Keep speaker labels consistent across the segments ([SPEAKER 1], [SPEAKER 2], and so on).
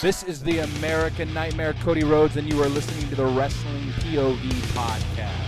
[SPEAKER 1] This is the American Nightmare, Cody Rhodes, and you are listening to the Wrestling POV podcast.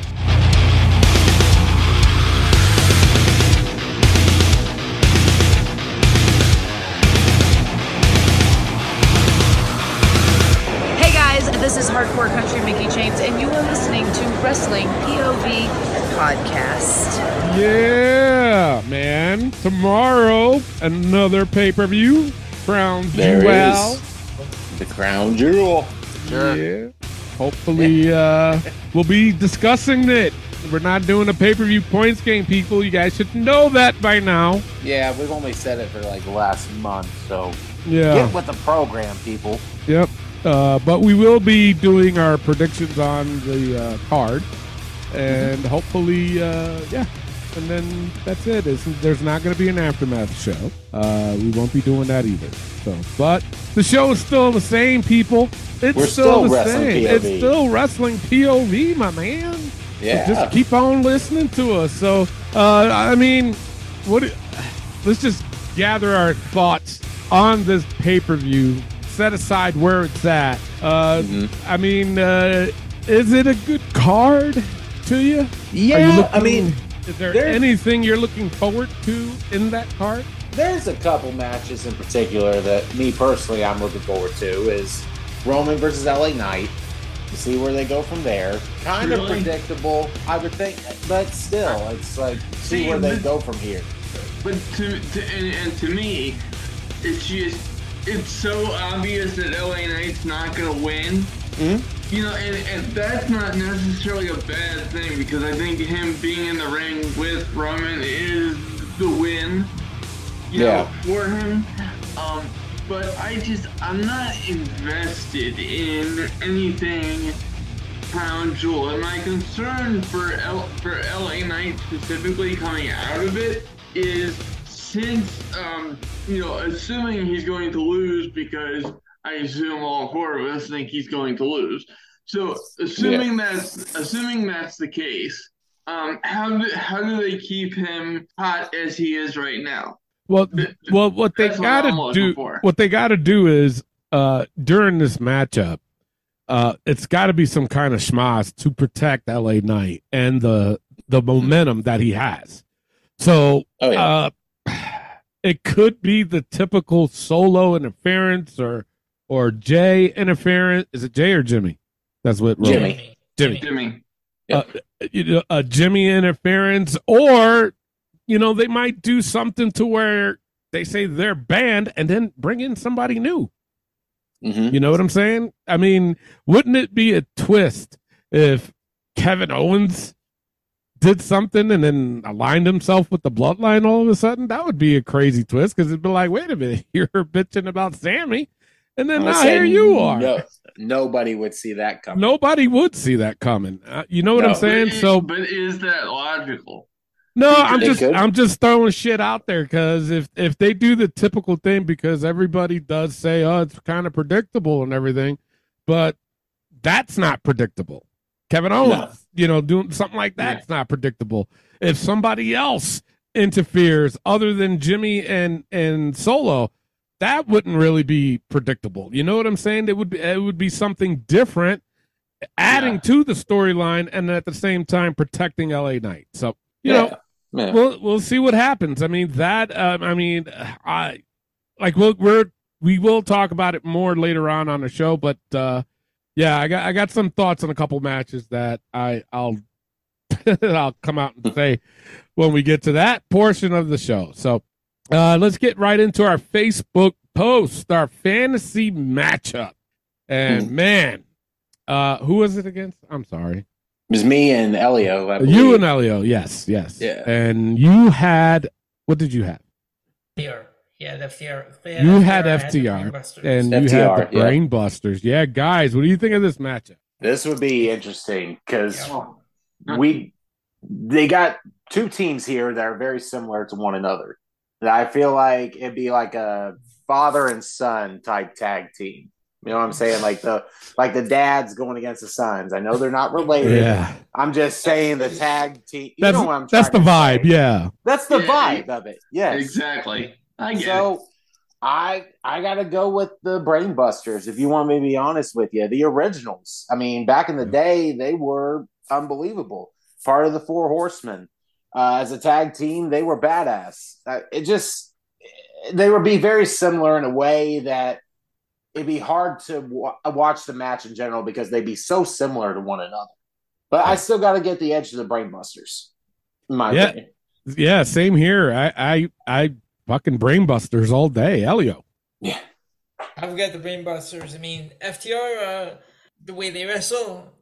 [SPEAKER 2] Hey guys, this is Hardcore Country Mickey James, and you are listening to Wrestling POV Podcast.
[SPEAKER 3] Yeah, man. Tomorrow, another pay per view. Crown
[SPEAKER 4] There
[SPEAKER 3] Jewel.
[SPEAKER 4] is the crown jewel.
[SPEAKER 3] Yeah. Hopefully, uh, we'll be discussing it. We're not doing a pay per view points game, people. You guys should know that by now.
[SPEAKER 4] Yeah, we've only said it for like last month, so
[SPEAKER 3] Yeah.
[SPEAKER 4] get with the program, people.
[SPEAKER 3] Yep. Uh, but we will be doing our predictions on the uh, card, and
[SPEAKER 4] Mm-hmm.
[SPEAKER 3] hopefully, uh, yeah. And then that's it. It's, there's not going to be an aftermath show. Uh, we won't be doing that either. So, but the show is still the same, people. It's
[SPEAKER 4] We're still
[SPEAKER 3] the
[SPEAKER 4] wrestling
[SPEAKER 3] same.
[SPEAKER 4] POV.
[SPEAKER 3] It's still wrestling POV, my man.
[SPEAKER 4] Yeah.
[SPEAKER 3] So just keep on listening to us. So, uh, I mean, what? do- Let's just gather our thoughts on this pay per view. Set aside where it's at. Uh,
[SPEAKER 4] Mm-hmm.
[SPEAKER 3] I mean, uh, is it a good card to you? Are you
[SPEAKER 4] Yeah, I
[SPEAKER 3] looking-
[SPEAKER 4] mean,
[SPEAKER 3] is there
[SPEAKER 4] there-
[SPEAKER 3] anything you're looking forward to in that card?
[SPEAKER 4] There's a couple matches in particular that me personally I'm looking forward to is Roman versus LA Knight. To see where they go from there. Kind of
[SPEAKER 5] Really?
[SPEAKER 4] predictable, I would think, but still, it's like see where they
[SPEAKER 5] See,
[SPEAKER 4] go from here.
[SPEAKER 5] But to, to and, and to me, it's just it's so obvious that LA Knight's not gonna win. You know, and, and that's not necessarily a bad thing because I think him being in the ring with Roman is the win. You
[SPEAKER 4] Yeah.
[SPEAKER 5] know, for him. Um, but I just I'm not invested in anything crown jewel, and my concern for L- for LA Knight specifically coming out of it is since um, you know, assuming he's going to lose because I assume all four of us think he's going to lose. So assuming that's assuming that's the case, um, how do how do they keep him hot as he is right now?
[SPEAKER 3] Well, well, what they
[SPEAKER 5] That's what
[SPEAKER 3] gotta
[SPEAKER 5] I'm looking
[SPEAKER 3] do,
[SPEAKER 5] for.
[SPEAKER 3] what they gotta do is uh, during this matchup, uh, it's got to be some kind of schmoz to protect LA Knight and the the momentum that he has. So
[SPEAKER 4] Oh yeah.
[SPEAKER 3] uh, it could be the typical solo interference or or Jay interference. Is it Jay or Jimmy? That's what Roman-
[SPEAKER 4] Jimmy.
[SPEAKER 3] Jimmy Uh,
[SPEAKER 5] Jimmy.
[SPEAKER 3] you know, a Jimmy interference, or you know they might do something to where they say they're banned and then bring in somebody new.
[SPEAKER 4] Mm-hmm.
[SPEAKER 3] You know what I'm saying? I mean, wouldn't it be a twist if Kevin Owens did something and then aligned himself with the bloodline all of a sudden? That would be a crazy twist because it'd be like, wait a minute, you're bitching about Sammy, and then now here you are.
[SPEAKER 4] No, nobody would see that coming.
[SPEAKER 3] Nobody would see that coming. Uh, you know what
[SPEAKER 4] No.
[SPEAKER 3] I'm saying?
[SPEAKER 5] But i-
[SPEAKER 3] So
[SPEAKER 5] but is that logical?
[SPEAKER 3] No, I'm
[SPEAKER 4] They
[SPEAKER 3] just
[SPEAKER 4] could.
[SPEAKER 3] I'm just throwing shit out there because if if they do the typical thing, because everybody does say, oh, it's kind of predictable and everything, but that's not predictable. Kevin Owens, you know, doing something like that's not predictable. If somebody else interferes other than Jimmy and and Solo, that wouldn't really be predictable. You know what I'm saying? It would be it would be something different, adding
[SPEAKER 4] Yeah.
[SPEAKER 3] to the storyline and at the same time protecting LA Knight. So you know,
[SPEAKER 4] Yeah.
[SPEAKER 3] we'll we'll see what happens. I mean that. Um, I mean, I like we'll, we're we will talk about it more later on on the show. But uh, yeah, I got I got some thoughts on a couple matches that I I'll I'll come out
[SPEAKER 4] Hmm.
[SPEAKER 3] and say when we get to that portion of the show. So uh, let's get right into our Facebook post, our fantasy matchup,
[SPEAKER 4] Hmm.
[SPEAKER 3] and man. Uh, who was it against? I'm sorry.
[SPEAKER 4] It was me and Elio. I
[SPEAKER 3] You
[SPEAKER 4] believe.
[SPEAKER 3] and Elio, yes, yes.
[SPEAKER 4] Yeah.
[SPEAKER 3] And you had what did you have?
[SPEAKER 6] Fear. Yeah, the fear.
[SPEAKER 3] You had FTR, And
[SPEAKER 6] And
[SPEAKER 3] you had
[SPEAKER 4] FTR,
[SPEAKER 3] the
[SPEAKER 4] yeah.
[SPEAKER 3] Brain Busters. Yeah, guys, what do you think of this matchup?
[SPEAKER 4] This would be interesting because
[SPEAKER 5] Oh,
[SPEAKER 4] we they got two teams here that are very similar to one another. And I feel like it'd be like a father and son type tag team You know what I'm saying? Like the like the dads going against the sons. I know they're not related.
[SPEAKER 3] Yeah,
[SPEAKER 4] I'm just saying the tag team. You
[SPEAKER 3] that's
[SPEAKER 4] know what I'm
[SPEAKER 3] that's the
[SPEAKER 4] trying
[SPEAKER 3] vibe.
[SPEAKER 4] to say.
[SPEAKER 3] Yeah,
[SPEAKER 4] That's the
[SPEAKER 5] Yeah.
[SPEAKER 4] vibe of it. Yes.
[SPEAKER 5] Exactly. I get it.
[SPEAKER 4] So I I gotta go with the Brainbusters. If you want me to be honest with you, the originals. I mean, back in the day, they were unbelievable. Part of the Four Horsemen uh, as a tag team, they were badass. Uh, it just they would be very similar in a way that it'd be hard to wa- uh, watch the match in general because they'd be so similar to one another. But I still got to get the edge to the Brainbusters. In my
[SPEAKER 3] Yeah.
[SPEAKER 4] opinion.
[SPEAKER 3] yeah. Same here. I I I fucking brainbusters all day. Elio.
[SPEAKER 6] I've got the brainbusters. I mean, FTR, uh, the way they wrestle,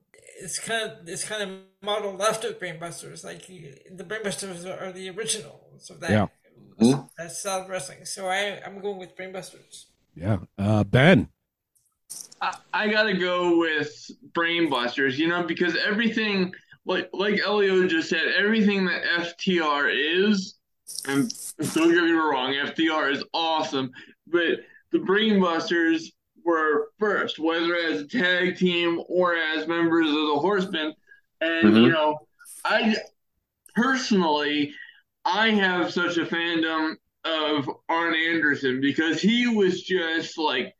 [SPEAKER 6] it's kind of it's kind of modeled after the brainbusters. Like the brainbusters are the originals of that.
[SPEAKER 3] Yeah.
[SPEAKER 4] Mhm.
[SPEAKER 6] That style of wrestling. So I I'm going with brainbusters.
[SPEAKER 3] Yeah, uh, Ben.
[SPEAKER 5] I, I gotta go with Brain Blasters, you know, because everything, like like Elio just said, everything that FTR is, and don't get me wrong, FTR is awesome, but the Brain Blasters were first, whether as a tag team or as members of the Horsemen, and you
[SPEAKER 4] Mhm.
[SPEAKER 5] know, I personally, I have such a fandom of Arn Anderson because he was just like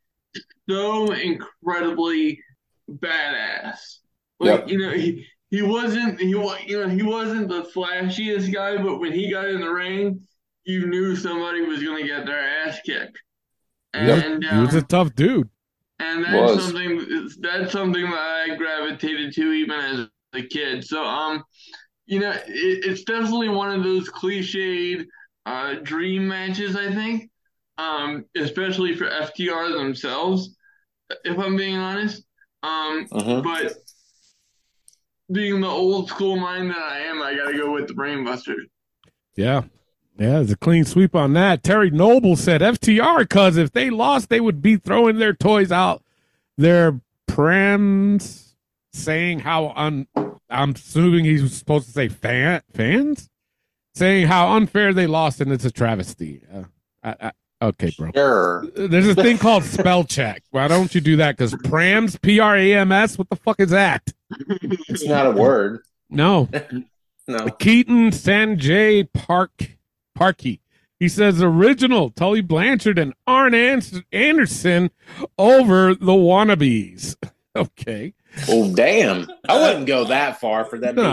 [SPEAKER 5] so incredibly badass. Like
[SPEAKER 4] Yep.
[SPEAKER 5] you know, he he wasn't he wa- you know he wasn't the flashiest guy, but when he got in the ring, you knew somebody was gonna get their ass kicked. And
[SPEAKER 3] he was
[SPEAKER 5] um,
[SPEAKER 3] a tough dude.
[SPEAKER 5] and that's
[SPEAKER 4] Was.
[SPEAKER 5] something that's something that I gravitated to even as a kid. So um, you know, it, it's definitely one of those cliched uh, dream matches. I think, um, especially for FTR themselves, if I'm being honest. Um,
[SPEAKER 3] Mm-hmm.
[SPEAKER 4] Mhm.
[SPEAKER 5] but being the old school mind that I am, I gotta go with the Brainbuster.
[SPEAKER 3] Yeah. Yeah, there's a clean sweep on that. Terry Noble said FTR because if they lost, they would be throwing their toys out their prams, saying how un. I'm assuming he was supposed to say fan fans, saying how unfair they lost and it's a travesty. Uh, I, I, okay, bro.
[SPEAKER 4] Sure.
[SPEAKER 3] There's a thing called spell check. Why don't you do that? Because prams, P R A M S. What the fuck is that?
[SPEAKER 4] It's not a word.
[SPEAKER 3] No,
[SPEAKER 4] No.
[SPEAKER 3] Keaton Sanjay Park Parky. He says original Tully Blanchard and Arn Ans- Anderson over the wannabes. Okay.
[SPEAKER 4] Oh damn! I wouldn't go that far for that.
[SPEAKER 3] No.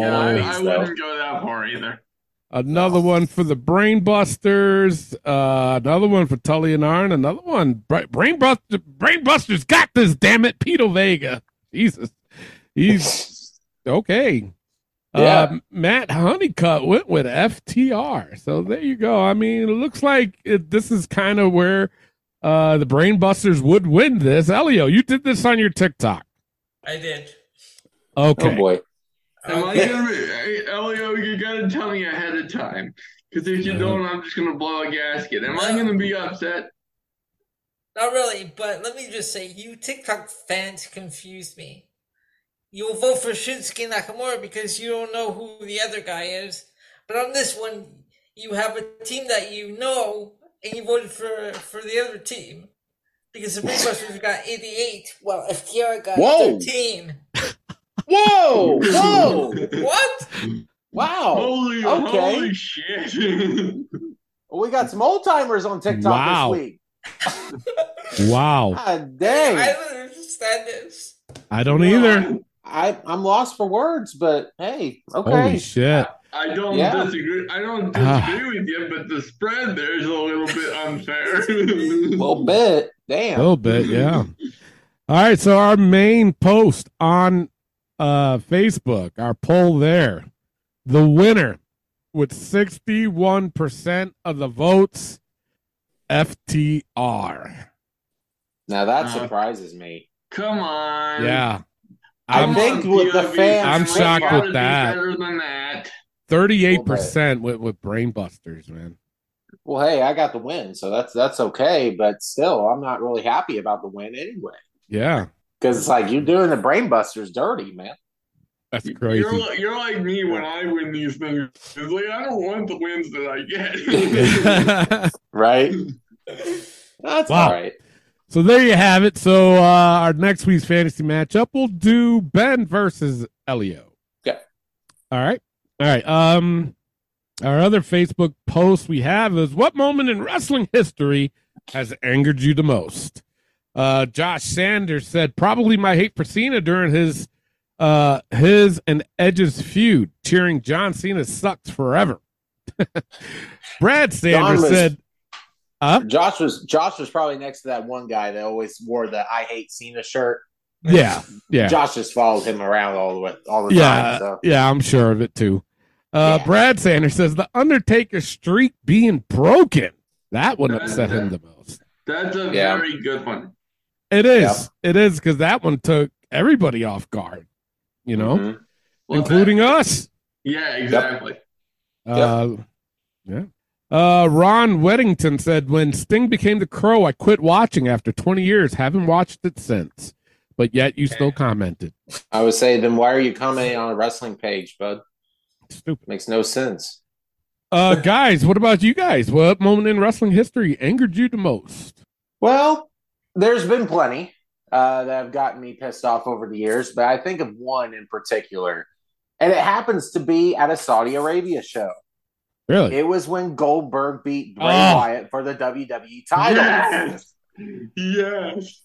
[SPEAKER 5] Yeah, I,
[SPEAKER 4] Always,
[SPEAKER 5] I
[SPEAKER 4] though.
[SPEAKER 5] wouldn't go that far either.
[SPEAKER 3] Another one for the Brainbusters. Uh, another one for Tully and Arn. Another one. Bra- Brainbuster, Brainbusters got this, damn it. Pito Vega. Jesus. He's okay.
[SPEAKER 4] Yeah.
[SPEAKER 3] Uh, Matt Honeycutt went with FTR. So there you go. I mean, it looks like it, this is kind of where uh, the Brainbusters would win this. Elio, you did this on your TikTok.
[SPEAKER 6] I did.
[SPEAKER 3] Okay.
[SPEAKER 4] Oh boy.
[SPEAKER 5] Am I
[SPEAKER 6] Okay.
[SPEAKER 5] gonna be, hey, Elio, you gotta tell me ahead of time. Because if you don't, I'm just gonna blow a gasket. Am I gonna be upset?
[SPEAKER 6] Not really, but let me just say, you TikTok fans confuse me. You'll vote for Shinsuke Nakamura because you don't know who the other guy is, but on this one, you have a team that you know, and you voted for for the other team because the Ringbusters got eighty-eight, while FTR got
[SPEAKER 4] Whoa.
[SPEAKER 6] thirteen.
[SPEAKER 4] Whoa! Whoa!
[SPEAKER 6] What?
[SPEAKER 4] Wow!
[SPEAKER 5] Holy,
[SPEAKER 4] okay.
[SPEAKER 5] holy shit.
[SPEAKER 4] We got some old timers on TikTok
[SPEAKER 3] Wow.
[SPEAKER 4] this week.
[SPEAKER 3] Wow.
[SPEAKER 4] God
[SPEAKER 6] I
[SPEAKER 4] dang!
[SPEAKER 6] don't understand this.
[SPEAKER 3] I don't either.
[SPEAKER 4] I I'm lost for words, but hey,
[SPEAKER 3] Holy
[SPEAKER 4] okay.
[SPEAKER 3] shit.
[SPEAKER 5] I don't
[SPEAKER 4] Yeah.
[SPEAKER 5] disagree. I don't
[SPEAKER 3] Ah.
[SPEAKER 5] disagree with you, but the spread there is a little bit unfair.
[SPEAKER 4] A little bit.
[SPEAKER 3] A
[SPEAKER 4] Damn.
[SPEAKER 3] little bit, yeah. All right, so our main post on uh Facebook, our poll there, the winner with 61% of the votes, FTR.
[SPEAKER 4] Now that
[SPEAKER 5] Uh,
[SPEAKER 4] surprises me.
[SPEAKER 5] Come on.
[SPEAKER 3] Yeah.
[SPEAKER 4] I
[SPEAKER 5] Come
[SPEAKER 3] I'm
[SPEAKER 4] think
[SPEAKER 5] on,
[SPEAKER 4] with the
[SPEAKER 5] POV.
[SPEAKER 4] fans-
[SPEAKER 3] I'm
[SPEAKER 5] Come
[SPEAKER 3] shocked
[SPEAKER 5] on,
[SPEAKER 3] with
[SPEAKER 5] it's
[SPEAKER 3] that.
[SPEAKER 5] Better than that.
[SPEAKER 3] 38% with, with Brainbusters, man.
[SPEAKER 4] Well, hey, I got the win, so that's that's okay. But still, I'm not really happy about the win anyway.
[SPEAKER 3] Yeah,
[SPEAKER 4] Because it's like you're doing the brainbusters dirty, man.
[SPEAKER 3] that's
[SPEAKER 5] You're,
[SPEAKER 3] crazy.
[SPEAKER 5] li- you're like me when I win these things. It's like, I don't want the wins that I get.
[SPEAKER 4] Right? That's
[SPEAKER 3] Wow.
[SPEAKER 4] all right.
[SPEAKER 3] So there you have it. So uh, our next week's fantasy matchup, we'll do Ben versus Elio.
[SPEAKER 4] Okay.
[SPEAKER 3] All right. All right. Um, our other Facebook post we have is what moment in wrestling history has angered you the most? Uh, Josh Sanders said probably my hate for Cena during his uh his and Edge's feud, cheering John Cena sucks forever. Brad Sanders
[SPEAKER 4] was-
[SPEAKER 3] said
[SPEAKER 4] Josh was Josh was probably next to that one guy that always wore the "I hate Cena" shirt.
[SPEAKER 3] Yeah, yeah.
[SPEAKER 4] Josh just followed him around all the way, all the
[SPEAKER 3] yeah,
[SPEAKER 4] time. So
[SPEAKER 3] yeah, I'm sure of it too. Uh,
[SPEAKER 4] Yeah.
[SPEAKER 3] Brad Sanders says the Undertaker's streak being broken. That one upset him the most.
[SPEAKER 5] That's a
[SPEAKER 4] Yeah.
[SPEAKER 5] very good one.
[SPEAKER 3] It is. It is because that one took everybody off guard, you know,
[SPEAKER 4] Mhm.
[SPEAKER 5] Well,
[SPEAKER 3] including us.
[SPEAKER 5] that- yeah, exactly.
[SPEAKER 3] Uh, yeah. Uh, Ron Weddington said when Sting became the Crow, I quit watching after 20 years. Haven't watched it since, but yet you still commented.
[SPEAKER 4] I would say, then why are you commenting on a wrestling page, bud?
[SPEAKER 3] Stupid.
[SPEAKER 4] Makes no sense.
[SPEAKER 3] Uh, guys, what about you guys? What moment in wrestling history angered you the most?
[SPEAKER 4] Well, there's been plenty uh, that have gotten me pissed off over the years, but I think of one in particular. And it happens to be at a Saudi Arabia show.
[SPEAKER 3] Really?
[SPEAKER 4] It was when Goldberg beat Bray
[SPEAKER 3] Oh.
[SPEAKER 4] Wyatt for the WWE title.
[SPEAKER 5] Yes. Yes.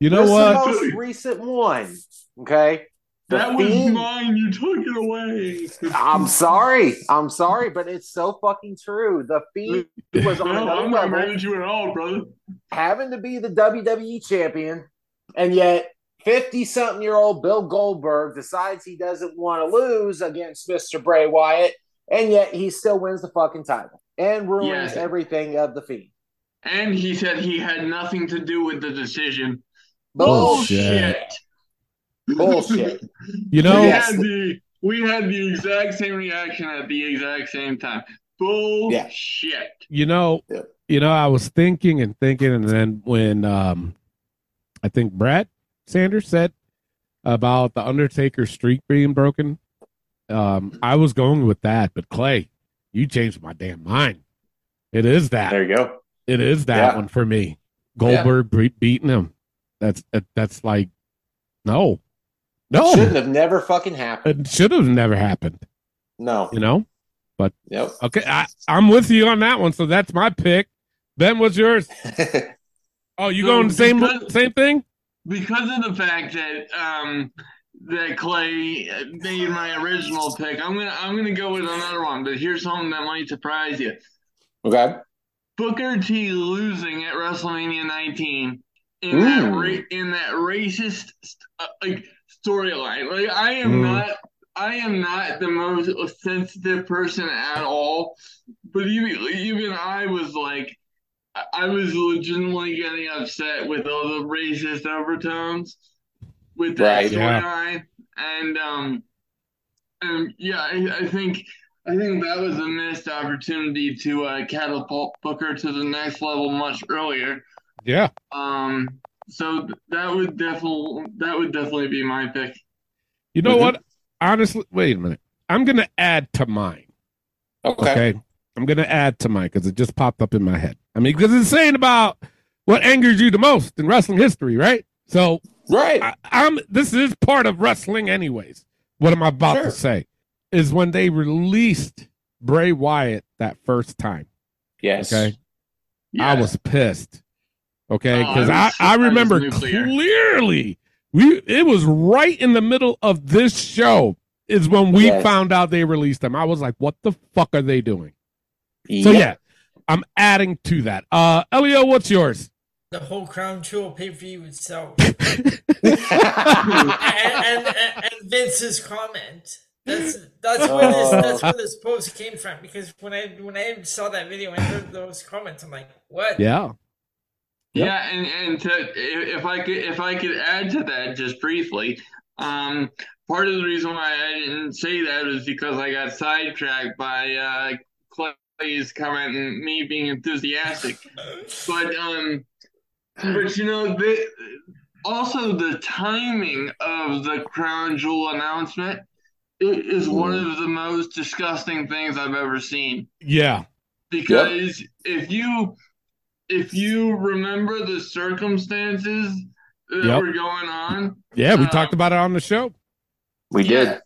[SPEAKER 3] you know
[SPEAKER 4] This is
[SPEAKER 3] what?
[SPEAKER 4] the most recent one. Okay. The
[SPEAKER 5] That was
[SPEAKER 4] Fiend-
[SPEAKER 5] mine. You took it away.
[SPEAKER 4] I'm sorry. I'm sorry, but it's so fucking true. The Fiend was on
[SPEAKER 5] No,
[SPEAKER 4] another
[SPEAKER 5] I'm not
[SPEAKER 4] level.
[SPEAKER 5] mad at you at all, brother.
[SPEAKER 4] having to be the WWE champion, and yet 50 something year old Bill Goldberg decides he doesn't want to lose against Mr. Bray Wyatt, and yet he still wins the fucking title and ruins
[SPEAKER 5] Yeah.
[SPEAKER 4] everything of the Fiend.
[SPEAKER 5] And he said he had nothing to do with the decision.
[SPEAKER 3] Bullshit.
[SPEAKER 4] Bullshit.
[SPEAKER 3] You know,
[SPEAKER 5] we,
[SPEAKER 4] Yeah.
[SPEAKER 5] had the, we had the exact same reaction at the exact same time. Bullshit.
[SPEAKER 3] you know,
[SPEAKER 4] Yeah.
[SPEAKER 3] you know. I was thinking and thinking, and then when um, I think Brad Sanders said about the Undertaker streak being broken, um, I was going with that. But Clay, you changed my damn mind. It is that.
[SPEAKER 4] There you go.
[SPEAKER 3] It is that
[SPEAKER 4] Yeah.
[SPEAKER 3] one for me. Goldberg bre- beating him. That's that, that's like no, no.
[SPEAKER 4] Shouldn't have never fucking happened.
[SPEAKER 3] It should have never happened.
[SPEAKER 4] No.
[SPEAKER 3] You know.
[SPEAKER 4] Yep.
[SPEAKER 3] Okay, I, I'm with you on that one. So that's my pick. Ben, what's yours? Oh, you
[SPEAKER 5] So,
[SPEAKER 3] going the same
[SPEAKER 5] because-
[SPEAKER 3] same thing?
[SPEAKER 5] because of the fact that um that Clay made my original pick, I'm gonna I'm gonna go with another one. But here's something that might surprise you:
[SPEAKER 4] okay.
[SPEAKER 5] Booker T losing at WrestleMania 19 in
[SPEAKER 4] Ooh.
[SPEAKER 5] that ra- in that racist uh, like storyline. Like I am
[SPEAKER 3] Mm.
[SPEAKER 5] not I am not the most sensitive person at all, but even even I was like. I- I was legitimately getting upset with all the racist overtones with that
[SPEAKER 4] Right.
[SPEAKER 3] Yeah.
[SPEAKER 5] storyline, and um, and yeah, I, I think I think that was a missed opportunity to uh, catapult Booker to the next level much earlier.
[SPEAKER 3] Yeah.
[SPEAKER 5] Um, so th- that would definitely that would definitely be my pick.
[SPEAKER 3] You know
[SPEAKER 4] Mhm.
[SPEAKER 3] what? Honestly, wait a minute. I'm gonna add to mine.
[SPEAKER 4] Okay.
[SPEAKER 3] Okay. I'm gonna add to mine because it just popped up in my head. I mean, because it's saying about what angers you the most in wrestling history, right? So
[SPEAKER 4] Right.
[SPEAKER 3] I, I'm this is part of wrestling anyways. What am I about to
[SPEAKER 4] Sure.
[SPEAKER 3] say is when they released Bray Wyatt that first time.
[SPEAKER 4] yes.
[SPEAKER 3] Okay.
[SPEAKER 5] Yeah.
[SPEAKER 3] I was pissed. Okay,
[SPEAKER 5] Oh, I
[SPEAKER 3] because
[SPEAKER 5] was-
[SPEAKER 3] I, I
[SPEAKER 5] I was
[SPEAKER 3] remember
[SPEAKER 5] nuclear.
[SPEAKER 3] clearly we it was right in the middle of this show is when we
[SPEAKER 4] Yes.
[SPEAKER 3] found out they released them. I was like, what the fuck are they doing? So
[SPEAKER 4] Yep.
[SPEAKER 3] yeah, I'm adding to that. Uh Elio, what's yours?
[SPEAKER 6] The whole Crown Jewel pay per view itself.
[SPEAKER 4] yeah.
[SPEAKER 6] and, and, and- and Vince's comment. That's that's where this that's where this post came from because when I when I saw that video and heard those comments, I'm like, what?
[SPEAKER 3] Yeah.
[SPEAKER 5] Yeah, and and to, if if I could if I could add to that just briefly, um, part of the reason why I didn't say that is because I got sidetracked by uh, Clay's comment and me being enthusiastic. But um, but you know, the, also the timing of the crown jewel announcement i- is one of the most disgusting things I've ever seen
[SPEAKER 3] Yeah.
[SPEAKER 5] because if you if you remember the circumstances that
[SPEAKER 3] Yep.
[SPEAKER 5] were going on,
[SPEAKER 3] Yeah, we
[SPEAKER 5] Um,
[SPEAKER 3] talked about it on the show.
[SPEAKER 4] We did.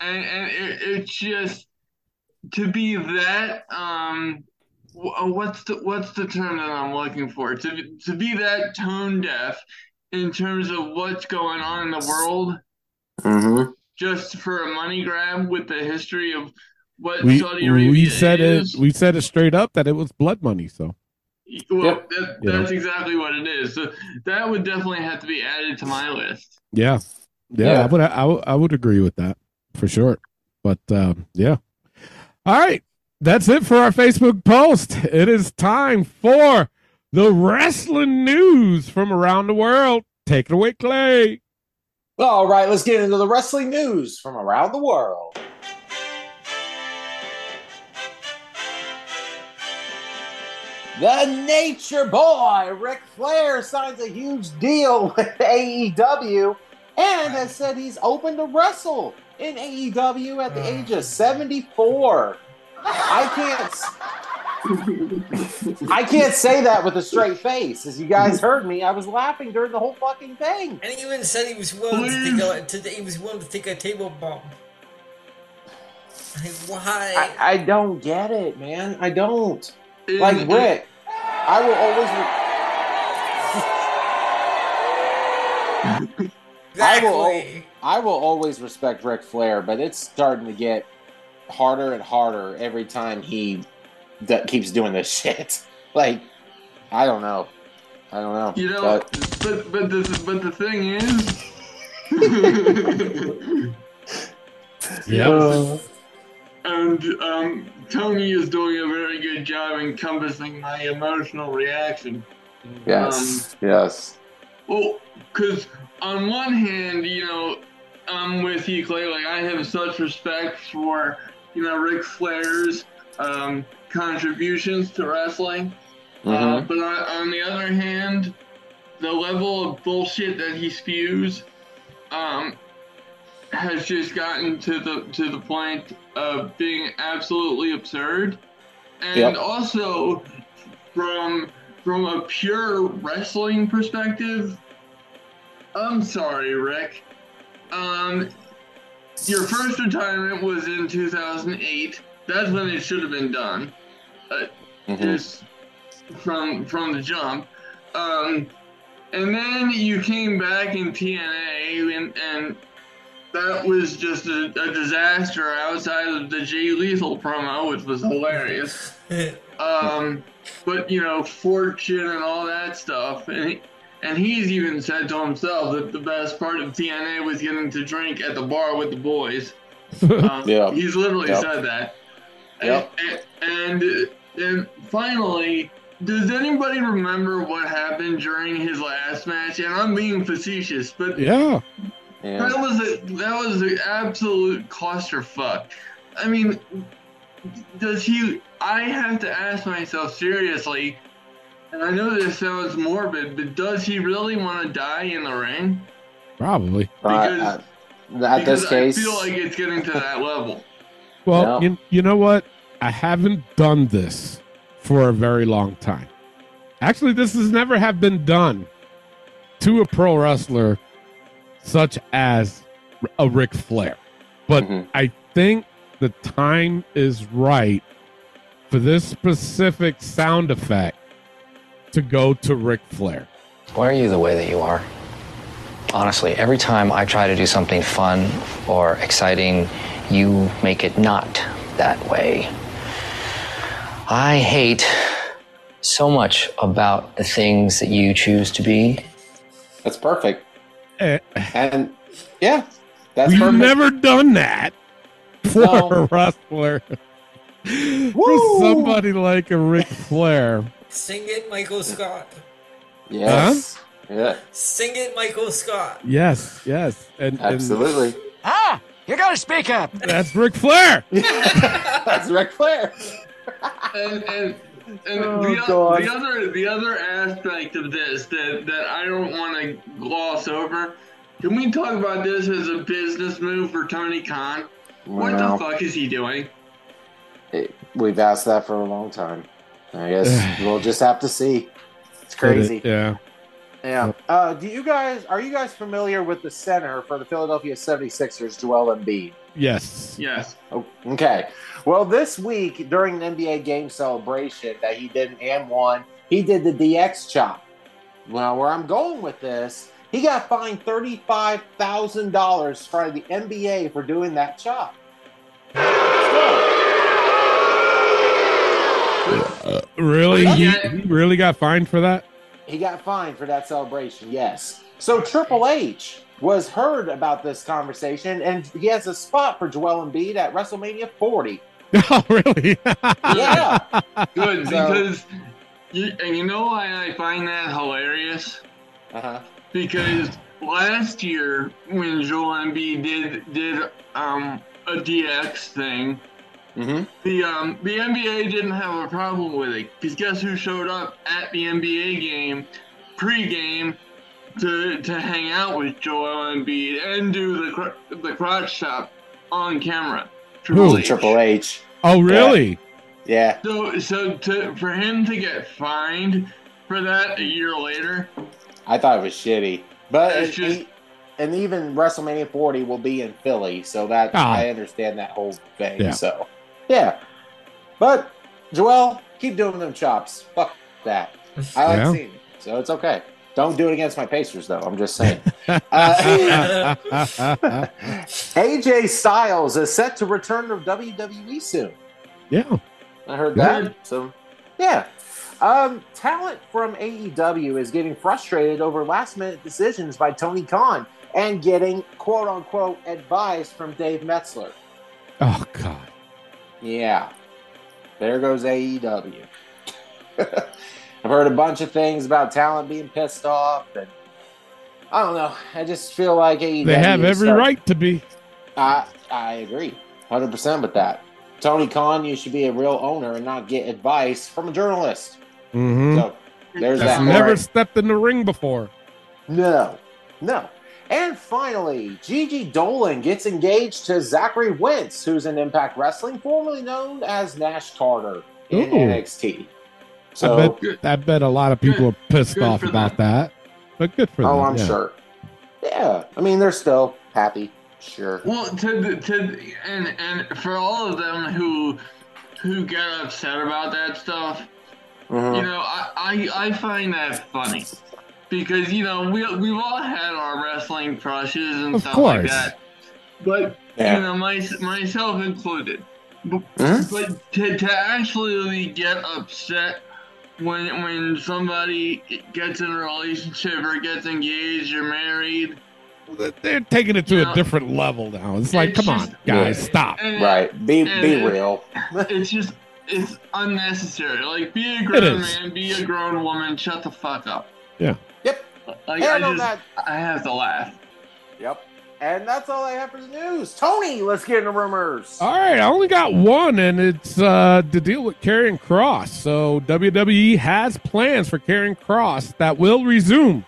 [SPEAKER 5] and, and it, it's just to be that um wh- uh, what's the what's the term that I'm looking for to be- to be that tone deaf in terms of what's going on in the world
[SPEAKER 4] hmm
[SPEAKER 5] just for a money grab with the history of what
[SPEAKER 3] We
[SPEAKER 5] Saudi Arabia
[SPEAKER 3] we said it
[SPEAKER 5] is.
[SPEAKER 3] we said it straight up that it was blood money. So
[SPEAKER 5] Well,
[SPEAKER 4] Yep.
[SPEAKER 5] that,
[SPEAKER 3] Yeah.
[SPEAKER 5] that's exactly what it is. So that would definitely have to be added to my list.
[SPEAKER 3] yeah, yeah, I
[SPEAKER 4] Yeah.
[SPEAKER 3] would I would I would agree with that for sure. But um, yeah, all right, that's it for our Facebook post. It is time for the wrestling news from around the world. Take it away, Clay.
[SPEAKER 4] All right, let's get into the wrestling news from around the world. The Nature Boy, Ric Flair, signs a huge deal with AEW and has said he's open to wrestle in AEW at the age of 74. I can't. I can't say that with a straight face. As you guys heard me, I was laughing during the whole fucking thing.
[SPEAKER 6] And he even said he was willing to take a, to, he was willing to take a table bump. Like, why?
[SPEAKER 4] I, I don't get it, man. I don't.
[SPEAKER 5] It-
[SPEAKER 4] Like
[SPEAKER 5] it-
[SPEAKER 4] Rick, I will always. Re- I will-
[SPEAKER 6] exactly.
[SPEAKER 4] I will always respect Ric Flair, but it's starting to get harder and harder every time he d- keeps doing this shit. Like, I don't know. I don't know.
[SPEAKER 5] You know,
[SPEAKER 4] But-
[SPEAKER 5] but but the but the thing is,
[SPEAKER 4] Uh,
[SPEAKER 5] and um, Tony is doing a very good job encompassing my emotional reaction. um,
[SPEAKER 4] yes. yes.
[SPEAKER 5] Well, because on one hand, you know, I'm with you, Clay. Like I have such respect for you know Ric Flair's um, contributions to wrestling. Uh,
[SPEAKER 4] Mhm.
[SPEAKER 5] but on, on the other hand, the level of bullshit that he spews um, has just gotten to the to the point of being absolutely absurd, and
[SPEAKER 4] Yep.
[SPEAKER 5] also from from a pure wrestling perspective. I'm sorry, Rick. Um, your first retirement was in 2008. That's when it should have been done
[SPEAKER 4] Mhm.
[SPEAKER 5] just from from the jump. Um, and then you came back in TNA, and, and that was just a, a disaster outside of the Jay Lethal promo, which was hilarious. Um, but you know, fortune and all that stuff, and he, and he's even said to himself that the best part of TNA was getting to drink at the bar with the boys. Um,
[SPEAKER 4] Yeah.
[SPEAKER 5] He's literally
[SPEAKER 4] Yep.
[SPEAKER 5] said that.
[SPEAKER 4] Yep.
[SPEAKER 5] And, and and finally, does anybody remember what happened during his last match? And I'm being facetious, but
[SPEAKER 3] Yeah,
[SPEAKER 4] Yeah.
[SPEAKER 5] that was a that was an absolute clusterfuck. I mean, does he? I have to ask myself seriously, and I know this sounds morbid, but does he really want to die in the ring?
[SPEAKER 3] probably.
[SPEAKER 4] I-
[SPEAKER 5] because-
[SPEAKER 4] I- at this
[SPEAKER 5] Because
[SPEAKER 4] case,
[SPEAKER 5] I feel like it's getting to that level.
[SPEAKER 3] Well,
[SPEAKER 4] Yeah.
[SPEAKER 3] you, you know what? I haven't done this for a very long time. Actually, this has never have been done to a pro wrestler such as a Ric Flair. But
[SPEAKER 4] Mhm.
[SPEAKER 3] I think the time is right for this specific sound effect to go to Ric Flair.
[SPEAKER 7] Why are you the way that you are? Honestly, every time I try to do something fun or exciting, you make it not that way. I hate so much about the things that you choose to be.
[SPEAKER 4] that's perfect.
[SPEAKER 3] Eh,
[SPEAKER 4] And yeah, that's
[SPEAKER 3] We've
[SPEAKER 4] perfect.
[SPEAKER 3] never done that for
[SPEAKER 4] No.
[SPEAKER 3] a wrestler.
[SPEAKER 4] Woo!
[SPEAKER 3] For somebody like a Ric Flair.
[SPEAKER 6] Sing it, Michael Scott.
[SPEAKER 4] yes. Yeah.
[SPEAKER 6] Sing it, Michael Scott.
[SPEAKER 3] Yes, yes. And, and
[SPEAKER 4] Absolutely.
[SPEAKER 8] Ah, you gotta speak up.
[SPEAKER 3] that's Ric Flair.
[SPEAKER 4] That's Ric Flair.
[SPEAKER 5] And and, and
[SPEAKER 4] Oh,
[SPEAKER 5] the, o-
[SPEAKER 4] God.
[SPEAKER 5] the other the other aspect of this that that I don't want to gloss over. Can we talk about this as a business move for Tony Khan? What
[SPEAKER 4] Wow.
[SPEAKER 5] the fuck is he doing?
[SPEAKER 4] It- we've asked that for a long time. I guess we'll just have to see. It's crazy.
[SPEAKER 3] Yeah.
[SPEAKER 4] Yeah. Uh, do you guys are you guys familiar with the center for the Philadelphia 76ers, Joel Embiid?
[SPEAKER 3] Yes.
[SPEAKER 5] Yes.
[SPEAKER 4] Oh, okay. Well, this week during an NBA game celebration that he did in and one, he did the DX chop. Well, where I'm going with this, he got fined thirty-five thousand dollars from the NBA for doing that chop. So,
[SPEAKER 3] Uh, Really? He,
[SPEAKER 5] Yeah.
[SPEAKER 3] he really got fined for that?
[SPEAKER 4] he got fined for that celebration. Yes. So Triple H was heard about this conversation, and he has a spot for Joel Embiid at WrestleMania 40.
[SPEAKER 3] oh, really?
[SPEAKER 4] Yeah.
[SPEAKER 5] Good,
[SPEAKER 4] So-
[SPEAKER 5] because you, and you know why I find that hilarious?
[SPEAKER 4] Uh-huh.
[SPEAKER 5] Because last year when Joel Embiid did did um a DX thing,
[SPEAKER 4] Mm-hmm.
[SPEAKER 5] the um the NBA didn't have a problem with it. Because guess who showed up at the NBA game pregame to to hang out with Joel Embiid and do the cr- the crotch chop on camera?
[SPEAKER 3] Who?
[SPEAKER 4] Triple H.
[SPEAKER 3] oh, really?
[SPEAKER 4] Yeah.
[SPEAKER 5] So, so to, for him to get fined for that a year later,
[SPEAKER 4] I thought it was shitty. But
[SPEAKER 5] It's
[SPEAKER 4] and-
[SPEAKER 5] just-
[SPEAKER 4] and even WrestleMania 40 will be in Philly, so that
[SPEAKER 3] Ah.
[SPEAKER 4] I understand that whole thing.
[SPEAKER 3] Yeah.
[SPEAKER 4] So yeah, but Joel, keep doing them chops. Fuck that. I like
[SPEAKER 3] Yeah.
[SPEAKER 4] seeing it, so it's okay. Don't do it against my Pacers, though. I'm just saying. uh, AJ Styles is set to return to WWE soon.
[SPEAKER 3] yeah.
[SPEAKER 4] I heard
[SPEAKER 3] Yeah.
[SPEAKER 4] that. So, yeah. Um, talent from AEW is getting frustrated over last minute decisions by Tony Khan and getting quote unquote advice from Dave Metzler.
[SPEAKER 3] Oh, God.
[SPEAKER 4] Yeah. There goes AEW. I've heard a bunch of things about talent being pissed off and I don't know. I just feel like AEW
[SPEAKER 3] They have
[SPEAKER 4] is
[SPEAKER 3] every
[SPEAKER 4] starting-
[SPEAKER 3] right to be.
[SPEAKER 4] I I agree, hundred percent with that. Tony Khan, you should be a real owner and not get advice from a journalist.
[SPEAKER 3] Mm-hmm.
[SPEAKER 4] So there's
[SPEAKER 3] That's
[SPEAKER 4] that.
[SPEAKER 3] never
[SPEAKER 4] All right.
[SPEAKER 3] stepped in the ring before.
[SPEAKER 4] No, no. And finally, Gigi Dolan gets engaged to Zachary Wentz, who's in Impact Wrestling, formerly known as Nash Carter in
[SPEAKER 3] Ooh.
[SPEAKER 4] NXT. So,
[SPEAKER 3] I bet I bet a lot of people are pissed
[SPEAKER 5] Good
[SPEAKER 3] off
[SPEAKER 5] for
[SPEAKER 3] about that. But good for them.
[SPEAKER 4] oh, I'm
[SPEAKER 3] yeah.
[SPEAKER 4] sure. Yeah, I mean they're still happy. Sure.
[SPEAKER 5] well, to the- to the- and and for all of them who who got upset about that stuff,
[SPEAKER 4] Mhm.
[SPEAKER 5] you know, I, I I find that funny because you know we we've all had our wrestling crushes and
[SPEAKER 3] Of
[SPEAKER 5] stuff like
[SPEAKER 3] course.
[SPEAKER 5] that, but
[SPEAKER 4] Yeah.
[SPEAKER 5] you know, my, myself included. B-
[SPEAKER 4] Mhm.
[SPEAKER 5] But to, to actually get upset when when somebody gets in a relationship or gets engaged or married,
[SPEAKER 3] They're taking it to
[SPEAKER 5] Yeah.
[SPEAKER 3] a different level now. It's like,
[SPEAKER 5] It's
[SPEAKER 3] come on,
[SPEAKER 5] just-
[SPEAKER 3] guys,
[SPEAKER 5] Yeah.
[SPEAKER 3] stop.
[SPEAKER 5] and
[SPEAKER 4] Hmm? Right. Be be
[SPEAKER 5] And-
[SPEAKER 4] real.
[SPEAKER 5] eh, it's just it's unnecessary. Like, be a
[SPEAKER 3] It
[SPEAKER 5] grown
[SPEAKER 3] is.
[SPEAKER 5] man, be a grown woman, shut the fuck up.
[SPEAKER 4] Yep.
[SPEAKER 5] Like, I
[SPEAKER 4] and on
[SPEAKER 5] just
[SPEAKER 4] that
[SPEAKER 5] I have to laugh.
[SPEAKER 4] Yep. And that's all I have for the news. Tony, let's get into rumors.
[SPEAKER 3] All right, I only got one, and it's uh, to deal with Karrion Cross. So WWE has plans for Karrion Cross that will resume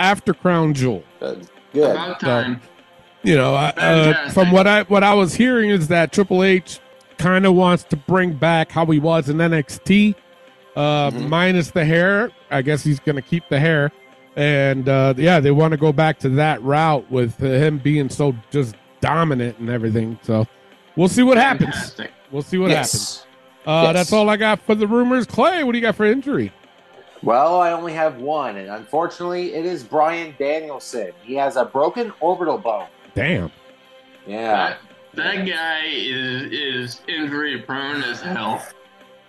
[SPEAKER 3] after Crown Jewel.
[SPEAKER 4] Good. Good.
[SPEAKER 5] About time.
[SPEAKER 3] You know, I- uh,
[SPEAKER 5] Fantastic.
[SPEAKER 3] from what I what I was hearing is that Triple H kind of wants to bring back how he was in NXT, uh,
[SPEAKER 4] Mhm.
[SPEAKER 3] minus the hair. I guess he's going to keep the hair, and uh, yeah, they want to go back to that route with him being so just dominant and everything. So we'll see what happens.
[SPEAKER 5] Fantastic.
[SPEAKER 3] We'll see what
[SPEAKER 4] Yes.
[SPEAKER 3] happens. Uh,
[SPEAKER 4] Yes.
[SPEAKER 3] That's all I got for the rumors. Clay, what do you got for injury?
[SPEAKER 4] Well, I only have one, and unfortunately, it is Brian Danielson. He has a broken orbital bone.
[SPEAKER 3] Damn.
[SPEAKER 4] Yeah.
[SPEAKER 5] That guy is is injury prone as hell.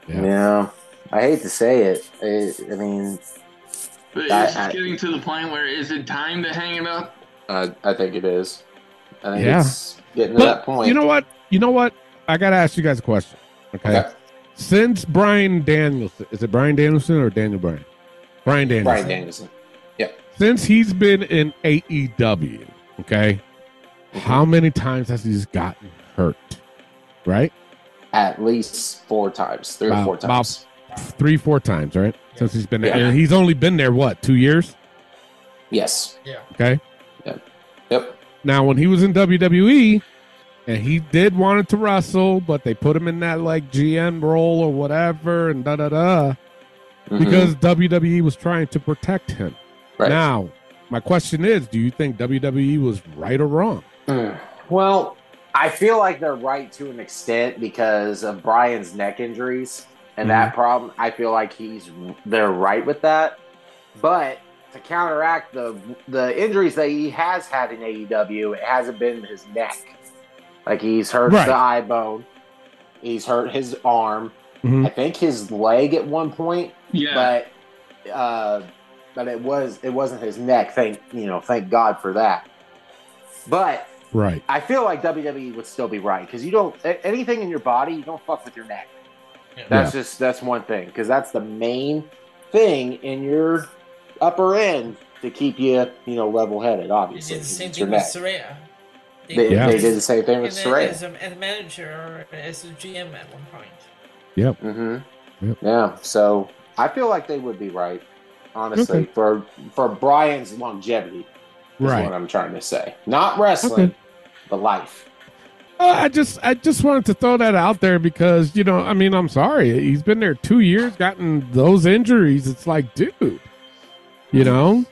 [SPEAKER 3] Yeah.
[SPEAKER 4] Yeah. I hate to say it. I, I mean,
[SPEAKER 5] But
[SPEAKER 4] I-
[SPEAKER 5] it's
[SPEAKER 4] I-
[SPEAKER 5] getting to the point where is it time to hang it up?
[SPEAKER 4] I, I think it is. I think
[SPEAKER 3] Yeah.
[SPEAKER 4] it's getting to that
[SPEAKER 3] But
[SPEAKER 4] point.
[SPEAKER 3] you know what? You know what? I got to ask you guys a question. Okay.
[SPEAKER 4] Okay.
[SPEAKER 3] Since Brian Danielson, is it Brian Danielson or Daniel Bryan? Brian Danielson.
[SPEAKER 4] Brian Danielson.
[SPEAKER 3] Since he's been in AEW, okay, how
[SPEAKER 4] Mm-hmm.
[SPEAKER 3] many times has he gotten hurt? Right?
[SPEAKER 4] At least four times, three
[SPEAKER 3] About-
[SPEAKER 4] or four
[SPEAKER 3] about
[SPEAKER 4] times.
[SPEAKER 3] Three, four times, right? Since he's been there.
[SPEAKER 4] Yeah.
[SPEAKER 3] And he's only been there, what, two years?
[SPEAKER 4] Yes.
[SPEAKER 3] Okay.
[SPEAKER 4] Yep.
[SPEAKER 3] Now, when he was in WWE, E, and he did wanted to wrestle, but they put him in that like GM role or whatever, and da da da, because WWE was trying to protect him.
[SPEAKER 4] Mm-hmm. Right.
[SPEAKER 3] Now, my question is, do you think WWE was right or wrong?
[SPEAKER 4] Mm. Well, I feel like they're right to an extent because of Brian's neck injuries and that problem. I feel like he's they're right with that. But to counteract the the injuries that he has had in AEW, it hasn't been his neck. Like he's hurt
[SPEAKER 3] Right.
[SPEAKER 4] the eye bone, he's hurt his arm.
[SPEAKER 3] Mhm.
[SPEAKER 4] I think his leg at one point,
[SPEAKER 5] Yeah.
[SPEAKER 4] but uh, but it was it wasn't his neck. Thank you know, thank God for that. But
[SPEAKER 3] Right.
[SPEAKER 4] I feel like WWE would still be right because you don't a- anything in your body, you don't fuck with your neck.
[SPEAKER 6] Yeah.
[SPEAKER 4] That's just that's one thing because that's the main thing in your upper end to keep you you know level headed.
[SPEAKER 6] They
[SPEAKER 4] Obviously,
[SPEAKER 6] did the same
[SPEAKER 4] it's your
[SPEAKER 6] thing with
[SPEAKER 4] neck.
[SPEAKER 6] Soraya.
[SPEAKER 4] They,
[SPEAKER 3] Yeah.
[SPEAKER 4] they did the same thing
[SPEAKER 6] and
[SPEAKER 4] with
[SPEAKER 6] then as
[SPEAKER 4] Saraya.
[SPEAKER 6] a, as a manager or as a GM at one point.
[SPEAKER 4] Mm-hmm.
[SPEAKER 3] Yep.
[SPEAKER 4] Yeah, so I feel like they would be right, honestly,
[SPEAKER 3] Okay.
[SPEAKER 4] for for Brian's longevity. Is
[SPEAKER 3] Right.
[SPEAKER 4] what I'm trying to say. Not wrestling,
[SPEAKER 3] Okay.
[SPEAKER 4] but life.
[SPEAKER 3] Uh, I just I just wanted to throw that out there because you know I mean I'm sorry he's been there two years gotten those injuries it's like dude you know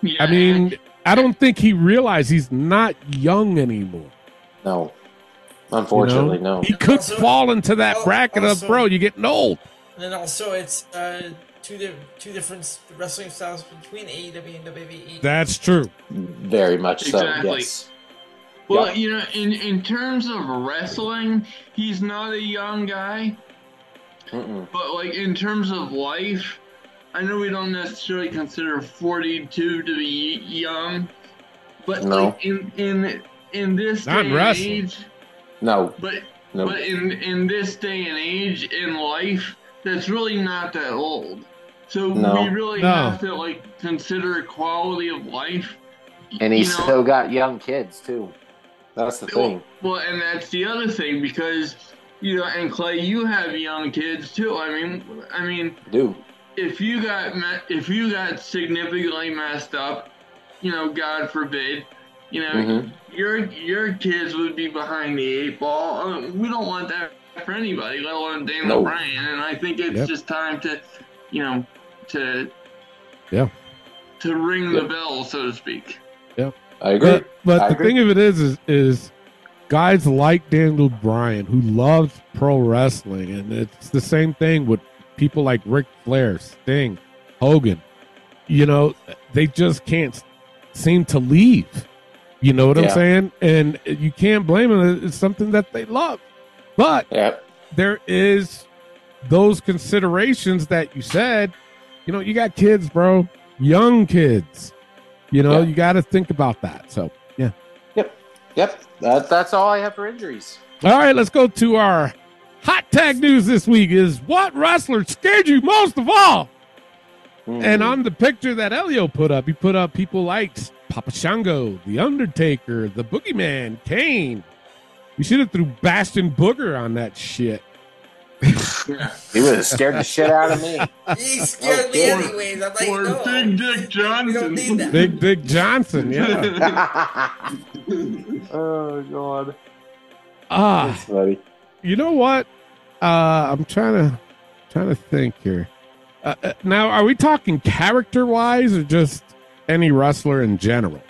[SPEAKER 5] Yeah,
[SPEAKER 3] I mean I don't think he realized he's not young anymore
[SPEAKER 4] No, unfortunately, no.
[SPEAKER 3] he could fall into that
[SPEAKER 6] Oh,
[SPEAKER 3] bracket
[SPEAKER 6] also-
[SPEAKER 3] of bro you're getting old
[SPEAKER 6] And then also it's uh, two di- two different s- wrestling styles between AEW and E. WWE.
[SPEAKER 3] that's true
[SPEAKER 4] Very much so.
[SPEAKER 5] Exactly.
[SPEAKER 4] Yes.
[SPEAKER 5] Well, you know, in in terms of wrestling, he's not a young guy,
[SPEAKER 4] Mm-mm.
[SPEAKER 5] but like in terms of life, I know we don't necessarily consider 42 to be young, but
[SPEAKER 4] No.
[SPEAKER 5] like in in in this
[SPEAKER 3] Not
[SPEAKER 5] day and
[SPEAKER 3] wrestling.
[SPEAKER 5] age,
[SPEAKER 4] No,
[SPEAKER 5] but
[SPEAKER 4] no.
[SPEAKER 5] but in in this day and age in life, that's really not that old. So
[SPEAKER 4] No.
[SPEAKER 5] we really
[SPEAKER 3] No.
[SPEAKER 5] have to like consider quality of life.
[SPEAKER 4] and he's
[SPEAKER 5] you know?
[SPEAKER 4] still got young kids too. That's the thing.
[SPEAKER 5] Well, well, and that's the other thing because you know, and Clay, you have young kids too. I mean, I mean,
[SPEAKER 4] Dude,
[SPEAKER 5] if you got me- if you got significantly messed up, you know, God forbid, you know,
[SPEAKER 4] Mhm.
[SPEAKER 5] your your kids would be behind the eight ball. I mean, we don't want that for anybody, let alone Daniel
[SPEAKER 4] No.
[SPEAKER 5] Bryan. And I think it's
[SPEAKER 3] Yep.
[SPEAKER 5] just time to, you know, to
[SPEAKER 3] Yeah.
[SPEAKER 5] to ring the
[SPEAKER 4] Yep.
[SPEAKER 5] bell, so to speak.
[SPEAKER 4] I agree.
[SPEAKER 3] but, but
[SPEAKER 4] I
[SPEAKER 3] the
[SPEAKER 4] agree.
[SPEAKER 3] thing of it is is is guys like Daniel Bryan who loves pro wrestling and it's the same thing with people like Ric Flair, Sting, Hogan. You know, they just can't seem to leave. You know what I'm
[SPEAKER 4] Yeah.
[SPEAKER 3] saying? And you can't blame them. It's something that they love. But
[SPEAKER 4] Yep.
[SPEAKER 3] there is those considerations that you said. You know, you got kids, bro, young kids. You know,
[SPEAKER 4] Yeah.
[SPEAKER 3] you got to think about that. So, yeah.
[SPEAKER 4] Yep. That, that's all I have for injuries.
[SPEAKER 3] All right, let's go to our hot tag news this week. Is what wrestler scared you most of all?
[SPEAKER 4] Mhm.
[SPEAKER 3] And on the picture that Elio put up, he put up people like Papa Shango, The Undertaker, The Boogeyman, Kane. We should have threw Bastion Booger on that shit.
[SPEAKER 4] he would have scared the shit out of me.
[SPEAKER 6] He scared me
[SPEAKER 4] poor-
[SPEAKER 6] anyways. I'm like,
[SPEAKER 5] or
[SPEAKER 6] no,
[SPEAKER 5] Big Dick Johnson.
[SPEAKER 6] we don't need that.
[SPEAKER 3] Big Dick Johnson, yeah.
[SPEAKER 4] oh god,
[SPEAKER 3] Ah.
[SPEAKER 4] that's funny.
[SPEAKER 3] you know what? Uh, I'm trying to trying to think here. Uh, uh, now, are we talking character wise or just any wrestler in general?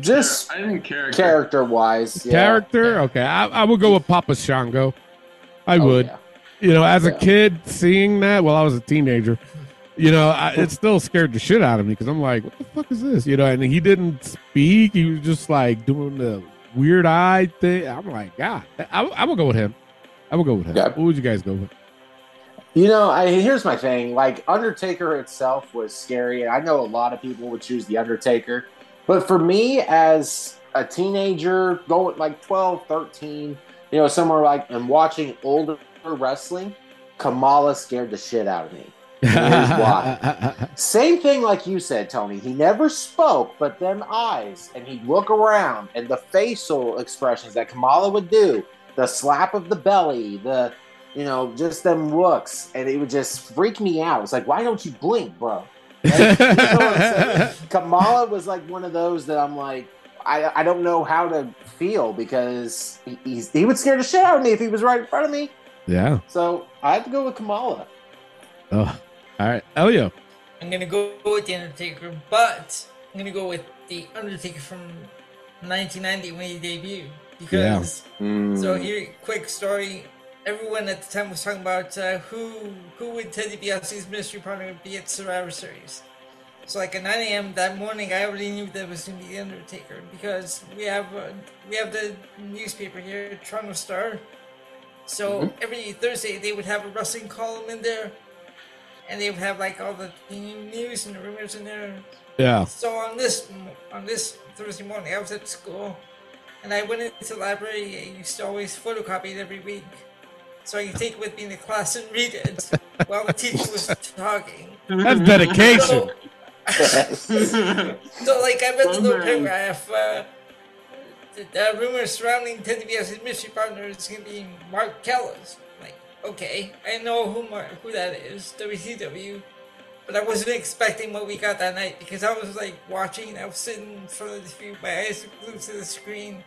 [SPEAKER 4] Just
[SPEAKER 5] I didn't care.
[SPEAKER 4] character wise, yeah.
[SPEAKER 3] character? Okay, I, I would go with Papa Shango. I
[SPEAKER 4] Oh,
[SPEAKER 3] would.
[SPEAKER 4] yeah.
[SPEAKER 3] You know, as
[SPEAKER 4] Yeah.
[SPEAKER 3] a kid, seeing that while I was a teenager, you know, I, it still scared the shit out of me because I'm like, what the fuck is this? You know, and he didn't speak. He was just like doing the weird eye thing. I'm like, God, I, I would go with him. I would go with him.
[SPEAKER 4] Yeah.
[SPEAKER 3] What would you guys go with?
[SPEAKER 4] You know, I, here's my thing. Like Undertaker itself was scary. I know a lot of people would choose the Undertaker, but for me as a teenager, going like 12, 13, you know, somewhere like and watching older wrestling, Kamala scared the shit out of me. Here's why. Same thing like you said, Tony. He never spoke, but them eyes, and he'd look around, and the facial expressions that Kamala would do, the slap of the belly, the you know, just them looks, and it would just freak me out. It's like, why don't you blink, bro? Like, you know what I'm saying? Kamala was like one of those that I'm like, I, I don't know how to feel because he, he's, he would scare the shit out of me if he was right in front of me.
[SPEAKER 3] Yeah.
[SPEAKER 4] So I have to go with Kamala.
[SPEAKER 3] Oh. All right. Elio.
[SPEAKER 6] I'm gonna go with the Undertaker, but I'm gonna go with the Undertaker from 1990 when he debuted because. So here, quick story. Everyone at the time was talking about uh, who who would Teddy Biasi's mystery partner be at Survivor Series. So like at 9 a.m. that morning, I already knew that was going to be the Undertaker because we have uh, we have the newspaper here, Toronto Star. So every Thursday they would have a wrestling column in there, and they would have like all the news and the rumors in there.
[SPEAKER 3] Yeah.
[SPEAKER 6] So on this on this Thursday morning, I was at school, and I went into the library. I used to always photocopy it every week, so I could take it with me into class and read it while the teacher was talking.
[SPEAKER 3] That's dedication.
[SPEAKER 6] So, so like I read the little
[SPEAKER 5] Bummer.
[SPEAKER 6] paragraph. Uh, the, the rumors surrounding Ted DiBiase's mystery partner is going to be Mark Callis. Like, okay, I know who Mark, who that is, WCW, but I wasn't expecting what we got that night because I was like watching, I was sitting in front of the TV, my eyes were glued to the screen.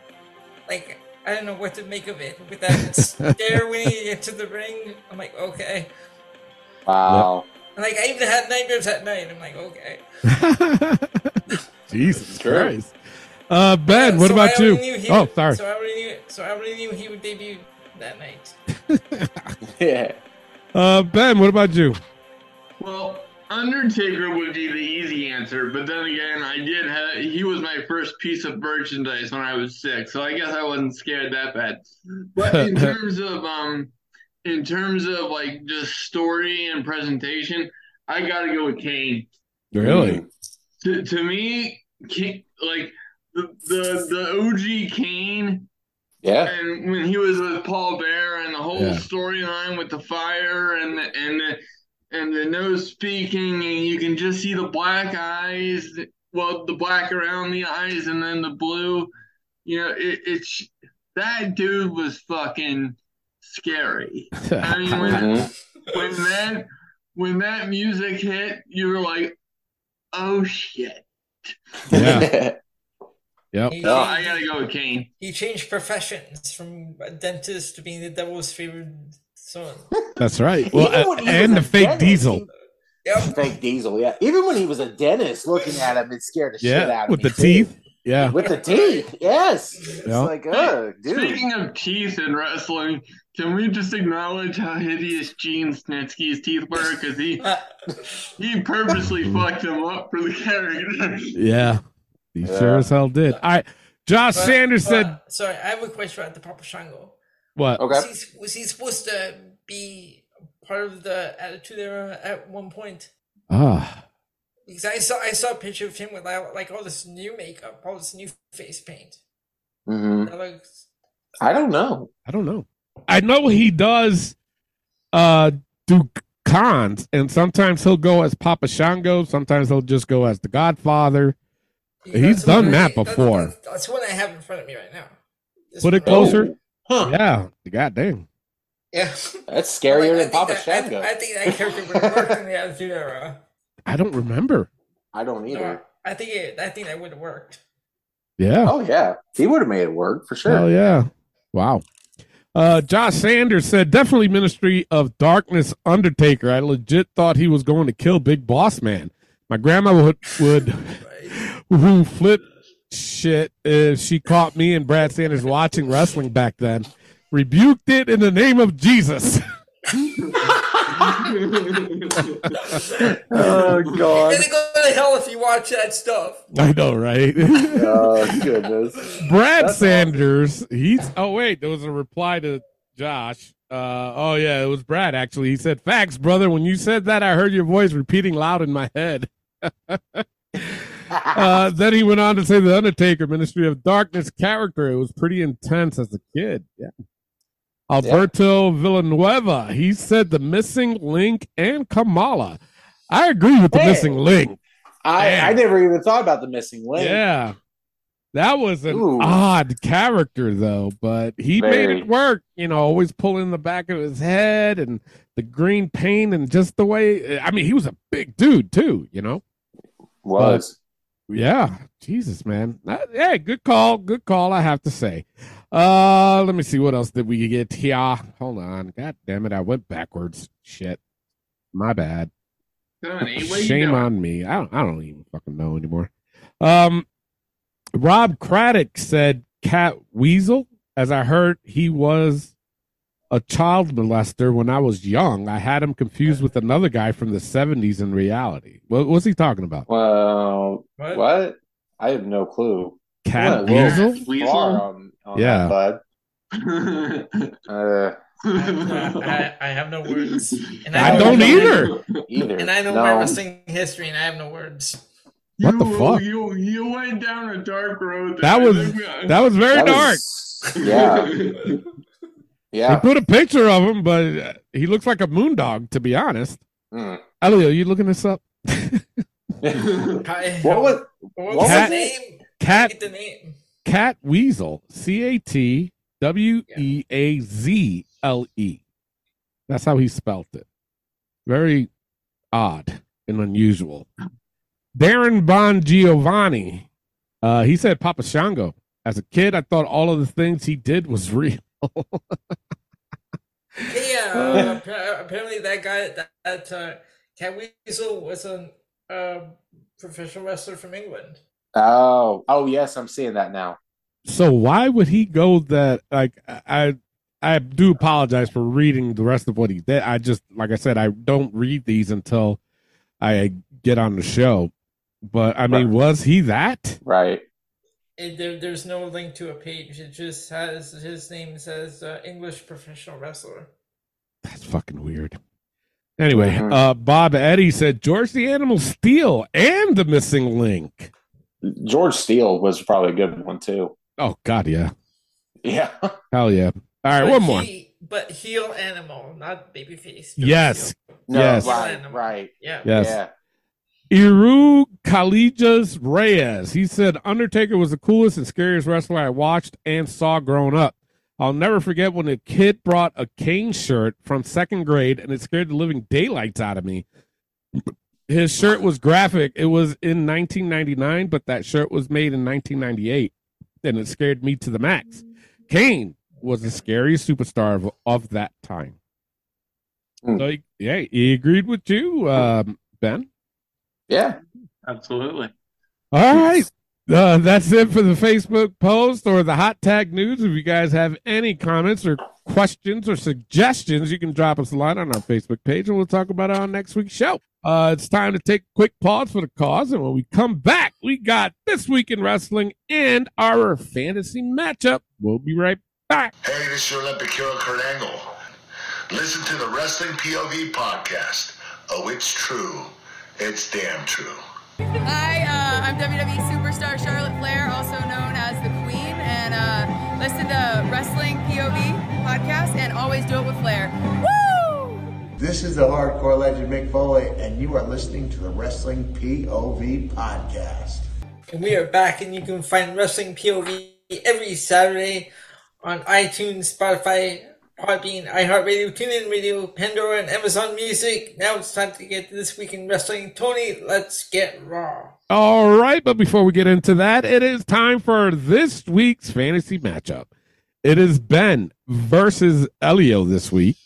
[SPEAKER 6] Like, I don't know what to make of it. With that stare when he into the ring, I'm like, okay.
[SPEAKER 4] Wow.
[SPEAKER 6] And, like, I even had nightmares at night. I'm like, okay.
[SPEAKER 3] Jesus
[SPEAKER 4] Sure.
[SPEAKER 3] Christ. Uh, Ben, what
[SPEAKER 6] So I
[SPEAKER 3] about
[SPEAKER 6] already
[SPEAKER 3] you?
[SPEAKER 6] knew he-
[SPEAKER 3] Oh, sorry.
[SPEAKER 6] So I already knew. So I already knew he would debut that night.
[SPEAKER 4] Yeah.
[SPEAKER 3] Uh, ben, what about you?
[SPEAKER 5] Well, Undertaker would be the easy answer, but then again, I did have he was my first piece of merchandise when I was six, so I guess I wasn't scared that bad. But in terms of um, in terms of like just story and presentation, I got to go with Kane.
[SPEAKER 3] Really?
[SPEAKER 5] To, to me, Kane, like the, the the OG Kane
[SPEAKER 4] Yeah.
[SPEAKER 5] and when he was with Paul Bear and the whole
[SPEAKER 3] Yeah.
[SPEAKER 5] storyline with the fire and the, and the, and the no speaking and you can just see the black eyes, well the black around the eyes and then the blue, you know it, it's that dude was fucking scary. I mean when,
[SPEAKER 4] Mhm.
[SPEAKER 5] when that when that music hit, you were like, oh shit.
[SPEAKER 3] yeah. Yep.
[SPEAKER 6] He,
[SPEAKER 4] No,
[SPEAKER 6] changed,
[SPEAKER 5] I gotta go with Kane.
[SPEAKER 6] he changed professions from a dentist to being the devil's favorite son.
[SPEAKER 3] That's right. Well,
[SPEAKER 4] Even when
[SPEAKER 3] uh,
[SPEAKER 4] he was
[SPEAKER 3] and
[SPEAKER 4] a
[SPEAKER 3] the fake
[SPEAKER 4] dentist,
[SPEAKER 3] diesel.
[SPEAKER 6] Yep.
[SPEAKER 4] Fake Diesel, yeah. Even when he was a dentist, looking at him, it scared the shit
[SPEAKER 3] Yeah.
[SPEAKER 4] out of
[SPEAKER 3] With
[SPEAKER 4] me.
[SPEAKER 3] the
[SPEAKER 4] too.
[SPEAKER 3] teeth. Yeah.
[SPEAKER 4] With the teeth, yes. It's
[SPEAKER 3] Yeah.
[SPEAKER 4] like, oh, dude.
[SPEAKER 5] Speaking of teeth in wrestling, can we just acknowledge how hideous Gene Snitsky's teeth were? Because he he purposely fucked them up for the character.
[SPEAKER 3] Yeah. He sure
[SPEAKER 4] Yeah.
[SPEAKER 3] as hell did. All right. Josh
[SPEAKER 6] But-
[SPEAKER 3] Sanders
[SPEAKER 6] but-
[SPEAKER 3] said
[SPEAKER 6] sorry, I have a question about the Papa Shango.
[SPEAKER 3] what?
[SPEAKER 4] Okay.
[SPEAKER 6] Was he, was he supposed to be part of the Attitude Era at one point?
[SPEAKER 3] Ah.
[SPEAKER 6] Because I saw I saw a picture of him with like like all this new makeup, all this new face paint.
[SPEAKER 4] hmm
[SPEAKER 6] That looks
[SPEAKER 4] I don't know.
[SPEAKER 3] I don't know. I know he does uh do cons and sometimes he'll go as Papa Shango, sometimes he'll just go as the Godfather. He's
[SPEAKER 6] That's what
[SPEAKER 3] done
[SPEAKER 6] I-
[SPEAKER 3] that
[SPEAKER 6] that's-
[SPEAKER 3] before.
[SPEAKER 6] That's, that's what I have in front of me right now. This
[SPEAKER 3] Put it
[SPEAKER 6] one right
[SPEAKER 3] closer.
[SPEAKER 4] Oh. Huh.
[SPEAKER 3] Yeah. God dang.
[SPEAKER 6] Yeah.
[SPEAKER 4] That's
[SPEAKER 6] I'm
[SPEAKER 4] scarier
[SPEAKER 6] like, I
[SPEAKER 4] than
[SPEAKER 6] think
[SPEAKER 4] Papa
[SPEAKER 6] that- I-
[SPEAKER 4] Shango.
[SPEAKER 6] I, think that character would have worked in the Attitude Era.
[SPEAKER 3] I don't remember.
[SPEAKER 4] I don't either.
[SPEAKER 6] No, I think it, I think that would have worked.
[SPEAKER 3] Yeah.
[SPEAKER 4] Oh yeah, he would have made it work for sure.
[SPEAKER 3] Hell yeah. Wow. Uh, Josh Sanders said, definitely Ministry of Darkness Undertaker. I legit thought he was going to kill Big Boss Man. My grandma would, would who flip shit if she caught me and Brad Sanders watching wrestling back then, rebuked it in the name of Jesus.
[SPEAKER 4] Oh god.
[SPEAKER 6] You're gonna go to hell if you watch that stuff.
[SPEAKER 3] I know, right?
[SPEAKER 4] oh goodness.
[SPEAKER 3] Brad
[SPEAKER 4] That's
[SPEAKER 3] Sanders, he's oh wait, there was a reply to Josh. Uh, oh yeah, it was Brad actually. He said, "Facts, brother. When you said that, I heard your voice repeating loud in my head." uh, then he went on to say, "The Undertaker, Ministry of Darkness character. It was pretty intense as a kid." Yeah. Alberto Villanueva, he said, "The missing link and Kamala." I agree with the
[SPEAKER 4] Hey.
[SPEAKER 3] missing link.
[SPEAKER 4] I, I
[SPEAKER 3] Damn.
[SPEAKER 4] never even thought about the missing link.
[SPEAKER 3] Yeah. That was an
[SPEAKER 4] Ooh.
[SPEAKER 3] odd character though, but he made
[SPEAKER 4] Very.
[SPEAKER 3] it work, you know, always pulling the back of his head and the green paint and just the way I mean, he was a big dude too, you know.
[SPEAKER 4] Was
[SPEAKER 3] Yeah, Jesus, man. Uh, Hey, good call, good call. I have to say. Uh, let me see what else did we get here. Hold on, God damn it, I went backwards. Shit, my bad.
[SPEAKER 5] Donnie, what you
[SPEAKER 3] Shame
[SPEAKER 5] doing?
[SPEAKER 3] on me. I don't, I don't even fucking know anymore. Um, Rob Craddock said Cat Weasel. As I heard, he was a child molester when I was young. I had him confused with another guy from the 70s in reality. What was he talking about?
[SPEAKER 4] Well,
[SPEAKER 6] What?
[SPEAKER 4] what? I have no clue.
[SPEAKER 3] Cat
[SPEAKER 4] Yeah, well-
[SPEAKER 3] Weasel?
[SPEAKER 5] Weasel?
[SPEAKER 4] Far on, on
[SPEAKER 3] Yeah.
[SPEAKER 4] that, bud. Uh,
[SPEAKER 6] I, I have no words. And
[SPEAKER 3] I
[SPEAKER 6] know-
[SPEAKER 3] don't either.
[SPEAKER 4] either.
[SPEAKER 6] And I know
[SPEAKER 4] no.
[SPEAKER 6] my wrestling history, and I have no words.
[SPEAKER 3] What the
[SPEAKER 5] You-
[SPEAKER 3] fuck?
[SPEAKER 5] You you went down a dark road.
[SPEAKER 3] That
[SPEAKER 5] there.
[SPEAKER 3] was- That was very
[SPEAKER 4] That
[SPEAKER 3] dark.
[SPEAKER 4] was- yeah,
[SPEAKER 3] They
[SPEAKER 4] yeah.
[SPEAKER 3] put a picture of him, but uh, he looks like a moondog, to be honest.
[SPEAKER 4] Mm.
[SPEAKER 3] Elio, you looking this up?
[SPEAKER 6] I-
[SPEAKER 4] hmm. What was?
[SPEAKER 6] What
[SPEAKER 4] What
[SPEAKER 6] was
[SPEAKER 3] was
[SPEAKER 6] the name?
[SPEAKER 3] Cat
[SPEAKER 6] Get the name.
[SPEAKER 3] Cat Weasel, C A T W E A Z L E. That's how he spelt it. Very odd and unusual. Darren Bon Giovanni, uh, he said Papa Shango. As a kid, I thought all of the things he did was real.
[SPEAKER 6] Yeah, uh, appa- apparently that guy, that, that uh, Cat Weasel, was a uh, professional wrestler from England.
[SPEAKER 4] Oh, oh yes, I'm seeing that now.
[SPEAKER 3] So why would he go that like I I do apologize for reading the rest of what he did. I just like I said, I don't read these until I get on the show. But I mean,
[SPEAKER 4] Right.
[SPEAKER 3] was he that?
[SPEAKER 4] Right.
[SPEAKER 6] It, there, there's no link to a page. It just has his name says uh, English professional wrestler.
[SPEAKER 3] That's fucking weird. Anyway,
[SPEAKER 4] Mhm.
[SPEAKER 3] uh Bob Eddie said George the Animal Steel and the missing link.
[SPEAKER 4] George Steele was probably a good one too.
[SPEAKER 3] Oh god, yeah.
[SPEAKER 4] Yeah.
[SPEAKER 3] Hell yeah. All right,
[SPEAKER 6] But
[SPEAKER 3] one more.
[SPEAKER 6] he- but heel animal, not babyface. but
[SPEAKER 3] Yes.
[SPEAKER 6] heel.
[SPEAKER 4] No,
[SPEAKER 3] Yes.
[SPEAKER 4] right, right.
[SPEAKER 6] Yeah.
[SPEAKER 3] Yes.
[SPEAKER 4] Yeah.
[SPEAKER 3] Iru Kalijas Reyes. He said Undertaker was the coolest and scariest wrestler I watched and saw grown up. I'll never forget when a kid brought a cane shirt from second grade and it scared the living daylights out of me. His shirt was graphic. It was in 1999, but that shirt was made in 1998 and it scared me to the max. Kane was the scariest superstar of, of that time.
[SPEAKER 4] Hmm.
[SPEAKER 3] So, he- yeah, he agreed with you, um, Ben.
[SPEAKER 4] Yeah.
[SPEAKER 5] Absolutely.
[SPEAKER 3] All right. Uh, that's it for the Facebook post or the hot tag news. If you guys have any comments or questions or suggestions, you can drop us a line on our Facebook page and we'll talk about it on next week's show. Uh, it's time to take a quick pause for the cause. And when we come back, we got This Week in Wrestling and our fantasy matchup. We'll be right back.
[SPEAKER 9] Hey, this is your Olympic hero, Kurt Angle. Listen to the Wrestling POV podcast. Oh, it's true. It's damn true.
[SPEAKER 10] Hi, uh, I'm WWE superstar Charlotte Flair, also known as the Queen, and uh, listen to Wrestling POV podcast and always do it with Flair. Woo!
[SPEAKER 11] This is the hardcore legend Mick Foley, and you are listening to the Wrestling POV podcast.
[SPEAKER 6] And we are back, and you can find Wrestling POV every Saturday on iTunes, Spotify, Podbean, iHeartRadio, TuneIn Radio, Pandora, and Amazon Music. Now it's time to get to This Week in Wrestling. Tony, let's get raw.
[SPEAKER 3] All right, but before we get into that, it is time for this week's fantasy matchup. It is Ben versus Elio this week.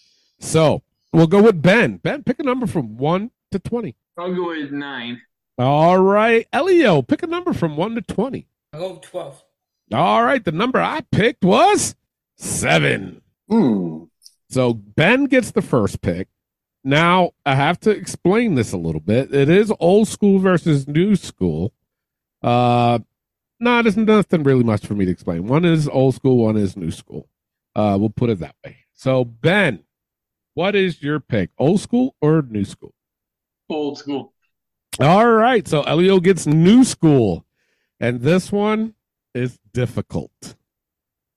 [SPEAKER 3] So we'll go with Ben. Ben, pick a number from 1 to 20.
[SPEAKER 5] I'll go with nine.
[SPEAKER 3] All right, Elio, pick a number from 1 to 20.
[SPEAKER 6] I'll go 12.
[SPEAKER 3] All right, the number I picked was 7.
[SPEAKER 4] Hmm.
[SPEAKER 3] So Ben gets the first pick. Now I have to explain this a little bit. It is old school versus new school. Uh no, there's nothing really much for me to explain. One is old school, one is new school. Uh we'll put it that way. So Ben, what is your pick? Old school or new school?
[SPEAKER 5] Old school.
[SPEAKER 3] All right. So Elio gets new school. And this one is difficult.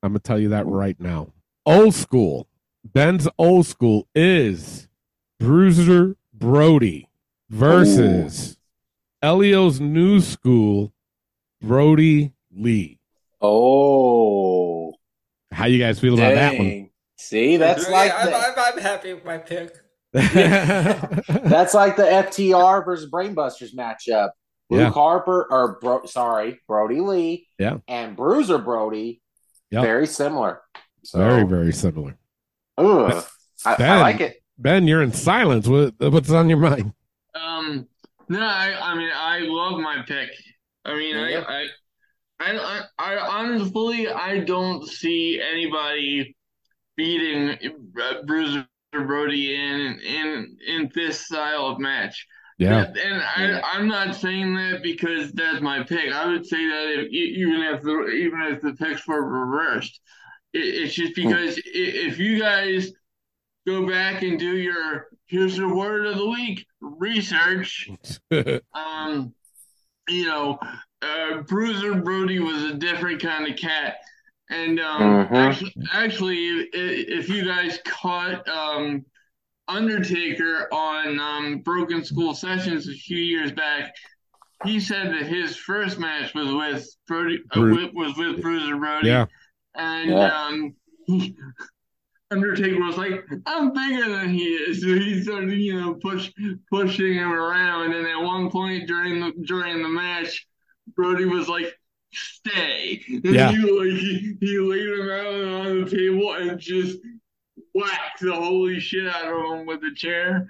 [SPEAKER 3] I'm going to tell you that right now. Old school. Ben's old school is Bruiser Brody versus Elio's new school, Brody Lee.
[SPEAKER 4] Oh.
[SPEAKER 3] How you guys feel about that one?
[SPEAKER 4] dang. See, that's
[SPEAKER 6] Yeah,
[SPEAKER 4] like
[SPEAKER 6] I'm,
[SPEAKER 4] the,
[SPEAKER 6] I'm, I'm happy with my pick.
[SPEAKER 4] that's like the FTR versus Brainbusters matchup. Luke
[SPEAKER 3] Yeah.
[SPEAKER 4] Harper or Bro- sorry, Brody Lee
[SPEAKER 3] Yeah.
[SPEAKER 4] and Bruiser Brody,
[SPEAKER 3] Yep.
[SPEAKER 4] very similar. So,
[SPEAKER 3] Very, very similar.
[SPEAKER 4] ugh, I, I
[SPEAKER 3] Ben.
[SPEAKER 4] like it.
[SPEAKER 3] Ben, you're in silence. What, what's on your mind?
[SPEAKER 5] Um, no, I, I mean, I love my pick. I mean, I, I, I, I, I honestly, I don't see anybody beating uh, Bruiser Brody in in in this style of match.
[SPEAKER 3] Yeah.
[SPEAKER 5] And I, I'm not saying that because that's my pick. I would say that if, e- even if the even if the picks were reversed, it, it's just because i if you guys go back and do your here's the word of the week research, um, you know, uh, Bruiser Brody was a different kind of cat. And um,
[SPEAKER 4] Mhm.
[SPEAKER 5] actually, actually, i- if you guys caught um, Undertaker on um, Broken School Sessions a few years back, he said that his first match was with Brody, uh,
[SPEAKER 3] Bru-
[SPEAKER 5] with, was with Bruiser Brody,
[SPEAKER 3] Yeah.
[SPEAKER 5] and
[SPEAKER 3] Yeah.
[SPEAKER 5] um, Undertaker was like, "I'm bigger than he is," so he started, you know, push pushing him around. And at one point during the during the match, Brody was like, "Stay," and
[SPEAKER 3] Yeah.
[SPEAKER 5] he like he, he laid him out on the table and just whacked the holy shit out of him with a chair.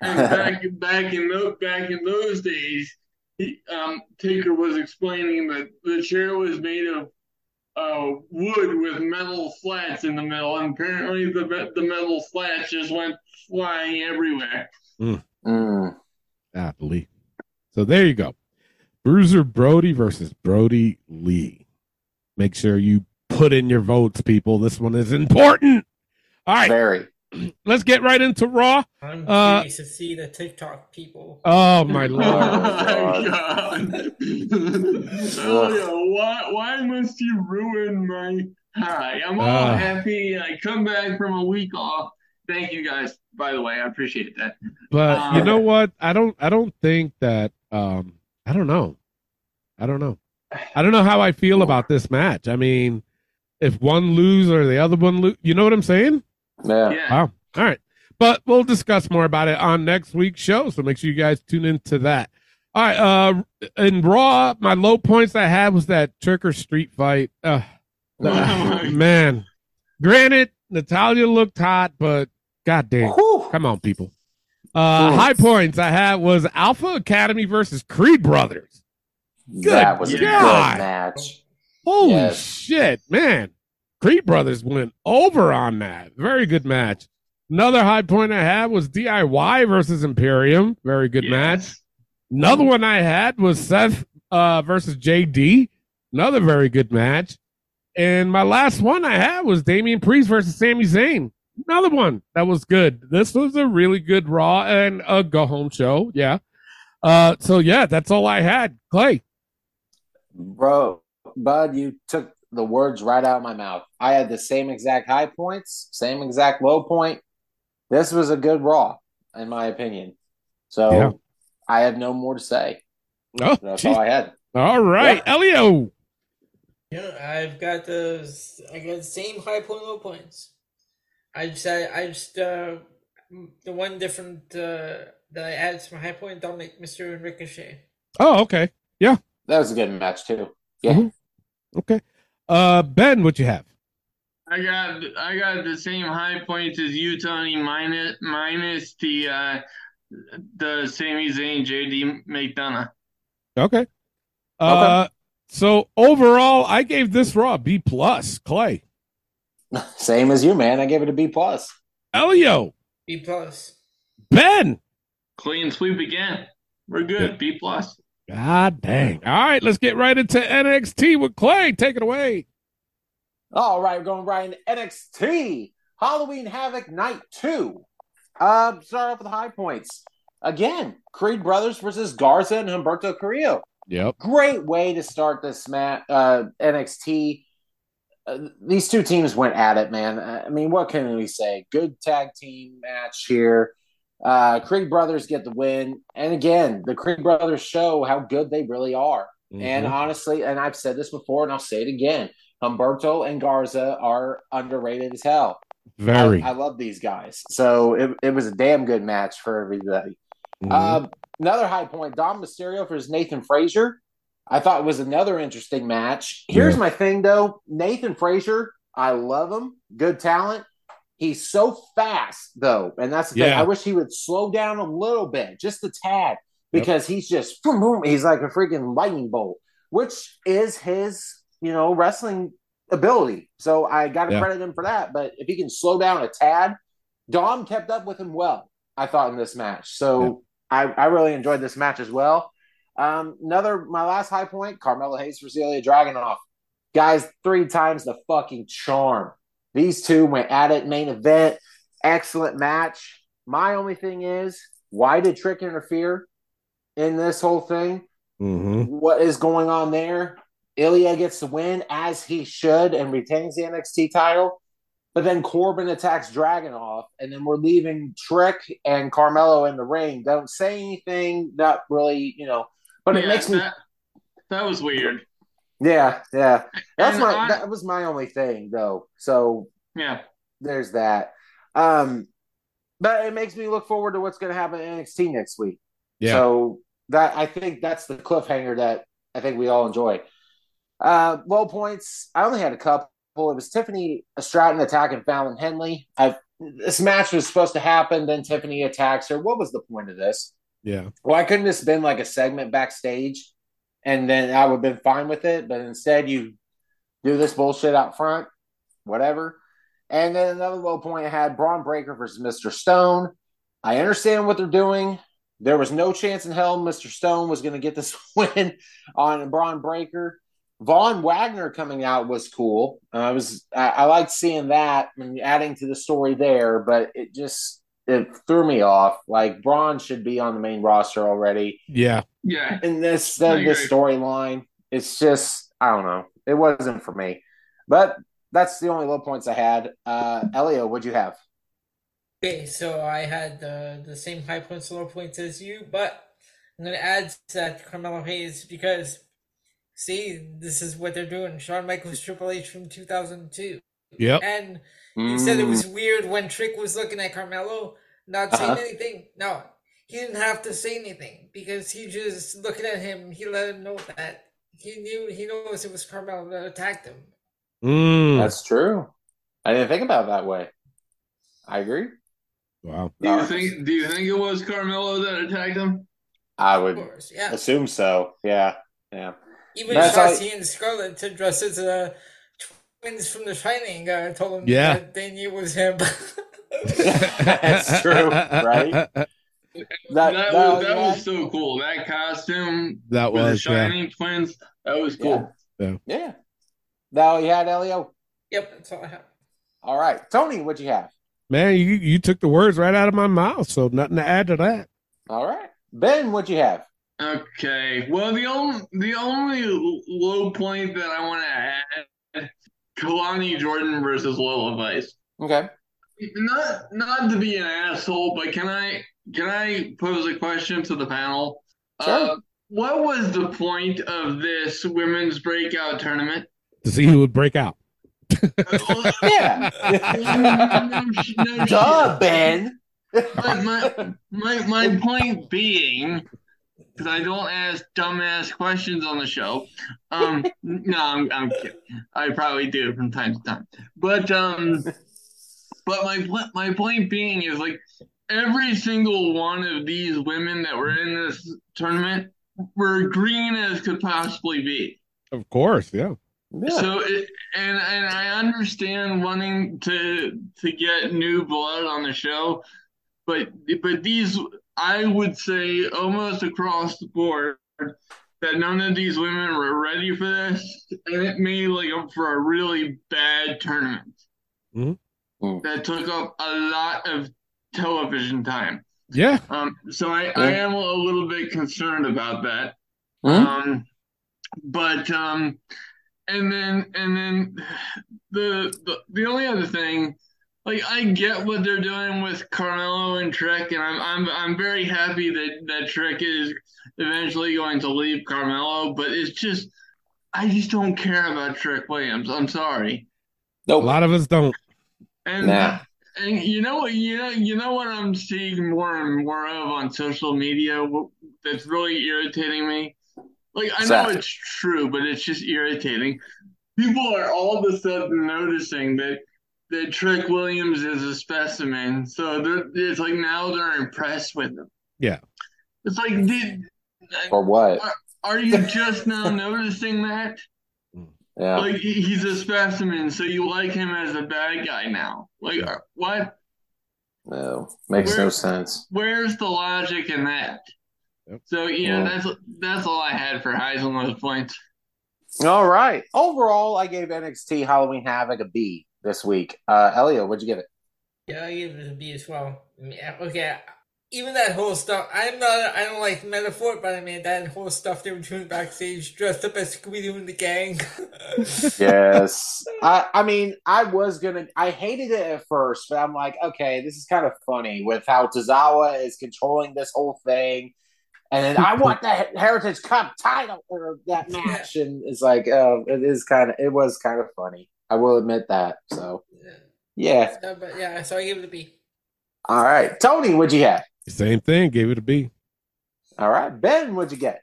[SPEAKER 5] And back back in those back in those days, he, um, Taker was explaining that the chair was made of uh, wood with metal slats in the middle, and apparently the me- the metal slats just went flying everywhere.
[SPEAKER 3] Mm. Ah, Lee. So there you go. Bruiser Brody versus Brody Lee. Make sure you put in your votes, people. This one is important. All right.
[SPEAKER 4] Very.
[SPEAKER 3] Let's get right into Raw.
[SPEAKER 6] I'm
[SPEAKER 3] Uh,
[SPEAKER 6] curious to see the TikTok people.
[SPEAKER 3] Oh my lord.
[SPEAKER 5] Oh my god! oh, yeah. Why why must you ruin my high? I'm all
[SPEAKER 3] Ah.
[SPEAKER 5] happy. I come back from a week off. Thank you guys. By the way, I appreciate that.
[SPEAKER 3] But
[SPEAKER 5] Um,
[SPEAKER 3] you know what? I don't I don't think that um I don't know. I don't know. I don't know how I feel about this match. I mean, if one lose or the other one lose, you know what I'm saying?
[SPEAKER 5] Yeah.
[SPEAKER 3] Wow. All right. But we'll discuss more about it on next week's show. So make sure you guys tune into that. All right. Uh, in Raw, my low points I had was that trick or street fight. Uh, man. Granted, Natalia looked hot, but goddamn. Come on, people. Uh,
[SPEAKER 4] Whew.
[SPEAKER 3] high points I had was Alpha Academy versus Creed Brothers. Good
[SPEAKER 4] that was a good
[SPEAKER 3] God.
[SPEAKER 4] match.
[SPEAKER 3] Holy
[SPEAKER 4] Yes.
[SPEAKER 3] shit, man. Creed Brothers went over on that. Very good match. Another high point I had was DIY versus Imperium. Very good match. Another one I had was Seth uh, versus JD. Another very good match. And my last one I had was Damian Priest versus Sami Zayn. Another one that was good. This was a really good Raw and a go home show. Yeah. Uh, so, yeah, that's all I had. Clay.
[SPEAKER 4] Bro, Bud, you took the words right out of my mouth. I had the same exact high points, same exact low point. This was a good Raw, in my opinion. So
[SPEAKER 3] Yeah.
[SPEAKER 4] I have no more to say.
[SPEAKER 3] Oh,
[SPEAKER 4] That's
[SPEAKER 3] geez.
[SPEAKER 4] all I had.
[SPEAKER 3] All right, Elio.
[SPEAKER 6] Yeah, I've got those. I got the same high point, low points. I just, I, I just, uh, m- the one different uh, that I added to my high point, Dominic Mysterio and Ricochet.
[SPEAKER 3] Oh, okay. Yeah.
[SPEAKER 4] That was a good match too. Yeah.
[SPEAKER 3] Mhm. Okay. Uh, Ben, what you have?
[SPEAKER 5] I got I got the same high points as you, Tony, minus minus the uh the Sami Zayn JD McDonough.
[SPEAKER 3] Okay. Uh, so overall, I gave this raw a B plus. Clay,
[SPEAKER 4] Same as you, man. I gave it a B plus.
[SPEAKER 3] Elio,
[SPEAKER 6] B plus.
[SPEAKER 3] Ben.
[SPEAKER 5] Clean sweep again. We're good. B plus.
[SPEAKER 3] God dang. All right, let's get right into NXT with Clay. Take it away.
[SPEAKER 4] All right, we're going right into NXT Halloween Havoc Night Two. Uh, start off with high points again. Creed Brothers versus Garza and Humberto Carrillo.
[SPEAKER 3] Yep.
[SPEAKER 4] Great way to start this match. Uh, NXT. Uh, these two teams went at it, man. Uh, I mean, what can we say? Good tag team match here. Uh, Creed Brothers get the win, and again, the Creed Brothers show how good they really are. And honestly, and I've said this before, and I'll say it again: Humberto and Garza are underrated as hell.
[SPEAKER 3] Very.
[SPEAKER 4] Uh, I, I love these guys. So it, it was a damn good match for everybody.
[SPEAKER 3] Mhm.
[SPEAKER 4] Uh, another high point: Dom Mysterio versus Nathan Frazier. I thought it was another interesting match. Here's my thing, though: Nathan Frazier, I love him, good talent. He's so fast, though, and that's the thing.
[SPEAKER 3] Yeah.
[SPEAKER 4] I wish he would slow down a little bit, just a tad, because he's just boom, boom, he's like a freaking lightning bolt, which is his, you know, wrestling ability. So I got to
[SPEAKER 12] Yeah.
[SPEAKER 4] credit him for that. But if he can slow down a tad, Dom kept up with him well. I thought in this match. So I, I really enjoyed this match as well. Um, another my last high point: Carmelo Hayes versus Ilya Dragunov. Guys, three times the fucking charm. These two went at it. Main event, excellent match. My only thing is, why did Trick interfere in this whole thing?
[SPEAKER 12] Mm-hmm.
[SPEAKER 4] What is going on there? Ilya gets the win as he should and retains the NXT title. But then Corbin attacks Dragonoff, and then we're leaving Trick and Carmelo in the ring. Don't say anything, not really, you know. But it
[SPEAKER 5] Yeah,
[SPEAKER 4] makes me,
[SPEAKER 5] that, that was weird.
[SPEAKER 4] yeah, yeah. That's
[SPEAKER 5] And
[SPEAKER 4] my
[SPEAKER 5] I-
[SPEAKER 4] that was my only thing though. So
[SPEAKER 5] Yeah.
[SPEAKER 4] there's that. Um, but it makes me look forward to what's going to happen in NXT next week.
[SPEAKER 3] Yeah.
[SPEAKER 4] So that I think that's the cliffhanger that I think we all enjoy. Uh, low points. I only had a couple. It was Tiffany uh, Stratton attacking Fallon Henley. I this match was supposed to happen. Then Tiffany attacks her. What was the point of this?
[SPEAKER 3] Yeah.
[SPEAKER 4] Why couldn't this been like a segment backstage, and then I would have been fine with it? But instead, you do this bullshit out front, whatever. And then another low point I had Braun Breaker versus Mr. Stone. I understand what they're doing. There was no chance in hell Mr. Stone was going to get this win on Braun Breaker. Vaughn Wagner coming out was cool. Uh, I was I, I liked seeing that and adding to the story there, but it just it threw me off. Like Braun should be on the main roster already.
[SPEAKER 3] Yeah.
[SPEAKER 5] Yeah.
[SPEAKER 4] And this
[SPEAKER 5] I
[SPEAKER 4] then this
[SPEAKER 5] agree.
[SPEAKER 4] storyline, it's just I don't know. It wasn't for me. But that's the only low points I had. Uh Elio, what'd you have?
[SPEAKER 6] Okay, so I had the the same high points and low points as you, but I'm gonna add to that Carmelo Hayes because see, this is what they're doing. Shawn Michaels Triple H from 2002.
[SPEAKER 3] Yep.
[SPEAKER 6] And you said it
[SPEAKER 3] Mm.
[SPEAKER 6] was weird when Trick was looking at Carmelo, not saying
[SPEAKER 3] Uh-huh.
[SPEAKER 6] anything. No, he didn't have to say anything because he just looking at him. He let him know that he knew he knows it was Carmelo that attacked him.
[SPEAKER 3] Mm. Hmm.
[SPEAKER 4] That's true. I didn't think about it that way. I agree.
[SPEAKER 3] Wow.
[SPEAKER 5] Do you think? Do you think it was Carmelo that attacked him?
[SPEAKER 4] I would
[SPEAKER 6] yeah.
[SPEAKER 4] assume so. Yeah. Yeah.
[SPEAKER 6] Even
[SPEAKER 4] That's how-
[SPEAKER 6] Shotzi and Scarlett to dress as uh, twins from The Shining. Uh, told them
[SPEAKER 4] Yeah.
[SPEAKER 6] that they knew it was him.
[SPEAKER 4] That's true, right?
[SPEAKER 5] That, was,
[SPEAKER 4] that-
[SPEAKER 5] that was so cool. That costume.
[SPEAKER 3] That
[SPEAKER 5] with the
[SPEAKER 3] was, yeah.
[SPEAKER 5] Shining Twins. That was cool.
[SPEAKER 3] Yeah.
[SPEAKER 4] Yeah. Now you had Elio.
[SPEAKER 6] Yep, that's all I have.
[SPEAKER 4] All right. Tony, what'd you have?
[SPEAKER 3] Man, you you took the words right out of my mouth, so nothing to add to that.
[SPEAKER 4] All right. Ben, what'd you have?
[SPEAKER 5] Okay. Well, the only the only low point that I want to add: Kalani Jordan versus Lola Vice.
[SPEAKER 4] Okay.
[SPEAKER 5] Not not to be an asshole, but can I can I pose a question to the panel? Sure. Uh, what was the point of this women's breakout tournament?
[SPEAKER 3] To see who would break out.
[SPEAKER 4] Yeah. Duh, Ben.
[SPEAKER 5] But my my my point being, because I don't ask dumbass questions on the show. Um, no, I'm, I'm kidding. I probably do from time to time. But um, but my pl- my point being is like every single one of these women that were in this tournament were green as could possibly be.
[SPEAKER 3] Of course, yeah.
[SPEAKER 5] So it, and and I understand wanting to to get new blood on the show, but but these I would say almost across the board that none of these women were ready for this, and it made like up for a really bad tournament
[SPEAKER 3] Mhm.
[SPEAKER 4] Hmm.
[SPEAKER 5] that took up a lot of television time.
[SPEAKER 3] Yeah.
[SPEAKER 5] Um, so I, I am a little bit concerned about that.
[SPEAKER 3] Hmm?
[SPEAKER 5] Um, but um, and then and then the, the the only other thing, like I get what they're doing with Carmelo and Trek, and I'm I'm I'm very happy that that Trek is eventually going to leave Carmelo, but it's just I just don't care about Trek Williams. I'm sorry.
[SPEAKER 4] Oh.
[SPEAKER 3] A lot of us don't.
[SPEAKER 5] And
[SPEAKER 3] Nah.
[SPEAKER 5] and you know what you know you know what I'm seeing more and more of on social media w- that's really irritating me. Like I know
[SPEAKER 4] Seth.
[SPEAKER 5] it's true, but it's just irritating. People are all of a sudden noticing that that Trick Williams is a specimen, so they're, it's like now they're impressed with him.
[SPEAKER 3] Yeah.
[SPEAKER 5] It's like, did,
[SPEAKER 4] Or what?
[SPEAKER 5] are, are you just now noticing that?
[SPEAKER 4] Yeah.
[SPEAKER 5] Like he- he's a specimen, so you like him as a bad guy now. Like uh, what?
[SPEAKER 4] No, makes no sense.
[SPEAKER 5] Where's the logic in that? So yeah,
[SPEAKER 4] Yeah.
[SPEAKER 5] that's that's all I had for highs on those points.
[SPEAKER 4] All right. Overall, I gave NXT Halloween Havoc a B this week. Uh, Elio, what'd you give it?
[SPEAKER 6] Yeah, I give it a B as well. I mean, Okay, even that whole stuff. I'm not. I don't like metaphor, but I mean that whole stuff they were doing backstage, dressed up as Scooby Doo and the gang.
[SPEAKER 4] yes. I, I mean, I was gonna. I hated it at first, but I'm like, okay, this is kind of funny with how Tozawa is controlling this whole thing, and then I want that Heritage Cup title or that match, and it's like, oh, it is kind of. It was kind of funny. I will admit that. So, yeah.
[SPEAKER 6] No, but yeah, so I give it a B.
[SPEAKER 4] All right, Tony, what'd you have?
[SPEAKER 3] Same thing. Gave it a B.
[SPEAKER 4] All right, Ben, what'd you get?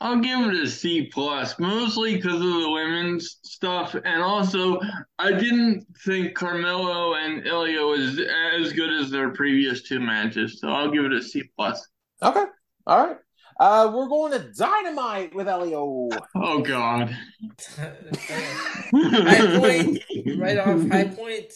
[SPEAKER 5] I'll give it a C plus, mostly because of the women's stuff, and also I didn't think Carmelo and Ilya was as good as their previous two matches, so I'll give it a C plus.
[SPEAKER 4] Okay. All right. Uh, we're going to Dynamite with Elio.
[SPEAKER 5] Oh God.
[SPEAKER 6] High point, right off. High point.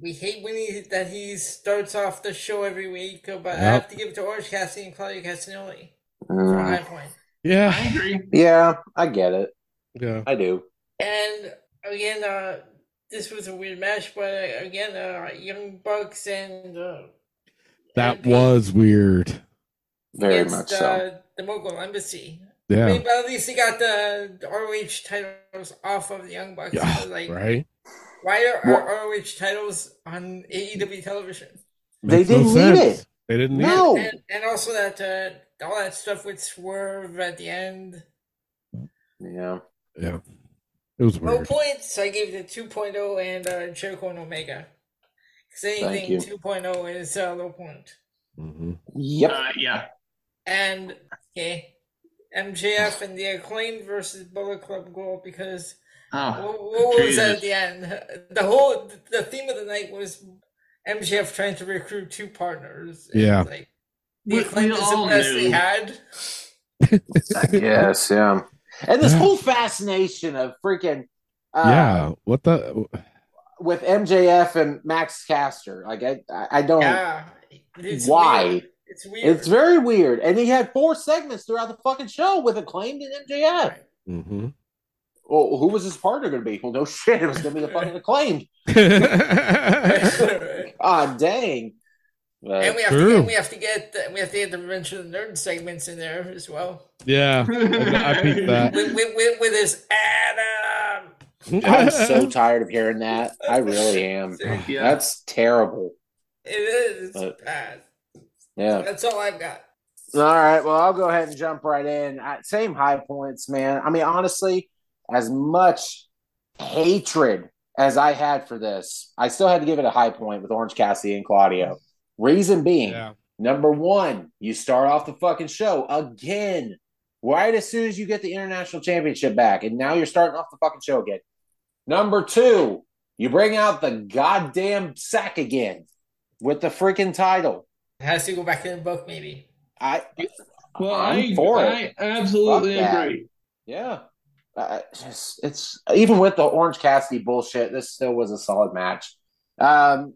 [SPEAKER 6] We hate when he that he starts off the show every week, but I
[SPEAKER 4] Yep.
[SPEAKER 6] have to give it to Orange Cassidy and Claudio Castagnoli.
[SPEAKER 4] Mm.
[SPEAKER 6] High point.
[SPEAKER 3] Yeah.
[SPEAKER 5] I agree.
[SPEAKER 4] Yeah, I get it.
[SPEAKER 3] Yeah,
[SPEAKER 4] I do.
[SPEAKER 6] And again, uh, this was a weird match, but uh, again, uh, Young Bucks and uh,
[SPEAKER 3] That was weird.
[SPEAKER 4] Very
[SPEAKER 6] against, uh, the Mogul Embassy.
[SPEAKER 3] Yeah.
[SPEAKER 6] I mean, but at least he got the, the ROH titles off of the Young Bucks.
[SPEAKER 3] Yeah,
[SPEAKER 6] like,
[SPEAKER 3] right?
[SPEAKER 6] Why are our ROH titles on AEW television?
[SPEAKER 4] They
[SPEAKER 3] Makes no
[SPEAKER 4] didn't need
[SPEAKER 3] sense.
[SPEAKER 4] it.
[SPEAKER 3] They didn't need
[SPEAKER 4] No.
[SPEAKER 3] it.
[SPEAKER 6] And, and also that uh, all that stuff with Swerve at the end.
[SPEAKER 4] Yeah.
[SPEAKER 3] Yeah. It was
[SPEAKER 6] No
[SPEAKER 3] weird.
[SPEAKER 6] points. I gave it a 2.0 and uh, Jericho and Omega. Because
[SPEAKER 3] Thank
[SPEAKER 6] anything
[SPEAKER 3] you.
[SPEAKER 6] 2.0 is a low point.
[SPEAKER 3] Mm-hmm.
[SPEAKER 4] Yep.
[SPEAKER 5] Uh, yeah.
[SPEAKER 6] And okay, MJF and the Acclaim versus Bullet Club Gold because
[SPEAKER 5] Oh,
[SPEAKER 6] what, what was
[SPEAKER 5] Jesus.
[SPEAKER 6] that at the end? The whole the theme of the night was MJF trying to recruit two partners. and,
[SPEAKER 3] Yeah.
[SPEAKER 6] like the
[SPEAKER 5] We-
[SPEAKER 6] Acclaim
[SPEAKER 5] we
[SPEAKER 6] is the
[SPEAKER 5] all
[SPEAKER 6] best they
[SPEAKER 5] knew.
[SPEAKER 6] had.
[SPEAKER 4] Yes, yeah. And this whole fascination of freaking uh,
[SPEAKER 3] yeah. What the?
[SPEAKER 4] with MJF and Max Caster. Like I I I don't
[SPEAKER 6] Yeah, it's
[SPEAKER 4] Oh, why.
[SPEAKER 6] weird. It's weird.
[SPEAKER 4] It's very weird. And he had four segments throughout the fucking show with acclaimed and MJF.
[SPEAKER 3] Mm-hmm.
[SPEAKER 4] Well, who was his partner going to be? Well, no shit, it was going to be the fucking acclaimed. Ah, dang. But-
[SPEAKER 6] and we have to
[SPEAKER 3] True.
[SPEAKER 6] get, we have to get the, we have to get the Revenge of the Nerd segments in there as well.
[SPEAKER 3] Yeah. I, I beat that.
[SPEAKER 6] With with, with, with his Adam.
[SPEAKER 4] I'm so tired of hearing that. I really am.
[SPEAKER 5] Yeah.
[SPEAKER 4] That's terrible.
[SPEAKER 6] It is
[SPEAKER 4] Uh,
[SPEAKER 6] bad.
[SPEAKER 4] Yeah.
[SPEAKER 6] That's all I've got.
[SPEAKER 4] All right. Well, I'll go ahead and jump right in. I, same high points, man. I mean, honestly, as much hatred as I had for this, I still had to give it a high point with Orange Cassidy and Claudio. Reason being,
[SPEAKER 3] Yeah.
[SPEAKER 4] number one, you start off the fucking show again, right as soon as you get the international championship back, and now you're starting off the fucking show again. Number two, you bring out the goddamn sack again with the freaking title.
[SPEAKER 6] It has to go back in the book, maybe.
[SPEAKER 4] I
[SPEAKER 5] Well,
[SPEAKER 4] I'm
[SPEAKER 5] I,
[SPEAKER 4] for it.
[SPEAKER 5] I absolutely
[SPEAKER 4] Fuck that.
[SPEAKER 5] agree.
[SPEAKER 4] Yeah. Uh, it's just, it's even with the Orange Cassidy bullshit, this still was a solid match. Um,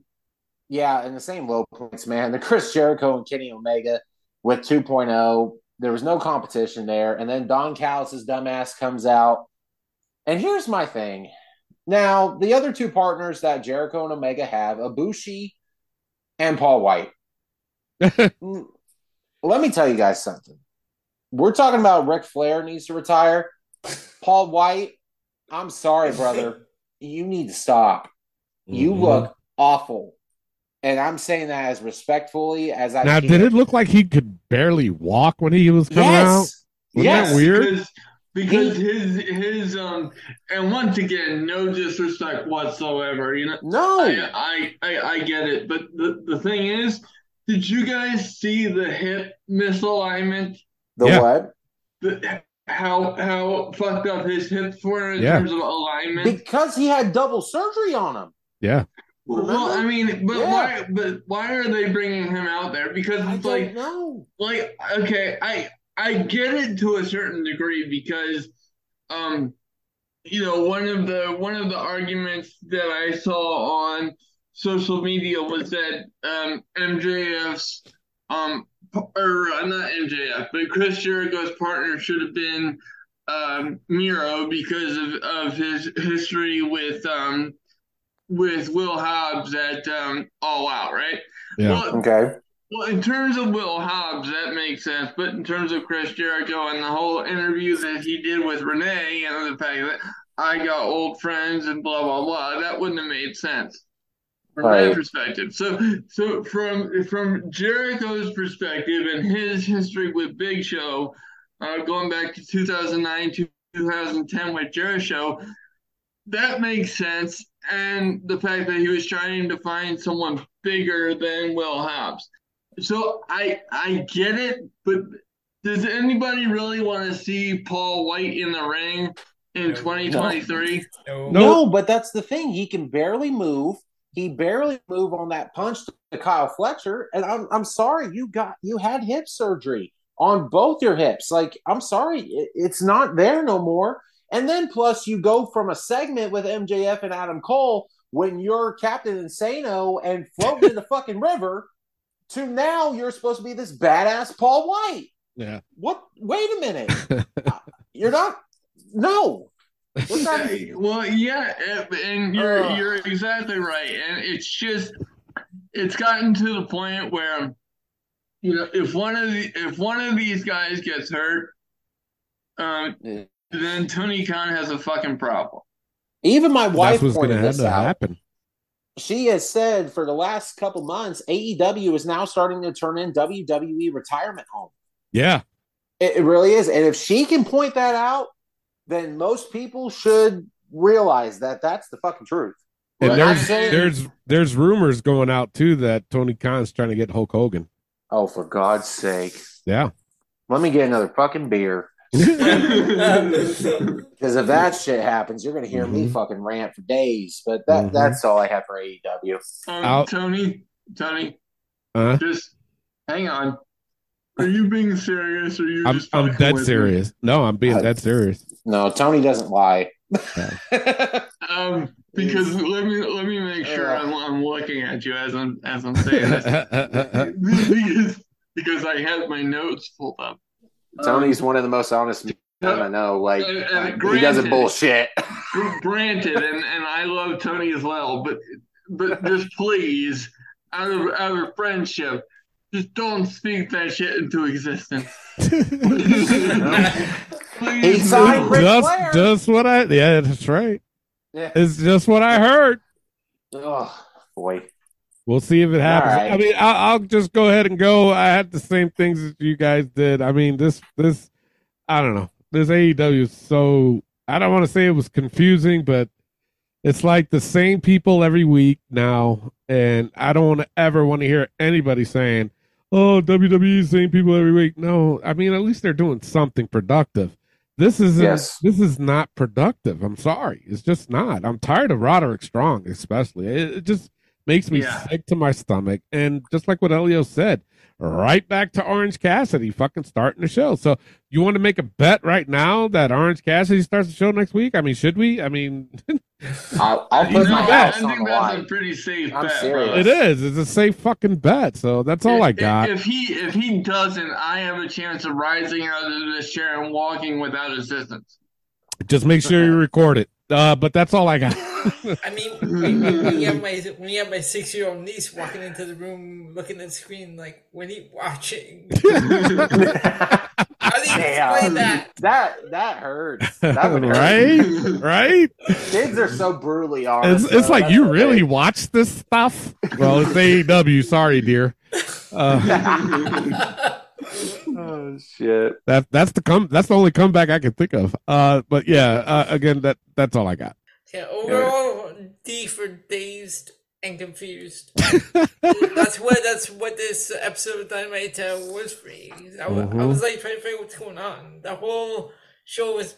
[SPEAKER 4] yeah, and the same low points, man. The Chris Jericho and Kenny Omega with 2.0. There was no competition there. And then Don Callis' dumbass comes out. And here's my thing. Now, the other two partners that Jericho and Omega have, Abushi and Paul White. Mm, Let me tell you guys something. We're talking about Ric Flair needs to retire. Paul White, I'm sorry, brother. you need to stop. You
[SPEAKER 3] Mhm.
[SPEAKER 4] look awful. And I'm saying that as respectfully as I
[SPEAKER 3] Now,
[SPEAKER 4] can.
[SPEAKER 3] did it look like he could barely walk when he was coming
[SPEAKER 4] Yes.
[SPEAKER 3] out? Wasn't
[SPEAKER 4] Yes.
[SPEAKER 3] that weird?
[SPEAKER 5] Because, because his his um and once again, no disrespect whatsoever. You know,
[SPEAKER 4] no,
[SPEAKER 5] I I, I, I get it, but the, the thing is, Did you guys see the hip misalignment?
[SPEAKER 4] The what?
[SPEAKER 5] The, how how fucked up his hips were in
[SPEAKER 3] Yeah.
[SPEAKER 5] terms of alignment?
[SPEAKER 4] Because he had double surgery on him.
[SPEAKER 3] Yeah.
[SPEAKER 5] Well, I mean, but
[SPEAKER 4] Yeah.
[SPEAKER 5] why? But why are they bringing him out there? Because
[SPEAKER 4] I
[SPEAKER 5] it's like,
[SPEAKER 4] don't know.
[SPEAKER 5] like, okay, I I get it to a certain degree because, um, you know, one of the one of the arguments that I saw on social media was that um MJF's um p- or uh, not MJF but Chris Jericho's partner should have been um Miro because of of his history with um with Will Hobbs at um, All Out, right? Well,
[SPEAKER 4] Okay.
[SPEAKER 5] well, in terms of Will Hobbs, that makes sense. But in terms of Chris Jericho and the whole interview that he did with Renee and the fact that I got old friends and blah blah blah, that wouldn't have made sense from
[SPEAKER 4] Right.
[SPEAKER 5] my perspective. So, so from from Jericho's perspective and his history with Big Show, uh, going back to 2009, 2010 with Jericho, that makes sense. And the fact that he was trying to find someone bigger than Will Hobbs. So I I get it, but does anybody really want to see Paul White in the ring in 2023?
[SPEAKER 4] No.
[SPEAKER 3] No.
[SPEAKER 4] but that's the thing. He can barely move. He barely move on that punch to Kyle Fletcher. And I'm I'm sorry, you got you had hip surgery on both your hips. Like I'm sorry, it- it's not there no more. And then plus you go from a segment with MJF and Adam Cole when you're Captain Insano and floating in the fucking river to now you're supposed to be this badass Paul White.
[SPEAKER 3] Yeah.
[SPEAKER 4] What? Wait a minute. Uh, you're not. No. What's that?
[SPEAKER 5] Well, yeah, and- and you're
[SPEAKER 4] Ugh.
[SPEAKER 5] you're exactly right, and it's just it's gotten to the point where you know if one of the, if one of these guys gets hurt, um, then Tony Khan has a fucking problem.
[SPEAKER 4] Even my wife
[SPEAKER 3] That's what's going
[SPEAKER 4] pointed
[SPEAKER 3] to
[SPEAKER 4] this out.
[SPEAKER 3] happen.
[SPEAKER 4] She has said for the last couple months, AEW is now starting to turn in WWE retirement home.
[SPEAKER 3] Yeah.
[SPEAKER 4] It, it really is. And if she can point that out, then most people should realize that that's the fucking truth.
[SPEAKER 3] And
[SPEAKER 4] Like, I'm
[SPEAKER 3] there's
[SPEAKER 4] saying-
[SPEAKER 3] there's there's rumors going out too that Tony Khan's trying to get Hulk Hogan.
[SPEAKER 4] oh, for God's sake.
[SPEAKER 3] Yeah.
[SPEAKER 4] Let me get another fucking beer. Because if that shit happens, you're going to hear
[SPEAKER 3] Mm-hmm.
[SPEAKER 4] me fucking rant for days. But that
[SPEAKER 3] Mhm.
[SPEAKER 4] that's all I have for E AEW.
[SPEAKER 5] Um,
[SPEAKER 3] Out.
[SPEAKER 5] Tony, Tony,
[SPEAKER 3] Huh?
[SPEAKER 5] just hang on. Are you being serious, or are you
[SPEAKER 3] I'm
[SPEAKER 5] just
[SPEAKER 3] I'm
[SPEAKER 5] fucking
[SPEAKER 3] dead
[SPEAKER 5] with me?
[SPEAKER 3] serious. No, I'm being dead serious.
[SPEAKER 4] No, Tony doesn't lie.
[SPEAKER 5] Um, because let me let me make sure
[SPEAKER 4] Yeah.
[SPEAKER 5] I'm, I'm looking at you as I'm as I'm saying this because, because I had my notes pulled up. Um,
[SPEAKER 4] Tony's one of the most honest men I know. Like,
[SPEAKER 5] and- and
[SPEAKER 4] like, he doesn't
[SPEAKER 5] granted-
[SPEAKER 4] bullshit.
[SPEAKER 5] gr- granted, and, and I love Tony as well, but but just please, out of out of friendship, just don't speak that shit into existence.
[SPEAKER 4] He
[SPEAKER 5] please,
[SPEAKER 4] signed Ric
[SPEAKER 3] just
[SPEAKER 4] Flair.
[SPEAKER 3] just what I yeah that's right.
[SPEAKER 4] Yeah.
[SPEAKER 3] It's just what I heard.
[SPEAKER 4] Oh boy.
[SPEAKER 3] We'll see if it happens.
[SPEAKER 4] right.
[SPEAKER 3] I mean, I'll, I'll just go ahead and go. I had the same things that you guys did. I mean, this this I don't know. This AEW is so I don't want to say it was confusing, but it's like the same people every week now, and I don't want to ever want to hear anybody saying, "Oh, WWE same people every week." No, I mean at least they're doing something productive. This is
[SPEAKER 4] Yes.
[SPEAKER 3] this is not productive. I'm sorry, it's just not. I'm tired of Roderick Strong, especially. It, it just makes me
[SPEAKER 5] Yeah.
[SPEAKER 3] sick to my stomach. And just like what Elio said, right back to Orange Cassidy fucking starting the show. So you want to make a bet right now that Orange Cassidy starts the show next week? I mean, should we? I mean,
[SPEAKER 4] I'll, I'll
[SPEAKER 5] You
[SPEAKER 4] put
[SPEAKER 5] know,
[SPEAKER 4] my
[SPEAKER 5] I
[SPEAKER 4] house
[SPEAKER 5] think
[SPEAKER 4] on the
[SPEAKER 5] that's a
[SPEAKER 4] line.
[SPEAKER 5] pretty safe
[SPEAKER 4] I'm
[SPEAKER 5] bet.
[SPEAKER 4] serious.
[SPEAKER 5] bro.
[SPEAKER 3] it is. It's a safe fucking bet. So that's all I
[SPEAKER 5] If-
[SPEAKER 3] got.
[SPEAKER 5] If he if he doesn't, I have a chance of rising out of this chair and walking without assistance.
[SPEAKER 3] Just make sure you record it. Uh, but that's all I got.
[SPEAKER 6] I mean, when, when you have my when you have my six year old niece walking into the room, looking at the screen, like, "What are you watching?" How do you explain
[SPEAKER 4] Damn.
[SPEAKER 6] that?
[SPEAKER 4] That that hurts. That would hurt.
[SPEAKER 3] right? Right?
[SPEAKER 4] Kids are so brutally honest.
[SPEAKER 3] It's, it's
[SPEAKER 4] though.
[SPEAKER 3] like
[SPEAKER 4] uh, That's
[SPEAKER 3] you
[SPEAKER 4] the
[SPEAKER 3] really
[SPEAKER 4] thing.
[SPEAKER 3] watch this stuff. Well, it's AEW. Sorry, dear. Uh,
[SPEAKER 4] Oh shit.
[SPEAKER 3] that that's the come. That's the only comeback I can think of. Uh, but yeah, uh, again, that that's all I got.
[SPEAKER 6] Yeah, overall, D for dazed and confused. that's what that's what this episode of Dynamite uh, was for me. I, wa- I
[SPEAKER 12] Mhm.
[SPEAKER 6] was like trying to figure out what's going on. The whole show was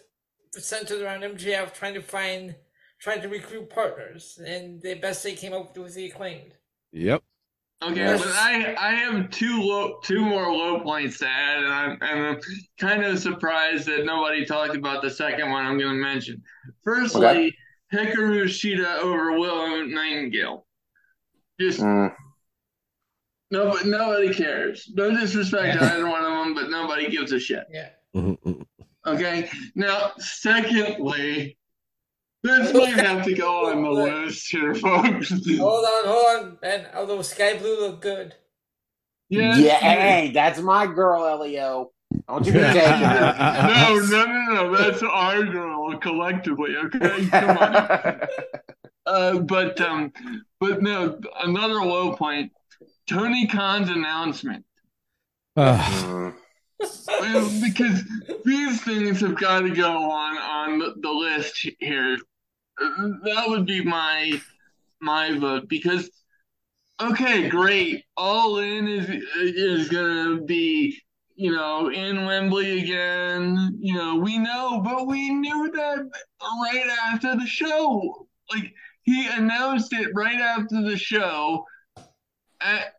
[SPEAKER 6] centered around MJF trying to find, trying to recruit partners, and the best they came up with was the acclaimed.
[SPEAKER 13] Yep.
[SPEAKER 5] Okay,
[SPEAKER 13] Yes.
[SPEAKER 5] but I I have two low two more low points to add, and I'm and I'm kind of surprised that nobody talked about the second one I'm going to mention. Firstly, Hikaru Shida over Willow Nightingale. Just
[SPEAKER 4] Mm.
[SPEAKER 5] no, nobody cares. No disrespect to either one of them, but nobody gives a shit.
[SPEAKER 6] Yeah.
[SPEAKER 3] Mm-hmm,
[SPEAKER 5] Okay. Now, secondly, this might have to go on the list here, folks.
[SPEAKER 6] Hold on, hold on, Ben. Although Sky Blue looked good.
[SPEAKER 5] Yes.
[SPEAKER 4] yeah, hey, that's my girl, Elio. Don't you be taking her.
[SPEAKER 5] no, no, no, no. That's our girl collectively. Okay, come on. Uh, but um, but no, another low point. Tony Khan's announcement.
[SPEAKER 3] Ugh.
[SPEAKER 5] Well, Um, because these things have got to go on on the- the list here. Uh, That would be my my vote because okay, great. All in is is gonna be you know in Wembley again. You know we know, but we knew that right after the show. Like he announced it right after the show. At,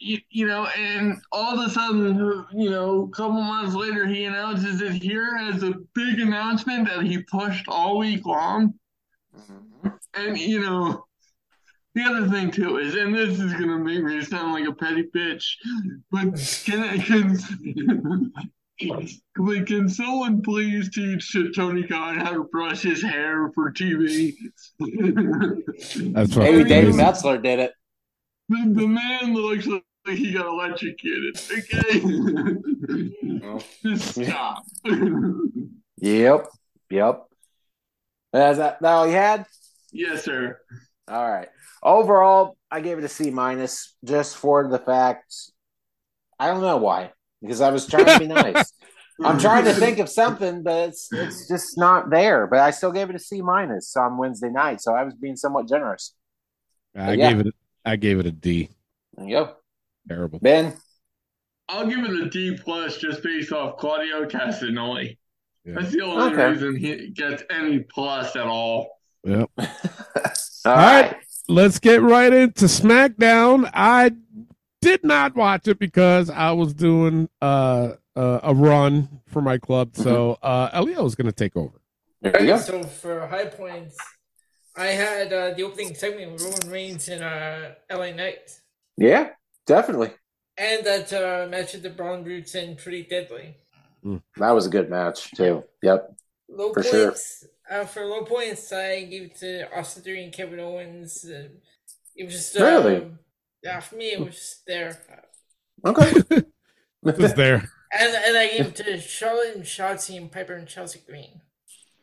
[SPEAKER 5] you, you know, and all of a sudden, you know, a couple months later, he announces it here as a big announcement that he pushed all week long. And, you know, the other thing, too, is, and this is going to make me sound like a petty bitch, but can I, can, but can someone please teach Tony Khan how to brush his hair for TV?
[SPEAKER 4] That's Maybe fucking Dave crazy. Metzler did it.
[SPEAKER 5] The, the man looks like he got electrocuted. Okay, just stop.
[SPEAKER 4] Yep. Yep. That's that, that all you had?
[SPEAKER 5] yes, sir.
[SPEAKER 4] All right. Overall, I gave it a C minus just for the fact I don't know why. Because I was trying to be nice. I'm trying to think of something, but it's it's just not there. But I still gave it a C minus on Wednesday night, so I was being somewhat generous.
[SPEAKER 3] I
[SPEAKER 4] Yeah.
[SPEAKER 3] gave it. I gave it a D.
[SPEAKER 4] There you go.
[SPEAKER 3] Terrible.
[SPEAKER 4] Ben.
[SPEAKER 5] I'll give it a D plus just based off Claudio Castagnoli. That's the only
[SPEAKER 3] Okay.
[SPEAKER 5] reason he gets any plus at all.
[SPEAKER 3] Yep. All right. Let's get right into SmackDown. I did not watch it because I was doing uh, uh, a run for my club. So uh, Elio is going to take over.
[SPEAKER 6] So for high points, I had uh, the opening segment with Roman Reigns and uh, LA Knight,
[SPEAKER 4] Yeah, definitely.
[SPEAKER 6] and that uh, match at the Brown Roots and Pretty Deadly.
[SPEAKER 4] That was a good match too. Yep.
[SPEAKER 6] Low
[SPEAKER 4] For sure.
[SPEAKER 6] points uh, for low points, I gave it to Austin Theory and Kevin Owens. Uh, it was just uh,
[SPEAKER 4] Really?
[SPEAKER 6] yeah. For me, it was just there,
[SPEAKER 4] Okay.
[SPEAKER 3] It's there.
[SPEAKER 6] and and I gave it to Charlotte and Shotzi and Piper and Chelsea Green.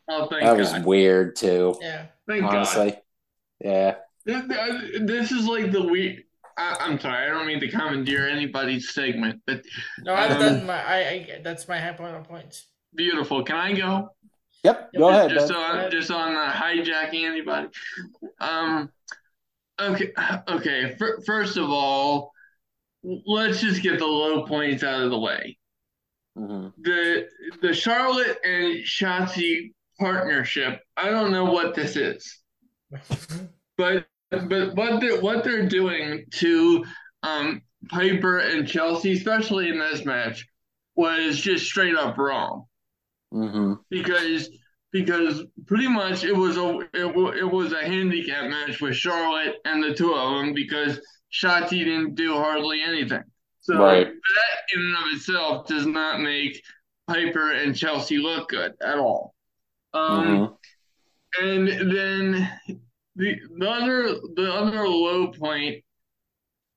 [SPEAKER 5] Oh, thank
[SPEAKER 4] that
[SPEAKER 5] God.
[SPEAKER 4] was weird too.
[SPEAKER 6] Yeah.
[SPEAKER 5] Thank God.
[SPEAKER 4] honestly. Yeah.
[SPEAKER 5] This, uh, this is like the week. I, I'm sorry, I don't mean to commandeer anybody's segment, but
[SPEAKER 6] No, I've
[SPEAKER 5] um,
[SPEAKER 4] Mm.
[SPEAKER 6] done my. I, I that's my high point on points.
[SPEAKER 5] Beautiful. Can I go?
[SPEAKER 4] Yep.
[SPEAKER 6] go ahead,
[SPEAKER 5] Just
[SPEAKER 6] Ben.
[SPEAKER 5] on, just on uh, hijacking anybody. Um. Okay. Okay. fir- first of all, let's just get the low points out of the way.
[SPEAKER 4] Mm-hmm.
[SPEAKER 5] The the Charlotte and Shotzi partnership. I don't know what this is, but but what they're what they're doing to um Piper and Chelsea, especially in this match, was just straight up wrong
[SPEAKER 4] Mm-hmm.
[SPEAKER 5] because because pretty much it was a it, wa- it was a handicap match with Charlotte and the two of them because Shotzi didn't do hardly anything. So
[SPEAKER 4] Right.
[SPEAKER 5] that in and of itself does not make Piper and Chelsea look good at all. Um,
[SPEAKER 4] Mm-hmm.
[SPEAKER 5] and then the, the other the other low point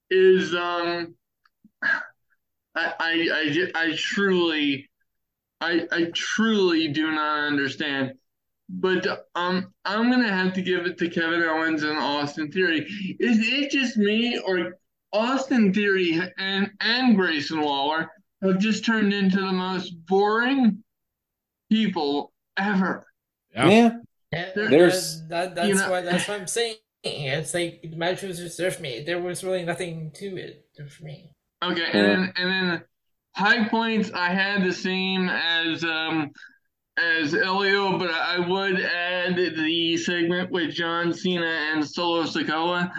[SPEAKER 5] is um I I I, ju- I truly I I truly do not understand. But um I'm gonna have to give it to Kevin Owens and Austin Theory. Is it just me or Austin Theory and and Grayson Waller have just turned into the most boring people ever?
[SPEAKER 6] Yeah,
[SPEAKER 5] There-
[SPEAKER 6] that-
[SPEAKER 5] there's-
[SPEAKER 6] that, that's
[SPEAKER 5] you know-
[SPEAKER 6] why that's what I'm saying. It's like the match was reserved for me. There was really nothing to it for me.
[SPEAKER 5] Okay, and then and then high points I had the same as um as Elio, but I would add the segment with John Cena and Solo Sikoa.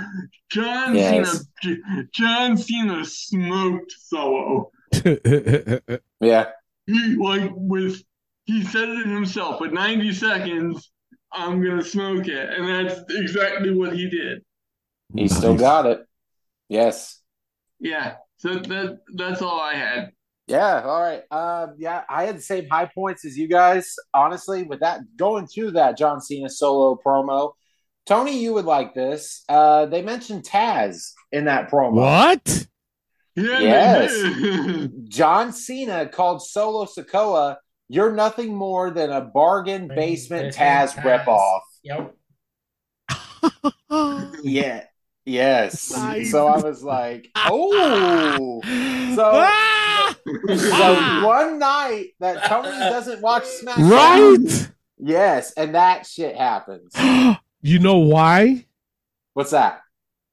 [SPEAKER 5] John
[SPEAKER 4] Yes.
[SPEAKER 5] Cena, J- John Cena smoked Solo.
[SPEAKER 4] Yeah.
[SPEAKER 5] He like with he said it himself. With ninety seconds, I'm gonna smoke it, and that's exactly what he did.
[SPEAKER 4] He still got it. Yes.
[SPEAKER 5] Yeah. So that that's all I had.
[SPEAKER 4] Yeah, all right. Uh, yeah, I had the same high points as you guys. Honestly, with that going to that John Cena solo promo, Tony, you would like this. Uh, they mentioned Taz in that promo.
[SPEAKER 3] What?
[SPEAKER 5] Yeah,
[SPEAKER 4] Yes. John Cena called Solo Sokoa, "You're nothing more than a bargain basement Taz ripoff."
[SPEAKER 6] Yep.
[SPEAKER 4] Yeah. Yes.
[SPEAKER 3] Nice. Ah.
[SPEAKER 4] So I was like, oh. So, so one night that Tony doesn't watch SmackDown.
[SPEAKER 3] Right?
[SPEAKER 4] Yes, and that shit happens.
[SPEAKER 3] You know why?
[SPEAKER 4] What's that?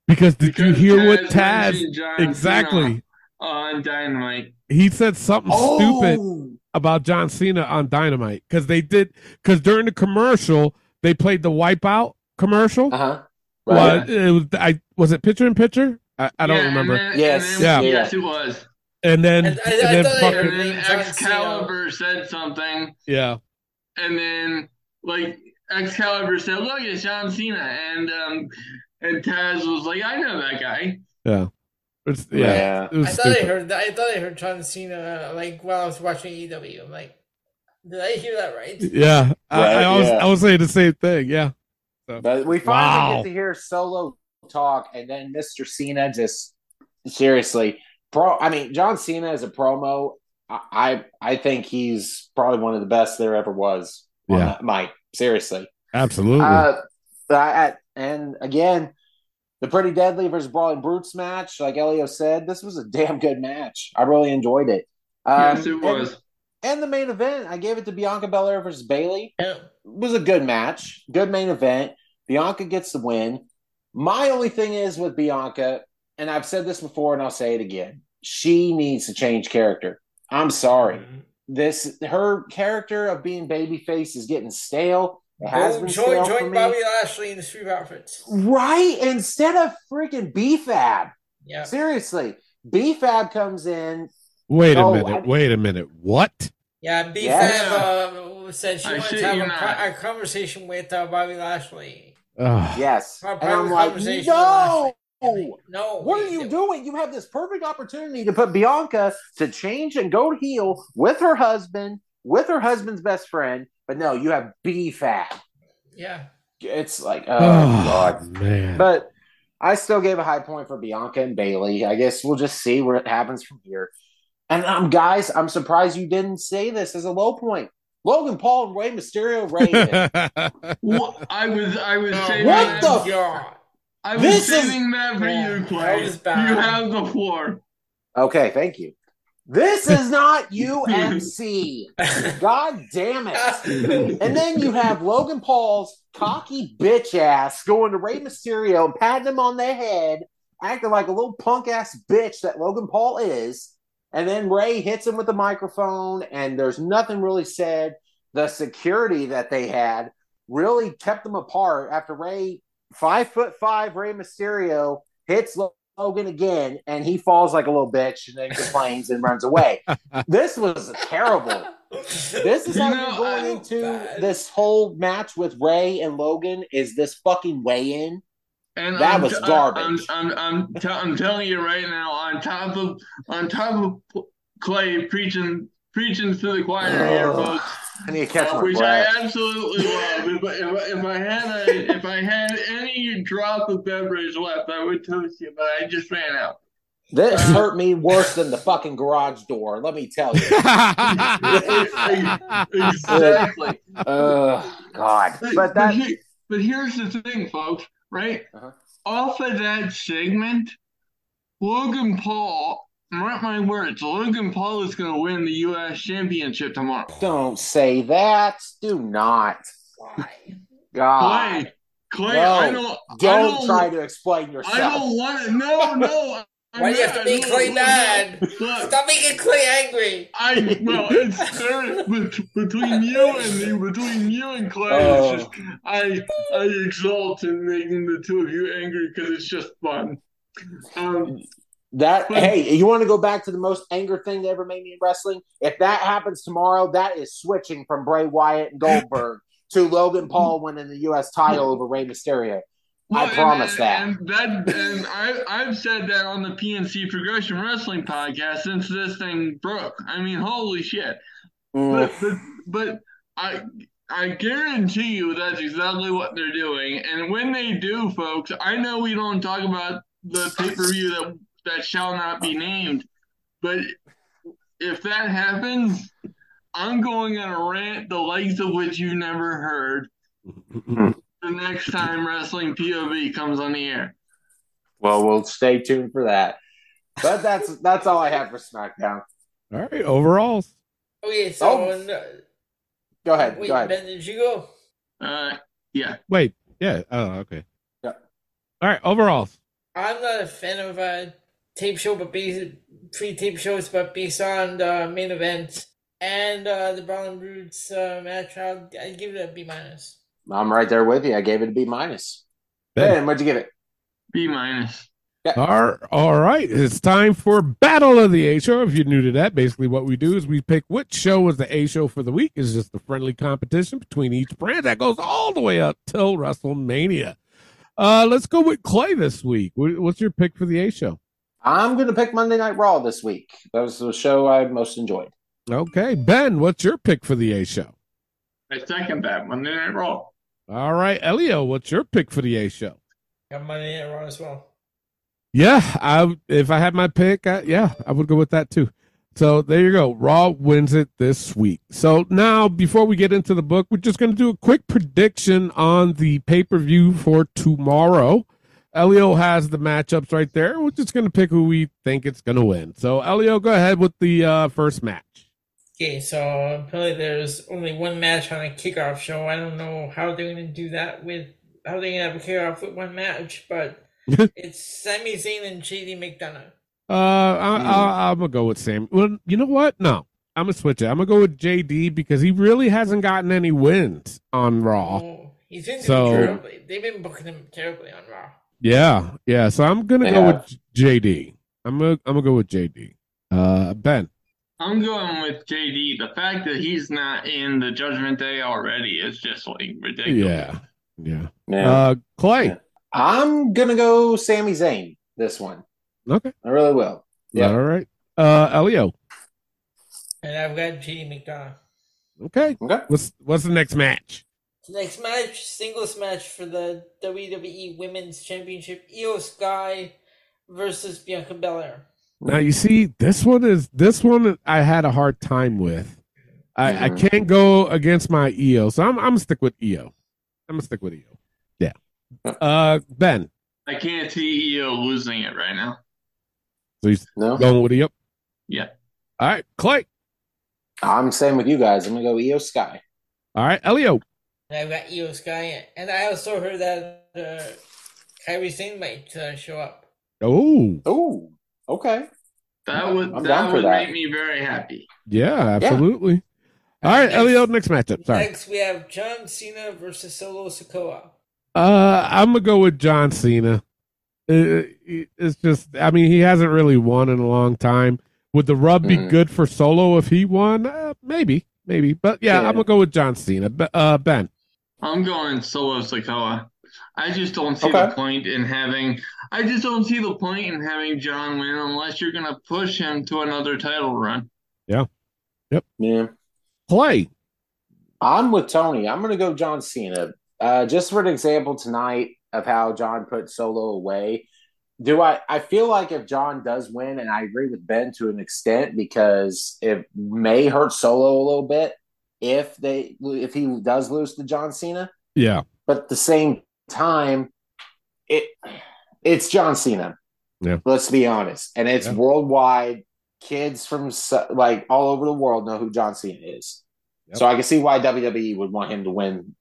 [SPEAKER 3] Because did you
[SPEAKER 5] Because
[SPEAKER 3] hear what
[SPEAKER 5] Taz
[SPEAKER 3] Taz
[SPEAKER 5] mentioned John
[SPEAKER 3] exactly?
[SPEAKER 5] Cena on Dynamite.
[SPEAKER 3] He said something stupid
[SPEAKER 4] Oh,
[SPEAKER 3] about John Cena on Dynamite because they did because during the commercial they played the Wipeout commercial.
[SPEAKER 4] uh huh.
[SPEAKER 3] Well,
[SPEAKER 4] Right.
[SPEAKER 3] it was I was it picture in picture? I, I don't
[SPEAKER 5] Yeah, and
[SPEAKER 3] remember.
[SPEAKER 5] then- and
[SPEAKER 4] Yes.
[SPEAKER 5] then-
[SPEAKER 4] Yeah.
[SPEAKER 5] Yes, it was.
[SPEAKER 3] And then,
[SPEAKER 6] And I-
[SPEAKER 3] and
[SPEAKER 6] I
[SPEAKER 3] then
[SPEAKER 6] thought I
[SPEAKER 3] fucking-
[SPEAKER 5] And
[SPEAKER 6] heard-
[SPEAKER 5] then
[SPEAKER 6] John Cena.
[SPEAKER 5] Excalibur said something,
[SPEAKER 3] yeah,
[SPEAKER 5] and then like Excalibur said, "Look, it's John Cena," and um, and Taz was like, "I know that guy."
[SPEAKER 3] yeah, It's- yeah. It was
[SPEAKER 6] I thought I
[SPEAKER 3] stupid.
[SPEAKER 6] heard. I thought I heard John Cena uh, like while I was watching EW. I'm like, did I hear that right?
[SPEAKER 3] Yeah, I,
[SPEAKER 4] Right,
[SPEAKER 3] I was
[SPEAKER 4] yeah.
[SPEAKER 3] I was saying the same thing. Yeah,
[SPEAKER 4] But we finally
[SPEAKER 3] Wow.
[SPEAKER 4] get to hear solo talk, and then Mr. Cena just seriously pro. I mean, John Cena as a promo, I I, I think he's probably one of the best there ever was. on
[SPEAKER 3] Yeah.
[SPEAKER 4] that mic. seriously.
[SPEAKER 3] absolutely.
[SPEAKER 4] Uh, I, I- and again, the Pretty Deadly versus Brawling Brutes match, like Elio said, this was a damn good match. I really enjoyed it.
[SPEAKER 6] Uh,
[SPEAKER 4] Um,
[SPEAKER 5] yes, it
[SPEAKER 4] and-
[SPEAKER 5] was.
[SPEAKER 4] And, the main event, I gave it to Bianca Belair versus Bailey.
[SPEAKER 6] Yeah.
[SPEAKER 4] was a good match, good main event. Bianca gets the win. My only thing is with Bianca, and I've said this before, and I'll say it again. She needs to change character. I'm sorry.
[SPEAKER 6] Mm-hmm.
[SPEAKER 4] This her character of being babyface is getting stale. It has
[SPEAKER 6] Go
[SPEAKER 4] been
[SPEAKER 6] join
[SPEAKER 4] stale for
[SPEAKER 6] join
[SPEAKER 4] me.
[SPEAKER 6] Bobby Lashley in the Street Profits.
[SPEAKER 4] Right? Instead of freaking BFAB.
[SPEAKER 6] Yeah.
[SPEAKER 4] Seriously. BFAB comes in.
[SPEAKER 3] wait a
[SPEAKER 4] no,
[SPEAKER 3] minute.
[SPEAKER 4] I-
[SPEAKER 3] wait a minute. What?
[SPEAKER 6] Yeah, B
[SPEAKER 4] Yes.
[SPEAKER 6] Fab uh, said she
[SPEAKER 5] I
[SPEAKER 6] wanted
[SPEAKER 5] shit
[SPEAKER 6] to have
[SPEAKER 5] you
[SPEAKER 6] a,
[SPEAKER 5] not.
[SPEAKER 6] co- a conversation with uh, Bobby Lashley.
[SPEAKER 3] Ugh.
[SPEAKER 4] Yes.
[SPEAKER 6] A
[SPEAKER 4] And
[SPEAKER 6] private
[SPEAKER 4] I'm like,
[SPEAKER 6] conversation with
[SPEAKER 4] no.
[SPEAKER 6] Lashley. No.
[SPEAKER 4] Oh, What are you doing? You have this perfect opportunity to put Bianca to change and go heel with her husband, with her husband's best friend. But no, you have BFAB.
[SPEAKER 6] Yeah.
[SPEAKER 4] It's like, oh,
[SPEAKER 3] Oh,
[SPEAKER 4] God.
[SPEAKER 3] man.
[SPEAKER 4] But I still gave a high point for Bianca and Bailey. I guess we'll just see where it happens from here. And um, guys, I'm surprised you didn't say this as a low point. Logan Paul and Rey Mysterio rated.
[SPEAKER 5] Wha- I was I was saving
[SPEAKER 4] What
[SPEAKER 5] that.
[SPEAKER 4] the
[SPEAKER 6] f- God.
[SPEAKER 5] I was
[SPEAKER 4] this is-
[SPEAKER 5] saving that for
[SPEAKER 6] Yeah,
[SPEAKER 5] you,
[SPEAKER 6] that
[SPEAKER 5] Clay.
[SPEAKER 6] was
[SPEAKER 5] You
[SPEAKER 6] bad.
[SPEAKER 5] have the floor.
[SPEAKER 4] okay, thank you. This is not UMC. God damn it. And then you have Logan Paul's cocky bitch ass going to Rey Mysterio and patting him on the head, acting like a little punk ass bitch that Logan Paul is. And then Ray hits him with the microphone, and there's nothing really said. The security that they had really kept them apart after Ray, five foot five Ray Mysterio, hits Lo- Logan again, and he falls like a little bitch and then complains and runs away. This was terrible this is
[SPEAKER 5] You
[SPEAKER 4] how
[SPEAKER 5] know,
[SPEAKER 4] you're going
[SPEAKER 5] I-
[SPEAKER 4] into
[SPEAKER 6] Bad.
[SPEAKER 4] this whole match with Ray and Logan is this fucking weigh-in.
[SPEAKER 5] And
[SPEAKER 4] That
[SPEAKER 5] I'm
[SPEAKER 4] was
[SPEAKER 5] t-
[SPEAKER 4] garbage.
[SPEAKER 5] I'm, I'm, I'm, t- I'm telling you right now, on top of on top of P- Clay preaching preaching to the choir here,
[SPEAKER 4] Ugh.
[SPEAKER 5] folks,
[SPEAKER 4] I need to Oh, catch
[SPEAKER 5] uh,
[SPEAKER 4] my
[SPEAKER 5] which
[SPEAKER 4] breath.
[SPEAKER 5] I absolutely love. If, I- if, I- if I had a, if I had any drop of beverage left, I would toast you, but I just ran out.
[SPEAKER 4] This hurt me worse than the fucking garage door. Let me tell you.
[SPEAKER 5] exactly.
[SPEAKER 4] Oh God! But that
[SPEAKER 5] he- but here's the thing, folks. Right
[SPEAKER 4] Uh-huh.
[SPEAKER 5] off of that segment, Logan Paul. Mark my words, Logan Paul is going to win the U.S. Championship tomorrow.
[SPEAKER 4] don't say that. Do not. God.
[SPEAKER 5] Clay, Clay, I
[SPEAKER 4] Ah. No,
[SPEAKER 5] don't. I
[SPEAKER 4] don't
[SPEAKER 5] don't-
[SPEAKER 4] try to explain yourself.
[SPEAKER 5] I don't want to. No, no. I'm
[SPEAKER 6] Why do you have to
[SPEAKER 5] not,
[SPEAKER 6] make
[SPEAKER 5] no,
[SPEAKER 6] Clay
[SPEAKER 5] no,
[SPEAKER 6] mad?
[SPEAKER 5] Look,
[SPEAKER 6] Stop making Clay angry.
[SPEAKER 5] I well, it's there bet- between you and me, between you and Clay.
[SPEAKER 4] Oh.
[SPEAKER 5] It's just I I exult in making the two of you angry because it's just fun. Um,
[SPEAKER 4] That
[SPEAKER 3] Hmm.
[SPEAKER 4] hey, you want to go back to the most anger thing that ever made me in wrestling? If that happens tomorrow, that is switching from Bray Wyatt and Goldberg to Logan Paul winning the U.S. title over Rey Mysterio.
[SPEAKER 5] well,
[SPEAKER 4] I
[SPEAKER 5] and-
[SPEAKER 4] promise that.
[SPEAKER 5] And that and I I've said that on the PNC Progression Wrestling podcast since this thing broke. I mean, holy shit.
[SPEAKER 3] Hmm.
[SPEAKER 4] Mm.
[SPEAKER 5] But, but, but I I guarantee you that's exactly what they're doing. And when they do, folks, I know we don't talk about the pay per view that that shall not be named, but if that happens, I'm going on a rant the likes of which you've never heard. The next time wrestling POV comes on the air.
[SPEAKER 4] Well, we'll stay tuned for that. But that's that's all I have for SmackDown.
[SPEAKER 3] All right, overalls.
[SPEAKER 6] Okay, so
[SPEAKER 4] Oh.
[SPEAKER 6] no-
[SPEAKER 4] Go ahead.
[SPEAKER 6] wait,
[SPEAKER 4] go ahead.
[SPEAKER 6] Ben, did you go?
[SPEAKER 5] Uh, yeah.
[SPEAKER 3] Wait, yeah. Oh, okay.
[SPEAKER 4] Yeah.
[SPEAKER 3] All right, overalls.
[SPEAKER 6] I'm not a fan of uh, tape show, but based pre-tape shows, but based on the main event and uh, the Brown Roots uh, match. I'll, I'd give it a B minus.
[SPEAKER 4] I'm right there with you. I gave it a B minus.
[SPEAKER 3] Ben.
[SPEAKER 4] Ben, what'd you give it?
[SPEAKER 5] B minus.
[SPEAKER 3] All, all right, it's time for Battle of the A Show. If you're new to that, basically what we do is we pick which show was the A Show for the week. It's just a friendly competition between each brand that goes all the way up till WrestleMania. Uh, let's go with Clay this week. Wh- What's your pick for the A Show?
[SPEAKER 4] I'm going to pick Monday Night Raw this week. That was the show I most enjoyed.
[SPEAKER 3] Okay, Ben, what's your pick for the A Show?
[SPEAKER 5] I second that Monday Night Raw.
[SPEAKER 3] All right, Elio, what's your pick for the A Show?
[SPEAKER 6] Got money in wrong as well.
[SPEAKER 3] Yeah, I if I had my pick, I, yeah, I would go with that too. So there you go. Raw wins it this week. So now, before we get into the book, we're just going to do a quick prediction on the pay per view for tomorrow. Elio has the matchups right there. We're just going to pick who we think it's going to win. So Elio, go ahead with the uh, first match.
[SPEAKER 6] Okay, so apparently there's only one match on a kickoff show. I don't know how they're gonna do that with how they're gonna have a kickoff with one match, but it's Sami Zayn and JD McDonough.
[SPEAKER 3] Uh, I,
[SPEAKER 4] Mm-hmm.
[SPEAKER 3] I, I'm gonna go with Sam. Well, you know what? No, I'm gonna switch it. I'm gonna go with JD because he really hasn't gotten any wins on Raw.
[SPEAKER 6] Oh, he's been doing
[SPEAKER 3] So-
[SPEAKER 6] terribly. They've been booking him terribly on Raw.
[SPEAKER 3] Yeah, yeah. So I'm gonna
[SPEAKER 4] They
[SPEAKER 3] go
[SPEAKER 4] have.
[SPEAKER 3] with J- JD. I'm gonna I'm gonna go with JD. Uh, Ben.
[SPEAKER 5] I'm going with JD. The fact that he's not in the Judgment Day already is just like ridiculous.
[SPEAKER 3] Yeah, yeah.
[SPEAKER 4] Yeah.
[SPEAKER 3] Uh, Clay.
[SPEAKER 4] Yeah. I'm going to go Sami Zayn this one.
[SPEAKER 3] Okay.
[SPEAKER 4] I really will. Yeah.
[SPEAKER 3] All right. Uh, Elio.
[SPEAKER 6] And I've got JD McDonough.
[SPEAKER 3] Okay.
[SPEAKER 4] Okay.
[SPEAKER 3] What's what's the next match?
[SPEAKER 6] Next match, singles match for the WWE Women's Championship, Io Sky versus Bianca Belair.
[SPEAKER 3] Now you see, this one is this one I had a hard time with. I, I
[SPEAKER 4] Mhm.
[SPEAKER 3] can't go against my EO, so I'm I'm gonna stick with EO. I'm gonna stick with EO. Yeah. Uh, Ben.
[SPEAKER 5] I can't see EO losing it right now.
[SPEAKER 3] So he's
[SPEAKER 4] No,
[SPEAKER 3] going with EO.
[SPEAKER 5] Yeah.
[SPEAKER 3] All right, Clay.
[SPEAKER 4] I'm same with you guys. I'm going to go EO Sky.
[SPEAKER 3] All right, Elio.
[SPEAKER 6] And I've got Io Sky, and I also heard that uh, Kyrie Sane might uh, show up.
[SPEAKER 3] Oh.
[SPEAKER 4] Oh, okay.
[SPEAKER 5] That would
[SPEAKER 4] I'm down
[SPEAKER 5] that
[SPEAKER 4] for
[SPEAKER 5] would
[SPEAKER 4] that.
[SPEAKER 5] make me very happy.
[SPEAKER 3] Yeah, absolutely. All right,
[SPEAKER 6] Next.
[SPEAKER 3] Elio, next matchup. Sorry.
[SPEAKER 6] Next, we have John Cena versus Solo Sokoa.
[SPEAKER 3] Uh, I'm going to go with John Cena. Uh, It's just, I mean, he hasn't really won in a long time. Would the rub be
[SPEAKER 4] Mhm.
[SPEAKER 3] good for Solo if he won? Uh, maybe, maybe. But yeah,
[SPEAKER 4] Yeah.
[SPEAKER 3] I'm going to go with John Cena. Be- Uh, ben.
[SPEAKER 5] I'm going solo Sokoa. I just don't see the
[SPEAKER 4] Okay.
[SPEAKER 5] point in having I just don't see the point in having John win unless you're gonna push him to another title run.
[SPEAKER 4] Yeah.
[SPEAKER 3] Clay.
[SPEAKER 4] I'm with Tony. I'm going to go John Cena. Uh, just for an example tonight of how John put Solo away. Do I? I feel like if John does win, and I agree with Ben to an extent because it may hurt Solo a little bit if they if he does lose to John Cena.
[SPEAKER 3] Yeah.
[SPEAKER 4] But at the same time, it it's John Cena.
[SPEAKER 3] Yeah.
[SPEAKER 4] Let's be honest, and it's
[SPEAKER 3] Yeah.
[SPEAKER 4] worldwide. Kids from so- like all over the world know who John Cena is.
[SPEAKER 3] Yep.
[SPEAKER 4] E So I can see why WWE would want him to win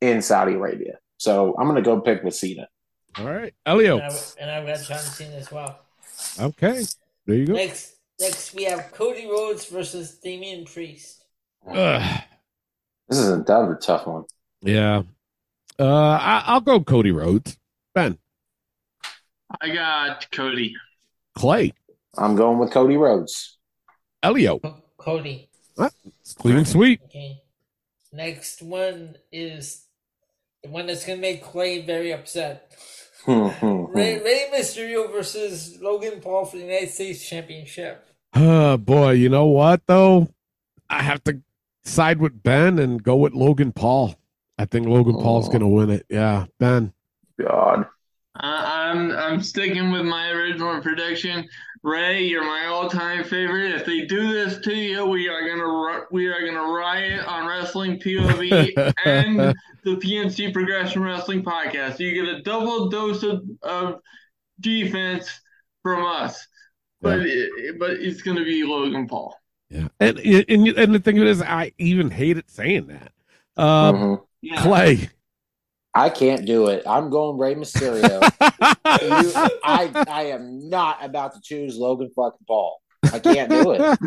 [SPEAKER 4] in Saudi Arabia. So I'm going to go pick with Cena.
[SPEAKER 3] All right,
[SPEAKER 6] And I've, and I've got John Cena as well.
[SPEAKER 3] Okay, there you go.
[SPEAKER 6] Next, next we have Cody Rhodes versus Damian Priest.
[SPEAKER 3] Ugh.
[SPEAKER 4] This is another tough one.
[SPEAKER 3] Yeah, uh, I, I'll go Cody Rhodes. Ben
[SPEAKER 5] I got Cody.
[SPEAKER 3] Clay.
[SPEAKER 4] I'm going with Cody Rhodes.
[SPEAKER 3] Elio.
[SPEAKER 6] Cody.
[SPEAKER 3] What? Cleveland sweep.
[SPEAKER 6] Okay. Next one is the one that's gonna make Clay very upset.
[SPEAKER 4] Hmm,
[SPEAKER 6] Ray, Ray Mysterio versus Logan Paul for the United States Championship.
[SPEAKER 3] Oh boy, you know what though? I have to side with Ben and go with Logan Paul. I think Logan Paul's
[SPEAKER 4] Oh.
[SPEAKER 3] gonna win it. Yeah, Ben.
[SPEAKER 4] God.
[SPEAKER 5] I, Uh, I'm I'm sticking with my original prediction. Ray, you're my all-time favorite. If they do this to you, we are gonna ri- we are gonna riot on wrestling POV and the PNC Progression Wrestling Podcast. You get a double dose of, of defense from us, but it, but it's gonna be Logan Paul.
[SPEAKER 3] Yeah, and and and the thing is, I even hated saying that. Um,
[SPEAKER 4] Mhm.
[SPEAKER 5] Yeah.
[SPEAKER 3] Clay.
[SPEAKER 4] I can't do it. I'm going Ray Mysterio. You- I, I am not about to choose Logan fucking Paul. I can't do it.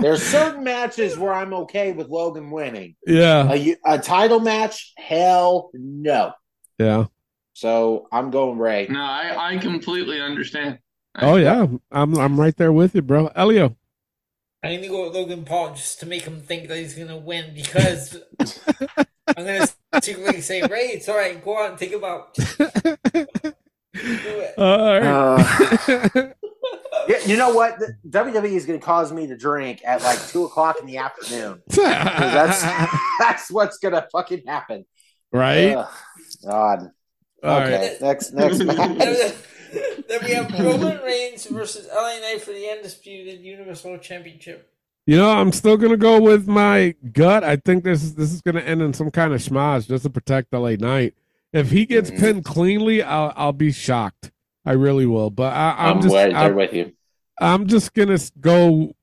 [SPEAKER 4] There's certain matches where I'm okay with Logan winning.
[SPEAKER 3] yeah,
[SPEAKER 4] A, a title match? Hell no.
[SPEAKER 3] yeah.
[SPEAKER 4] So I'm going Ray.
[SPEAKER 5] No, I, I completely understand.
[SPEAKER 3] Oh yeah, I'm I'm right there with you, bro. Elio.
[SPEAKER 6] I'm gonna go with Logan Paul just to make him think that he's gonna win because I'm gonna secretly say, Ray, it's all right. Go out and take him out. Just do it.
[SPEAKER 3] All
[SPEAKER 4] Uh,
[SPEAKER 3] right.
[SPEAKER 4] Yeah, you know what? The, WWE is going to cause me to drink at like two o'clock in the afternoon. 'Cause That's that's what's going to fucking happen.
[SPEAKER 3] right.
[SPEAKER 4] Ugh, God.
[SPEAKER 3] All right.
[SPEAKER 4] okay. Next next match.
[SPEAKER 6] then we have Roman Reigns versus LA Knight for the undisputed Universal Championship.
[SPEAKER 3] You know, I'm still gonna go with my gut. I think this is this is gonna end in some kind of schmoz just to protect LA Knight. If he gets
[SPEAKER 4] Mhm.
[SPEAKER 3] pinned cleanly, I'll I'll be shocked. I really will. But I, I'm, just I'm,
[SPEAKER 4] with you.
[SPEAKER 3] I'm just gonna s- go.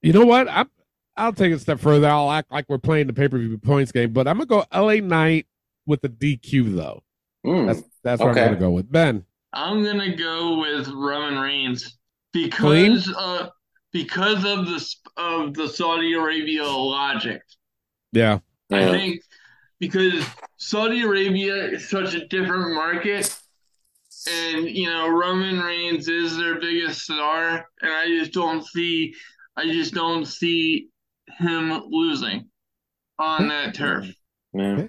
[SPEAKER 3] You know what? I'm I'll take it a step further. I'll act like we're playing the pay per view points game, but I'm gonna go LA Knight with the DQ though.
[SPEAKER 4] Hmm.
[SPEAKER 3] That's that's what
[SPEAKER 4] Okay.
[SPEAKER 3] I'm gonna go with. Ben.
[SPEAKER 5] I'm gonna go with Roman Reigns
[SPEAKER 3] Clean?
[SPEAKER 5] because uh because of the sp- of the Saudi Arabia logic.
[SPEAKER 3] Yeah.
[SPEAKER 5] I think because Saudi Arabia is such a different market, and you know Roman Reigns is their biggest star, and I just don't see I just don't see him losing on that turf.
[SPEAKER 4] Yeah.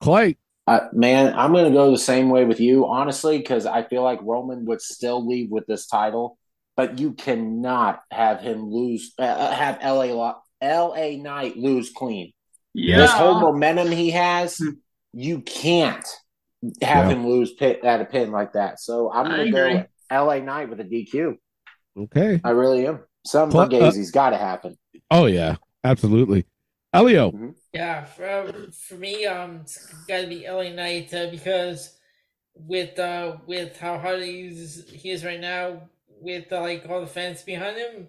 [SPEAKER 3] Clay.
[SPEAKER 4] Uh, man, I'm going to go the same way with you, honestly, because I feel like Roman would still leave with this title, but you cannot have him lose, uh, uh, have LA, lo- LA Knight lose clean. This whole
[SPEAKER 5] Yeah, Hmm.
[SPEAKER 4] momentum he has, you can't have
[SPEAKER 3] Yeah.
[SPEAKER 4] him lose pit, at a pin like that. So I'm
[SPEAKER 5] I
[SPEAKER 4] going to go
[SPEAKER 5] agree.
[SPEAKER 4] LA Knight with a DQ.
[SPEAKER 3] Okay.
[SPEAKER 4] I really am. Some
[SPEAKER 3] Cl- uh,
[SPEAKER 4] Bergazzi's got to happen.
[SPEAKER 3] Oh yeah, absolutely. Elio.
[SPEAKER 6] Yeah, for, for me, um, it's gotta be LA Knight uh, because with uh with how hard he is, he is right now, with uh, like all the fans behind him,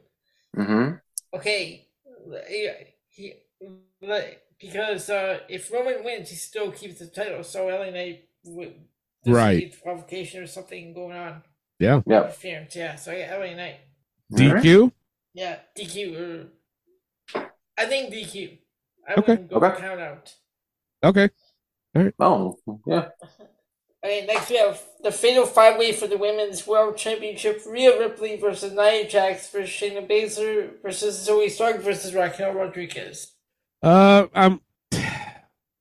[SPEAKER 4] Mm-hmm.
[SPEAKER 6] okay, he, he like, because uh if Roman wins, he still keeps the title, so LA Knight would there's gonna be provocation or something going on.
[SPEAKER 3] Yeah.
[SPEAKER 4] Yep.
[SPEAKER 6] Interference, yeah. So yeah, LA Knight.
[SPEAKER 3] DQ.
[SPEAKER 6] Yeah, DQ. Or, I think DQ. I
[SPEAKER 3] Okay.
[SPEAKER 6] wouldn't go
[SPEAKER 4] Okay.
[SPEAKER 6] count out.
[SPEAKER 3] Okay.
[SPEAKER 4] Oh, yeah.
[SPEAKER 6] Okay, next we have the fatal five way for the women's world championship: Rhea Ripley versus Nia Jax versus Shayna Baszler versus Zoe Stark versus Raquel Rodriguez.
[SPEAKER 3] Uh, I'm,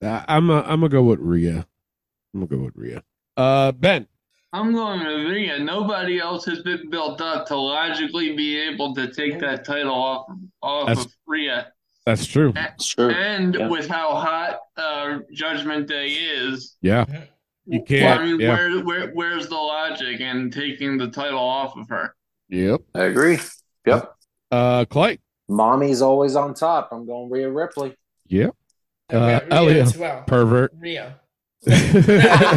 [SPEAKER 3] I'm, a, I'm gonna go with Rhea. I'm gonna go with Rhea. Uh, Ben.
[SPEAKER 5] I'm going with Rhea. Nobody else has been built up to logically be able to take that title off off
[SPEAKER 3] That's-
[SPEAKER 5] of Rhea.
[SPEAKER 3] That's true.
[SPEAKER 4] It's true.
[SPEAKER 5] And
[SPEAKER 4] Yeah.
[SPEAKER 5] with how hot uh, Judgment Day is,
[SPEAKER 3] Yeah. You can't.
[SPEAKER 5] I mean,
[SPEAKER 3] yeah.
[SPEAKER 5] where, where where's the logic in taking the title off of her?
[SPEAKER 3] Yep.
[SPEAKER 4] I agree. Yep.
[SPEAKER 3] Uh, Clay.
[SPEAKER 4] Mommy's always on top. I'm going Rhea Ripley.
[SPEAKER 3] Yep.
[SPEAKER 6] I've
[SPEAKER 3] Uh,
[SPEAKER 6] got Rhea
[SPEAKER 3] Elio.
[SPEAKER 6] as well.
[SPEAKER 3] Pervert.
[SPEAKER 6] Rhea.
[SPEAKER 3] All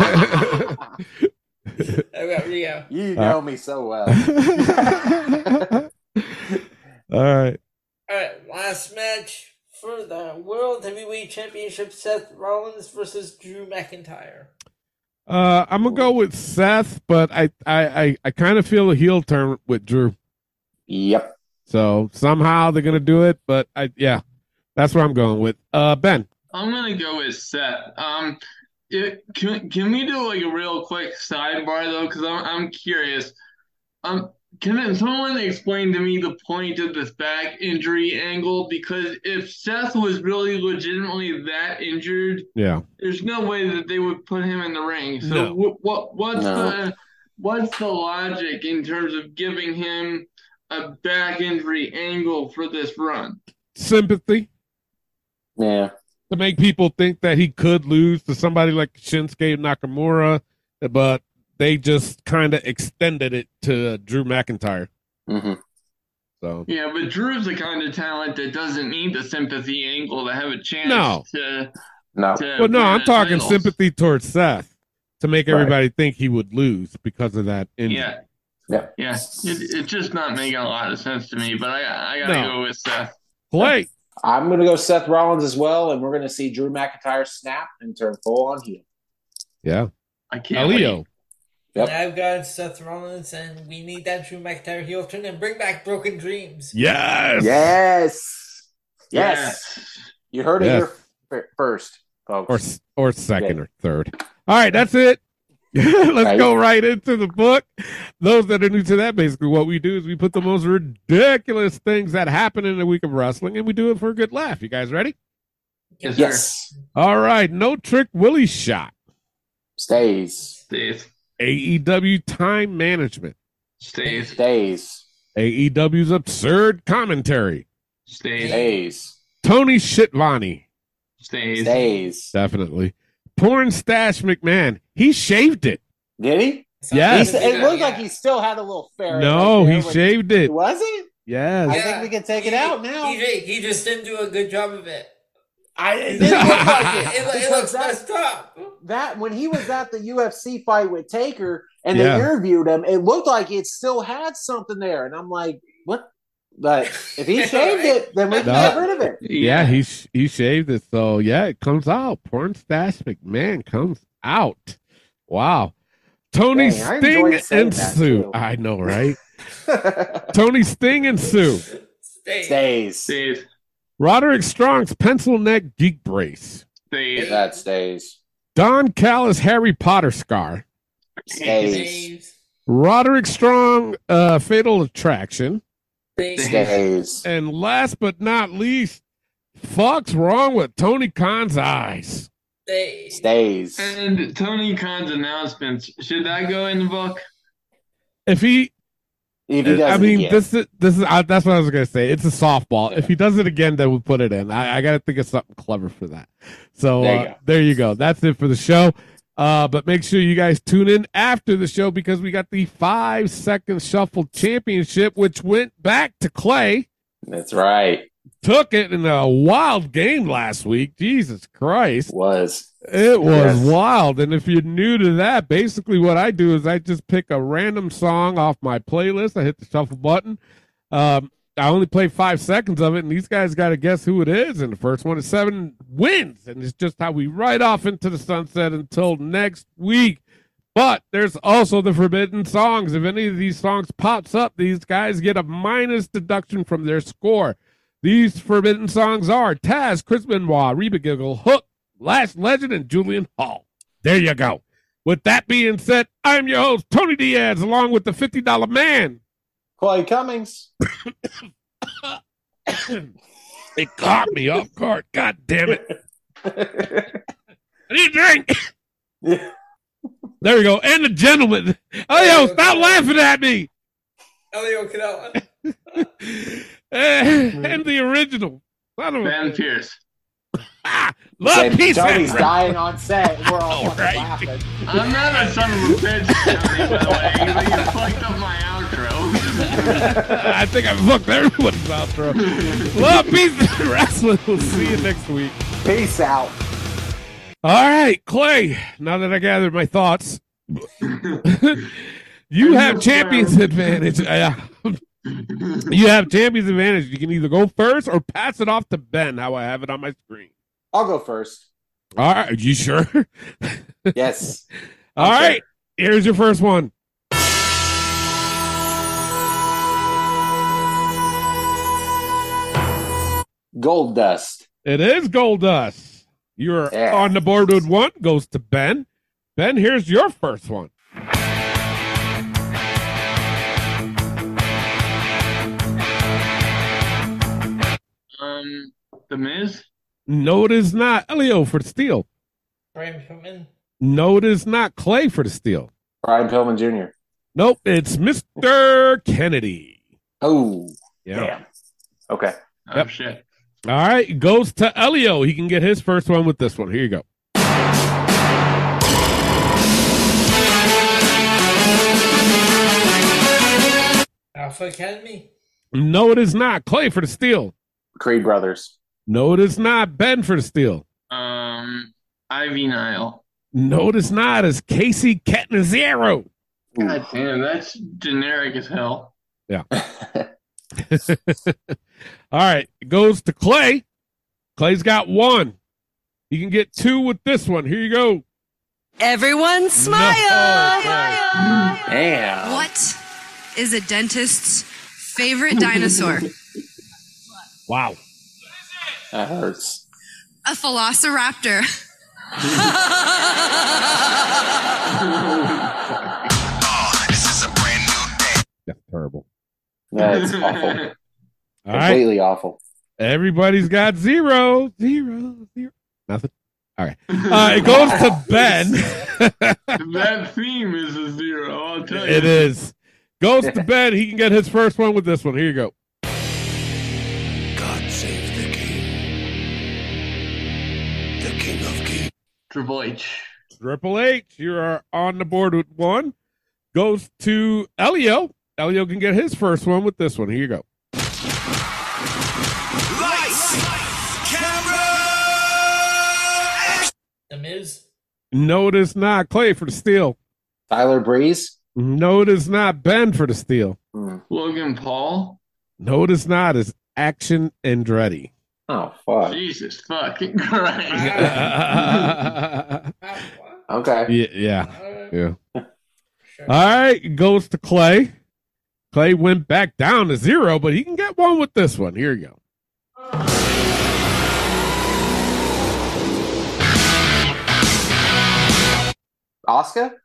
[SPEAKER 6] I got Rhea.
[SPEAKER 4] You
[SPEAKER 3] Uh,
[SPEAKER 4] know me so well.
[SPEAKER 3] right.
[SPEAKER 6] All right, last match for the World Heavyweight Championship: Seth Rollins versus Drew McIntyre.
[SPEAKER 3] Uh, I'm gonna go with Seth, but I I I, I kind of feel a heel turn with Drew.
[SPEAKER 4] Yep.
[SPEAKER 3] So somehow they're gonna do it, but I yeah, that's where I'm going with. Uh, Ben.
[SPEAKER 5] I'm gonna go with Seth. Um, it, can can we do like a real quick sidebar though? Because I'm I'm curious. Um, can someone explain to me the point of this back injury angle? Because if Seth was really legitimately that injured,
[SPEAKER 3] Yeah.
[SPEAKER 5] there's no way that they would put him in the ring. So
[SPEAKER 3] No.
[SPEAKER 5] what what what's
[SPEAKER 3] No.
[SPEAKER 5] the what's the logic in terms of giving him a back injury angle for this run?
[SPEAKER 3] sympathy.
[SPEAKER 4] Yeah.
[SPEAKER 3] To make people think that he could lose to somebody like Shinsuke Nakamura, but they just kind of extended it to Drew McIntyre.
[SPEAKER 4] Mm-hmm.
[SPEAKER 3] So
[SPEAKER 5] Yeah, but Drew's the kind of talent that doesn't need the sympathy angle to have a chance
[SPEAKER 3] No.
[SPEAKER 5] to
[SPEAKER 4] No.
[SPEAKER 5] to
[SPEAKER 3] Well, no,
[SPEAKER 5] win
[SPEAKER 3] I'm
[SPEAKER 5] the
[SPEAKER 3] talking
[SPEAKER 5] titles.
[SPEAKER 3] sympathy towards Seth to make
[SPEAKER 4] Right.
[SPEAKER 3] everybody think he would lose because of that injury.
[SPEAKER 5] Yeah.
[SPEAKER 4] Yeah.
[SPEAKER 5] Yeah. It, it's just not making a lot of sense to me, but I I gotta
[SPEAKER 3] No.
[SPEAKER 5] go with uh, Seth.
[SPEAKER 3] Clay.
[SPEAKER 4] I'm going to go Seth Rollins as well, and we're going to see Drew McIntyre snap and turn full on heel.
[SPEAKER 3] Yeah.
[SPEAKER 5] I can't wait.
[SPEAKER 3] Elio.
[SPEAKER 4] Yep.
[SPEAKER 6] And I've got Seth Rollins, and we need that Drew McIntyre heel turn and bring back Broken Dreams.
[SPEAKER 3] Yes.
[SPEAKER 4] Yes. Yes. You heard
[SPEAKER 3] Yes.
[SPEAKER 4] it here f- first, folks.
[SPEAKER 3] Or s- or second or third. All right, that's it. Let's
[SPEAKER 4] Right.
[SPEAKER 3] go right into the book. Those that are new to that, basically, what we do is we put the most ridiculous things that happen in the week of wrestling, and we do it for a good laugh. You guys ready?
[SPEAKER 5] Yes. sir.
[SPEAKER 4] yes.
[SPEAKER 3] All right, no trick Willie shot.
[SPEAKER 4] Stays.
[SPEAKER 5] Stays.
[SPEAKER 3] AEW time management.
[SPEAKER 5] Stays.
[SPEAKER 4] Stays.
[SPEAKER 3] AEW's absurd commentary.
[SPEAKER 5] Stays.
[SPEAKER 4] Stays.
[SPEAKER 3] Tony Shitvani.
[SPEAKER 5] Stays.
[SPEAKER 4] Stays.
[SPEAKER 3] Definitely. Porn stash McMahon. He shaved it.
[SPEAKER 4] Did he?
[SPEAKER 6] So
[SPEAKER 3] Yes.
[SPEAKER 4] He's- it looked like he still had a little fair.
[SPEAKER 3] No,
[SPEAKER 4] right
[SPEAKER 3] he
[SPEAKER 4] there, but-
[SPEAKER 3] shaved it.
[SPEAKER 4] Was he?
[SPEAKER 3] Yes.
[SPEAKER 4] I think we can take it
[SPEAKER 6] He-
[SPEAKER 4] out now.
[SPEAKER 6] He, he just didn't do a good job of it.
[SPEAKER 4] I it didn't look like it.
[SPEAKER 6] It, lo- it
[SPEAKER 4] Because
[SPEAKER 6] looks
[SPEAKER 4] that-
[SPEAKER 6] messed up.
[SPEAKER 4] that when he was at the UFC fight with Taker and
[SPEAKER 3] Yeah.
[SPEAKER 4] they interviewed him, it looked like it still had something there. And I'm like, what? But if he shaved it, then we can
[SPEAKER 3] No.
[SPEAKER 4] get rid of it.
[SPEAKER 3] Yeah, he sh- he shaved it. So yeah, it comes out. Porn stash McMahon comes out. Wow. Tony
[SPEAKER 4] Dang, I enjoyed
[SPEAKER 3] Sting
[SPEAKER 4] saying
[SPEAKER 3] and
[SPEAKER 4] that,
[SPEAKER 3] Sue.
[SPEAKER 4] too.
[SPEAKER 3] I know, right? Tony Sting and Sue.
[SPEAKER 6] Stay.
[SPEAKER 4] stays.
[SPEAKER 5] Stays.
[SPEAKER 3] Roderick Strong's pencil neck geek brace.
[SPEAKER 5] Stays.
[SPEAKER 4] That stays.
[SPEAKER 3] Don Callis Harry Potter scar.
[SPEAKER 4] Stays.
[SPEAKER 3] Roderick Strong uh, Fatal Attraction.
[SPEAKER 4] Stays.
[SPEAKER 3] And last but not least, fuck's wrong with Tony Khan's eyes.
[SPEAKER 6] Stay.
[SPEAKER 4] Stays.
[SPEAKER 5] And Tony Khan's announcements. Should that go in the book?
[SPEAKER 3] If he
[SPEAKER 4] If he does
[SPEAKER 3] I
[SPEAKER 4] it
[SPEAKER 3] mean,
[SPEAKER 4] again.
[SPEAKER 3] this is this is I, that's what I was gonna say. It's a softball. If he does it again, then we'll put it in. I, I gotta think of something clever for that. So
[SPEAKER 4] There you
[SPEAKER 3] uh,
[SPEAKER 4] go.
[SPEAKER 3] there you go. That's it for the show. Uh, but make sure you guys tune in after the show because we got the five second shuffle championship, which went back to Clay.
[SPEAKER 4] That's right.
[SPEAKER 3] Took it in a wild game last week. Jesus Christ.
[SPEAKER 4] Was
[SPEAKER 3] It was
[SPEAKER 4] Yes.
[SPEAKER 3] wild. And if you're new to that, basically what I do is I just pick a random song off my playlist. I hit the shuffle button. Um, I only play five seconds of it, and these guys got to guess who it is. And the first one is seven wins. And it's just how we ride off into the sunset until next week. But there's also the forbidden songs. If any of these songs pops up, these guys get a minus deduction from their score. These forbidden songs are Taz, Chris Benoit, Reba Giggle, Hook, Last Legend, and Julian Hall. There you go. With that being said, I'm your host, Tony Diaz, along with the $50 man.
[SPEAKER 4] Clay Cummings.
[SPEAKER 3] It caught me off guard. God damn it. I need a drink. There you go. And the gentleman. Oh, yo, stop laughing at me.
[SPEAKER 6] Elio Cadella.
[SPEAKER 3] and the original. Son of
[SPEAKER 5] Ben
[SPEAKER 3] a.
[SPEAKER 5] Pierce.
[SPEAKER 3] Ah, love, peace,
[SPEAKER 4] Tony's
[SPEAKER 3] and-
[SPEAKER 4] dying on set. and We're all,
[SPEAKER 3] All
[SPEAKER 4] fucking
[SPEAKER 3] right.
[SPEAKER 4] laughing.
[SPEAKER 5] I'm not a son of a bitch, Tony, by the way. but You fucked up my outro.
[SPEAKER 3] I think I fucked everyone's outro. Love, peace, and wrestling. We'll see you next week.
[SPEAKER 4] Peace out.
[SPEAKER 3] All right, Clay. Now that I gathered my thoughts, you have champions advantage. Uh, you have champions advantage. You can either go first or pass it off to Ben. How I have it on my screen.
[SPEAKER 4] I'll go first.
[SPEAKER 3] All right, you sure?
[SPEAKER 4] Yes.
[SPEAKER 3] All right, here's your first one.
[SPEAKER 4] Gold Dust.
[SPEAKER 3] It is Gold Dust. You're
[SPEAKER 4] Yeah.
[SPEAKER 3] on the board with one. Goes to Ben. Ben, here's your first one.
[SPEAKER 5] Um, The Miz?
[SPEAKER 3] No, it is not Elio for the steal.
[SPEAKER 6] Brian Pillman.
[SPEAKER 3] No, it is not Clay for the steal.
[SPEAKER 4] Brian Pillman Jr.
[SPEAKER 3] Nope, it's Mr. Kennedy.
[SPEAKER 4] Oh,
[SPEAKER 3] yeah.
[SPEAKER 4] damn. Okay.
[SPEAKER 5] Oh,
[SPEAKER 3] Yep.
[SPEAKER 5] shit.
[SPEAKER 3] All right, goes to Elio. He can get his first one with this one. Here you go.
[SPEAKER 6] Alpha Academy.
[SPEAKER 3] No, it is not Clay for the steal.
[SPEAKER 4] Creed Brothers.
[SPEAKER 3] No, it is not Ben for the steal.
[SPEAKER 5] Um, Ivy Nile.
[SPEAKER 3] No, it is not. It's Casey Catanzaro.
[SPEAKER 5] God damn, that's generic as hell.
[SPEAKER 3] All right, it goes to Clay. Clay's got one. He can get two with this one. Here you go.
[SPEAKER 12] Everyone smile!
[SPEAKER 4] Damn.
[SPEAKER 12] What is a dentist's favorite dinosaur?
[SPEAKER 3] Wow.
[SPEAKER 4] That hurts.
[SPEAKER 12] A velociraptor.
[SPEAKER 3] That's terrible.
[SPEAKER 4] That's awful.
[SPEAKER 3] All right,
[SPEAKER 4] Completely awful.
[SPEAKER 3] everybody's got zero, zero, zero, nothing. All right, uh, it goes to Ben.
[SPEAKER 5] that theme is a zero, I'll tell you.
[SPEAKER 3] it is goes to Ben. He can get his first one with this one. Here you go.
[SPEAKER 9] God save the king. The king of kings.
[SPEAKER 5] Triple H.
[SPEAKER 3] Triple H, you are on the board with one. Goes to Elio. Elio can get his first one with this one. Here you go.
[SPEAKER 6] The Miz.
[SPEAKER 3] No, it is not Clay for the steal.
[SPEAKER 4] Tyler Breeze.
[SPEAKER 3] No, it is not Ben for the steal.
[SPEAKER 4] Hmm.
[SPEAKER 5] Logan Paul?
[SPEAKER 3] No, it is not. It's Action Andretti.
[SPEAKER 4] Oh fuck.
[SPEAKER 5] Jesus fucking Christ.
[SPEAKER 3] yeah,
[SPEAKER 6] Ah, what?
[SPEAKER 4] Okay.
[SPEAKER 3] yeah,
[SPEAKER 6] Uh,
[SPEAKER 3] yeah.
[SPEAKER 6] sure.
[SPEAKER 3] All right, goes to Clay. Clay went back down to zero, but he can get one with this one. Here you go.
[SPEAKER 4] Oscar.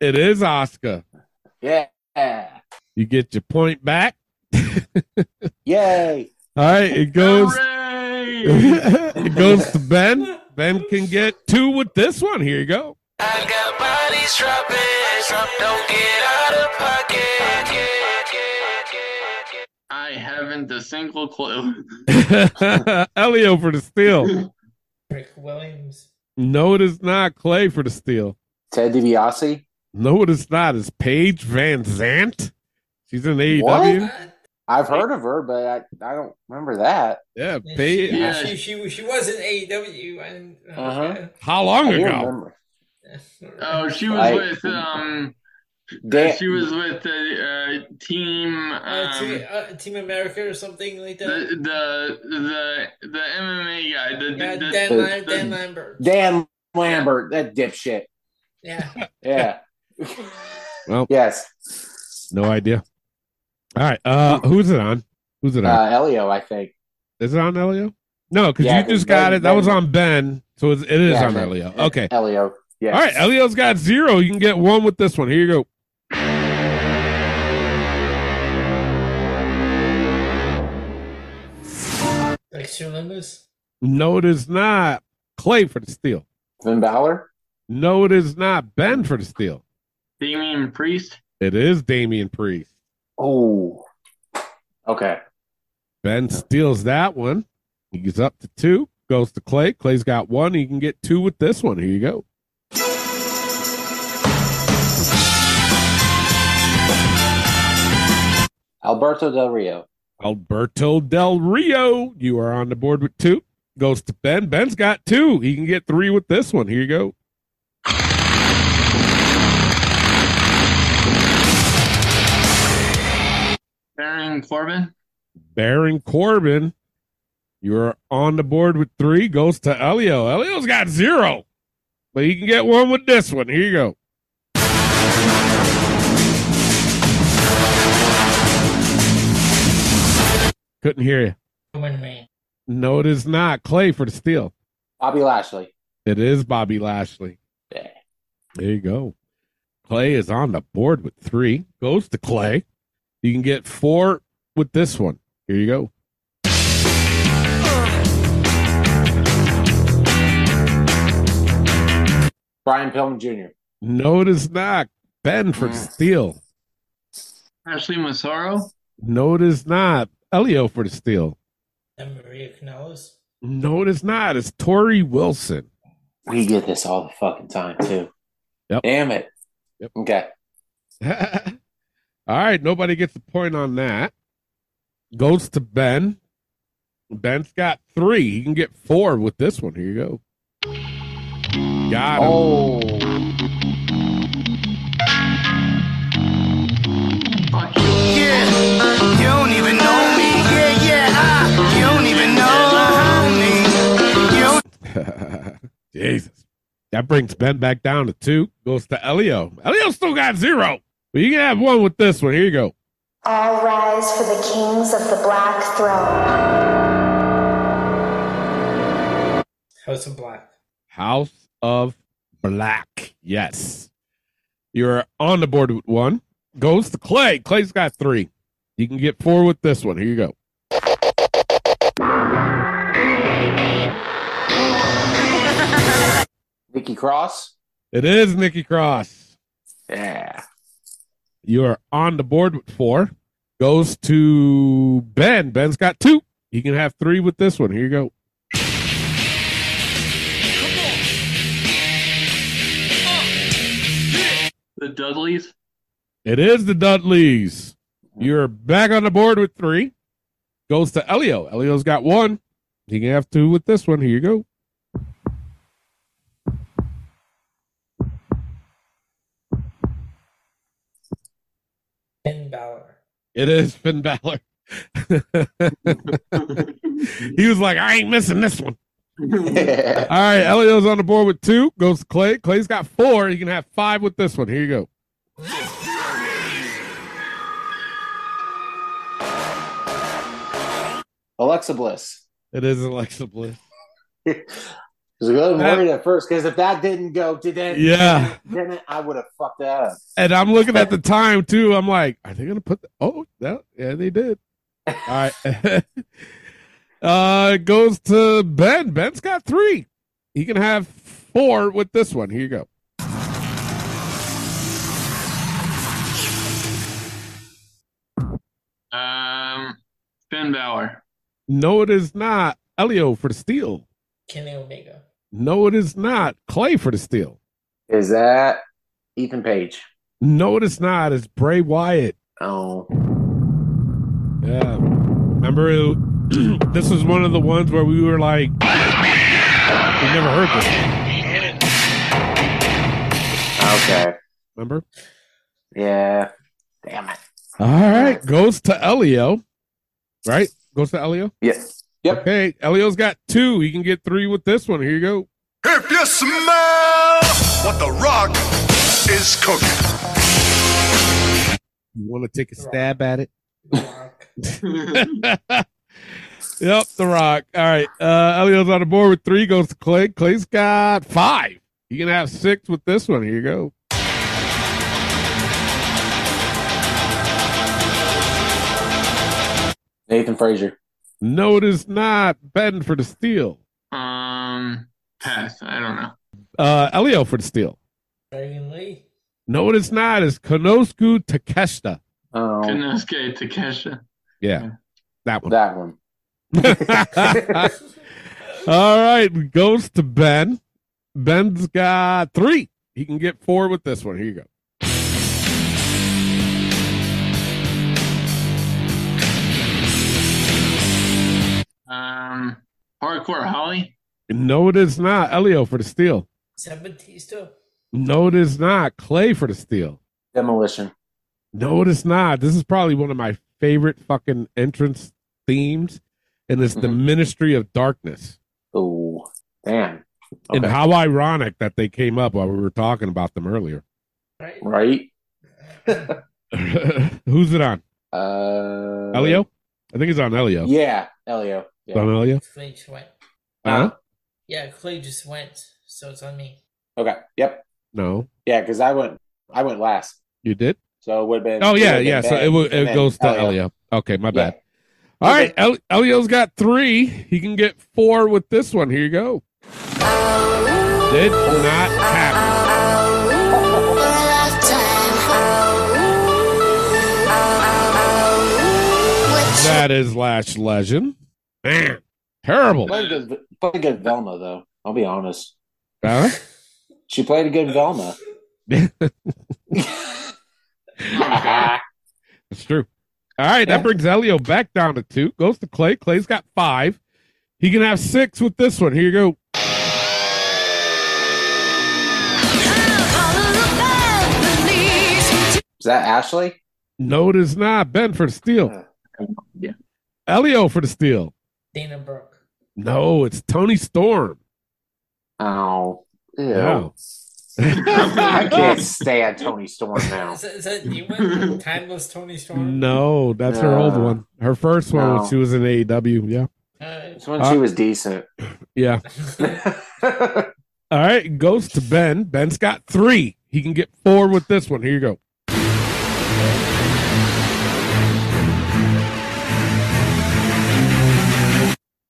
[SPEAKER 3] It is Oscar.
[SPEAKER 4] Yeah.
[SPEAKER 3] You get your point back.
[SPEAKER 4] Yay.
[SPEAKER 3] All right, it goes.
[SPEAKER 5] Hooray!
[SPEAKER 3] it goes to Ben. Ben can get two with this one. Here you go.
[SPEAKER 5] I haven't a single clue.
[SPEAKER 3] Elio for the steal.
[SPEAKER 6] Rick Williams.
[SPEAKER 3] No, it is not Clay for the steal.
[SPEAKER 4] Ted DiBiase.
[SPEAKER 3] No, it is not. It's Paige Van Zant. She's in E AEW.
[SPEAKER 6] What?
[SPEAKER 4] I've heard of her, but I, I don't remember that.
[SPEAKER 3] Yeah,
[SPEAKER 6] Yeah,
[SPEAKER 3] Paige.
[SPEAKER 5] Yeah.
[SPEAKER 6] She, she, she was in AEW and uh,
[SPEAKER 4] Uh-huh.
[SPEAKER 3] How long
[SPEAKER 4] I do
[SPEAKER 3] ago?
[SPEAKER 4] remember.
[SPEAKER 5] Oh, she was
[SPEAKER 4] I-
[SPEAKER 5] with um.
[SPEAKER 4] Dan-
[SPEAKER 5] She was with the uh, team.
[SPEAKER 6] uh,
[SPEAKER 5] Um,
[SPEAKER 6] Team, uh, Team America or something like that.
[SPEAKER 5] the the the the MMA guy. The,
[SPEAKER 6] Yeah,
[SPEAKER 5] the,
[SPEAKER 6] Dan,
[SPEAKER 5] the-
[SPEAKER 6] Lam- Dan Lambert.
[SPEAKER 4] Dan Lambert, that dipshit.
[SPEAKER 6] Yeah.
[SPEAKER 4] Yeah.
[SPEAKER 3] Well.
[SPEAKER 4] yes.
[SPEAKER 3] No idea. All right. Uh, who's it on? Who's it on?
[SPEAKER 4] Uh, Elio, I think.
[SPEAKER 3] is it on Elio? No, because
[SPEAKER 4] yeah,
[SPEAKER 3] you just
[SPEAKER 4] 'cause
[SPEAKER 3] got
[SPEAKER 4] Ben-
[SPEAKER 3] it. That was
[SPEAKER 4] Ben-
[SPEAKER 3] on Ben, so it's, it is
[SPEAKER 4] Yeah,
[SPEAKER 3] on
[SPEAKER 4] Ben-
[SPEAKER 3] Elio. Okay.
[SPEAKER 4] Elio. Yeah.
[SPEAKER 3] All right. Elio's got zero. You can get one with this one. Here you go.
[SPEAKER 6] Dexter Loomis.
[SPEAKER 3] No, it is not Clay for the steal.
[SPEAKER 4] Finn Balor.
[SPEAKER 3] No, it is not Ben for the steal.
[SPEAKER 5] Damian Priest.
[SPEAKER 3] It is Damian Priest.
[SPEAKER 4] Oh. Okay.
[SPEAKER 3] Ben steals that one. He's up to two. Goes to Clay. Clay's got one. He can get two with this one. Here you go.
[SPEAKER 4] Alberto Del Rio.
[SPEAKER 3] Alberto Del Rio. You are on the board with two. Goes to Ben. Ben's got two. He can get three with this one. Here you go.
[SPEAKER 5] Baron Corbin.
[SPEAKER 3] Baron Corbin. You're on the board with three. Goes to Elio. Elio's got zero. But he can get one with this one. Here you go. Couldn't hear you.
[SPEAKER 6] Woman man.
[SPEAKER 3] No, it is not. Clay for the steal.
[SPEAKER 4] Bobby Lashley.
[SPEAKER 3] It is Bobby Lashley.
[SPEAKER 4] Yeah.
[SPEAKER 3] There you go. Clay is on the board with three. Goes to Clay. You can get four with this one. Here you go.
[SPEAKER 4] Brian Pillman Jr.
[SPEAKER 3] No, it is not. Ben for the steal.
[SPEAKER 5] Ashley Massaro?
[SPEAKER 3] No, it is not. Elio for the steal.
[SPEAKER 6] And Maria Canales.
[SPEAKER 3] No, it is not. It's Tori Wilson.
[SPEAKER 4] We get this all the fucking time too.
[SPEAKER 3] Yep.
[SPEAKER 4] Damn it.
[SPEAKER 3] Yep.
[SPEAKER 4] Okay.
[SPEAKER 3] All right, nobody gets a point on that. Goes to Ben. Ben's got three. He can get four with this one. Here you go. Got him.
[SPEAKER 4] Oh.
[SPEAKER 13] Yeah, you don't even know me. Yeah, yeah, I. You don't even know me. You don't
[SPEAKER 3] Jesus. That brings Ben back down to two. Goes to Elio. Elio still got zero. But you can have one with this one. Here you go.
[SPEAKER 14] All rise for the kings of the black throne.
[SPEAKER 6] House of Black.
[SPEAKER 3] House of Black. Yes. You're on the board with one. Goes to Clay. Clay's got three. You can get four with this one. Here you go.
[SPEAKER 4] Nikki Cross.
[SPEAKER 3] It is Nikki Cross.
[SPEAKER 4] Yeah.
[SPEAKER 3] You are on the board with four. Goes to Ben. Ben's got two. You can have three with this one. Here you go.
[SPEAKER 5] The Dudleys?
[SPEAKER 3] It is the Dudleys. You're back on the board with three. Goes to Elio. Elio's got one. He can have two with this one. Here you go.
[SPEAKER 6] Finn Balor.
[SPEAKER 3] It is Finn Balor. he was like, I ain't missing this one. All right, Elio's on the board with two. Goes to Clay. Clay's got four. He can have five with this one. Here you go.
[SPEAKER 4] Alexa Bliss.
[SPEAKER 3] It is Alexa Bliss.
[SPEAKER 4] I was a little worried at first because if that didn't go, did it?
[SPEAKER 3] Yeah.
[SPEAKER 4] Didn't it, I would have fucked that up.
[SPEAKER 3] And I'm looking at the time too. I'm like, are they gonna put? The- oh, that, yeah, they did. All right. uh, it goes to Ben. Ben's got three. He can have four with this one. Here you go.
[SPEAKER 5] Um, Finn Balor.
[SPEAKER 3] No, it is not. Elio for the steal.
[SPEAKER 6] Kenny Omega.
[SPEAKER 3] No, it is not. Clay for the steal.
[SPEAKER 4] Is that Ethan Page?
[SPEAKER 3] No, it is not. It's Bray Wyatt.
[SPEAKER 4] Oh.
[SPEAKER 3] Yeah. Remember, it- this was one of the ones where we were like, we never heard this.
[SPEAKER 4] Okay.
[SPEAKER 3] Remember?
[SPEAKER 4] Yeah. Damn it.
[SPEAKER 3] All right. Goes to Elio. Right? Goes to Elio?
[SPEAKER 4] Yes. Yep.
[SPEAKER 3] Okay. Elio's got two. He can get three with this one. Here you go.
[SPEAKER 9] If you smell what the rock is cooking.
[SPEAKER 3] You want to take a stab at it? yep, The Rock. All right. Uh Elio's on the board with three. Goes to Clay. Clay's got five. You can have six with this one. Here you go.
[SPEAKER 4] Nathan Frazier.
[SPEAKER 3] No, it is not. Ben for the steal.
[SPEAKER 5] Um, pass. I don't know.
[SPEAKER 3] Uh Elio for the steal.
[SPEAKER 6] Dragon Lee.
[SPEAKER 3] No, it is not. It's Konosku Takeshita.
[SPEAKER 4] Oh.
[SPEAKER 5] Kanosuke Takesha.
[SPEAKER 3] Yeah. That one.
[SPEAKER 4] That one.
[SPEAKER 3] All right. Goes to Ben. Ben's got three. He can get four with this one. Here you go.
[SPEAKER 5] Um, Hardcore Holly.
[SPEAKER 3] No, it is not. Elio for the steal.
[SPEAKER 6] Sabatista.
[SPEAKER 3] No, it is not. Clay for the steal.
[SPEAKER 4] Demolition.
[SPEAKER 3] No, it is not. This is probably one of my favorite fucking entrance themes, and it's
[SPEAKER 4] Mm-hmm.
[SPEAKER 3] the Ministry of Darkness.
[SPEAKER 4] Oh, damn.
[SPEAKER 3] And
[SPEAKER 4] Okay.
[SPEAKER 3] how ironic that they came up while we were talking about them earlier.
[SPEAKER 4] Right?
[SPEAKER 3] Who's it on?
[SPEAKER 4] Uh,
[SPEAKER 3] Elio? I think it's on Elio.
[SPEAKER 4] Yeah, Uh, Elio.
[SPEAKER 3] It's on Elio. Uh-huh.
[SPEAKER 6] Clay just went.
[SPEAKER 4] Uh-huh.
[SPEAKER 3] Huh?
[SPEAKER 6] Yeah, Clay just went, so it's on me.
[SPEAKER 4] Okay. Yep.
[SPEAKER 3] No,
[SPEAKER 4] Yeah, because I went. I went last,
[SPEAKER 3] you did.
[SPEAKER 4] so it would have been.
[SPEAKER 3] Oh yeah,
[SPEAKER 4] would've been
[SPEAKER 3] yeah. So
[SPEAKER 4] Ben,
[SPEAKER 3] it will, it
[SPEAKER 4] and then
[SPEAKER 3] goes to
[SPEAKER 4] Elio.
[SPEAKER 3] Elio. Okay, my bad. All right, El- Elio's got three. He can get four with this one. Here you go. Did not happen. That is Lash Legend. Man, terrible.
[SPEAKER 4] Played a good, played a good Velma though. I'll be honest.
[SPEAKER 3] Huh?
[SPEAKER 4] She played a good Velma.
[SPEAKER 3] That's true. All right, that brings Elio back down to two. Goes to Clay. Clay's got five. He can have six with this one. Here you go.
[SPEAKER 4] Is that Ashley?
[SPEAKER 3] No, it is not. Ben for the steal.
[SPEAKER 4] Yeah.
[SPEAKER 3] Elio for the steal.
[SPEAKER 6] Dana Brooke.
[SPEAKER 3] No, it's Tony Storm.
[SPEAKER 4] Oh. Ew.
[SPEAKER 3] No.
[SPEAKER 4] I can't stand Tony Storm now.
[SPEAKER 6] Ah, Is that, is that you went? Timeless Tony Storm.
[SPEAKER 3] No, that's her old
[SPEAKER 4] Uh,
[SPEAKER 3] one. Her first one when
[SPEAKER 4] no.
[SPEAKER 3] she was in AEW. Yeah.
[SPEAKER 4] It's when she
[SPEAKER 3] Uh,
[SPEAKER 4] was decent.
[SPEAKER 3] Yeah. All right, goes to Ben. Ben's got three. He can get four with this one. Here you go.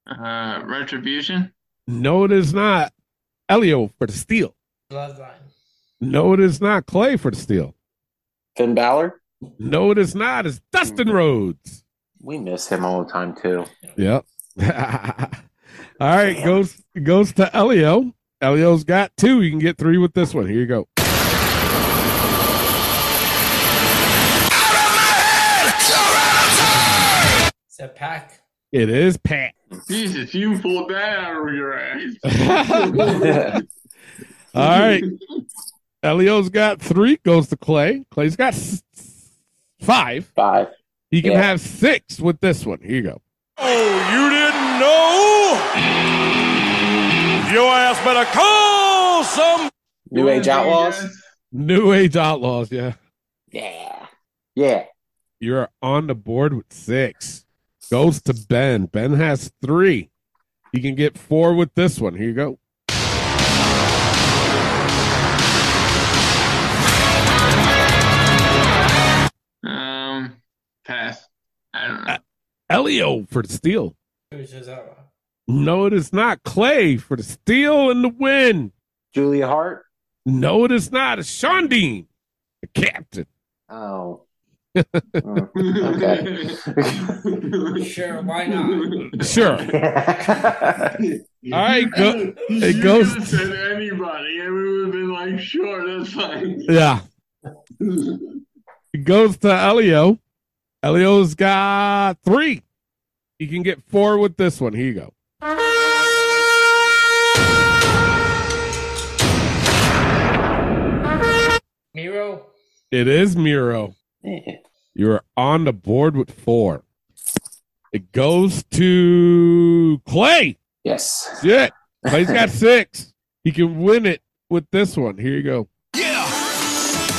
[SPEAKER 5] Uh, Retribution?
[SPEAKER 3] No, it is not. Elio for the steal.
[SPEAKER 6] Bloodline.
[SPEAKER 3] No, it is not. Clay for the steal.
[SPEAKER 4] Finn Balor?
[SPEAKER 3] No, it is not. It's Dustin Rhodes.
[SPEAKER 4] We miss him all the time too.
[SPEAKER 3] Yep. All right, goes goes to Elio. Elio's got two. You can get three with this one. Here you go.
[SPEAKER 6] Is that Pack?
[SPEAKER 3] It is Pat.
[SPEAKER 5] Jesus, you pulled that out of your ass.
[SPEAKER 3] All right. Elio's got three. Goes to Clay. Clay's got s- five.
[SPEAKER 4] Five.
[SPEAKER 3] He can
[SPEAKER 4] Yeah.
[SPEAKER 3] have six with this one. Here you go.
[SPEAKER 13] Oh, you didn't know? Your ass better call some.
[SPEAKER 4] New Age Outlaws?
[SPEAKER 3] New Age Outlaws. Yeah,
[SPEAKER 4] Yeah. Yeah.
[SPEAKER 3] you're on the board with six. Goes to Ben. Ben has three. He can get four with this one. Here you go.
[SPEAKER 5] Um, pass. I don't know.
[SPEAKER 3] Elio for the steal.
[SPEAKER 6] Who is Ozawa?
[SPEAKER 3] No, it is not. Clay for the steal and the win.
[SPEAKER 4] Julia Hart?
[SPEAKER 3] No, it is not. It's Sean Dean, the captain.
[SPEAKER 4] Oh. Mm, okay.
[SPEAKER 6] Sure, why not?
[SPEAKER 3] Sure. All right, go- it goes.
[SPEAKER 5] You could've said anybody, and we would have been like, sure, that's fine.
[SPEAKER 3] Yeah, it goes to Elio. Elio's got three. You can get four with this one. Here you go.
[SPEAKER 6] Miro.
[SPEAKER 3] It is Miro. You're on the board with four. It goes to Clay.
[SPEAKER 4] Yes.
[SPEAKER 3] Shit. Clay's got six. He can win it with this one. Here you go.
[SPEAKER 13] Yeah.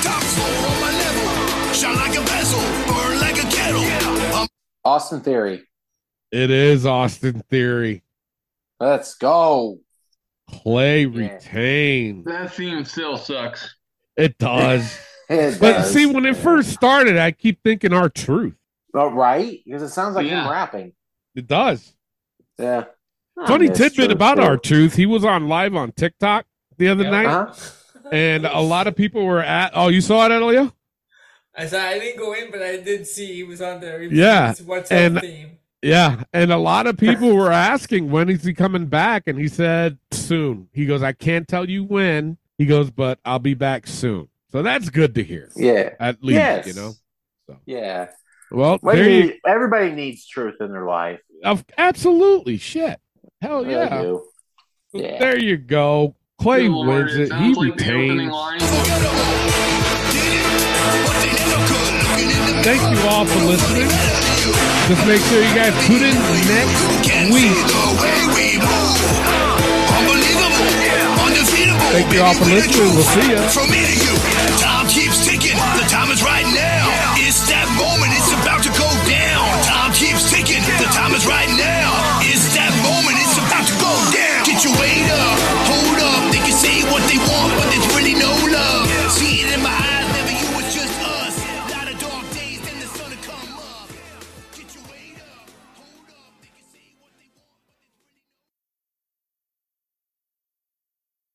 [SPEAKER 13] Top floor on my level. Shine like a vessel. Burn like a kettle. I'm
[SPEAKER 4] Austin Theory.
[SPEAKER 3] It is Austin Theory.
[SPEAKER 4] Let's go.
[SPEAKER 3] Clay retained.
[SPEAKER 5] That theme still sucks.
[SPEAKER 3] It does.
[SPEAKER 4] It
[SPEAKER 3] But
[SPEAKER 4] does.
[SPEAKER 3] see, when it first started, I keep thinking our truth.
[SPEAKER 4] Oh, right? Because it sounds like
[SPEAKER 5] Yeah.
[SPEAKER 4] him rapping.
[SPEAKER 3] It does.
[SPEAKER 4] Yeah.
[SPEAKER 3] Funny
[SPEAKER 4] Oh, That's
[SPEAKER 3] tidbit
[SPEAKER 4] true,
[SPEAKER 3] about
[SPEAKER 4] too.
[SPEAKER 3] our truth. He was on live on TikTok the other
[SPEAKER 6] Yeah.
[SPEAKER 3] night,
[SPEAKER 4] Uh-huh.
[SPEAKER 3] and a lot of people were at. Oh, you saw it, Elio?
[SPEAKER 6] I saw. I didn't go in, but I did see he was on there. He
[SPEAKER 3] Yeah,
[SPEAKER 6] was- What's
[SPEAKER 3] and-
[SPEAKER 6] up theme?
[SPEAKER 3] Yeah, and a lot of people were asking when is he coming back, and he said soon. He goes, I can't tell you when. He goes, but I'll be back soon. So that's good to hear.
[SPEAKER 4] Yeah.
[SPEAKER 3] At least
[SPEAKER 4] Yes.
[SPEAKER 3] you know.
[SPEAKER 4] Yeah.
[SPEAKER 3] Well,
[SPEAKER 4] What do
[SPEAKER 3] there you,
[SPEAKER 4] you- everybody needs truth in their life.
[SPEAKER 3] of- absolutely shit. Hell
[SPEAKER 4] They
[SPEAKER 3] yeah.
[SPEAKER 4] do. Yeah.
[SPEAKER 3] There you go. Clay
[SPEAKER 5] Good Lord,
[SPEAKER 3] wins it. He
[SPEAKER 5] sounds like the opening
[SPEAKER 3] retains.
[SPEAKER 5] line.
[SPEAKER 3] Thank you all for listening. Just make sure you guys tune in next week.
[SPEAKER 13] unbelievable. Undefeatable.
[SPEAKER 3] Thank you all for listening. We'll see ya.
[SPEAKER 13] From me to you. Tom T.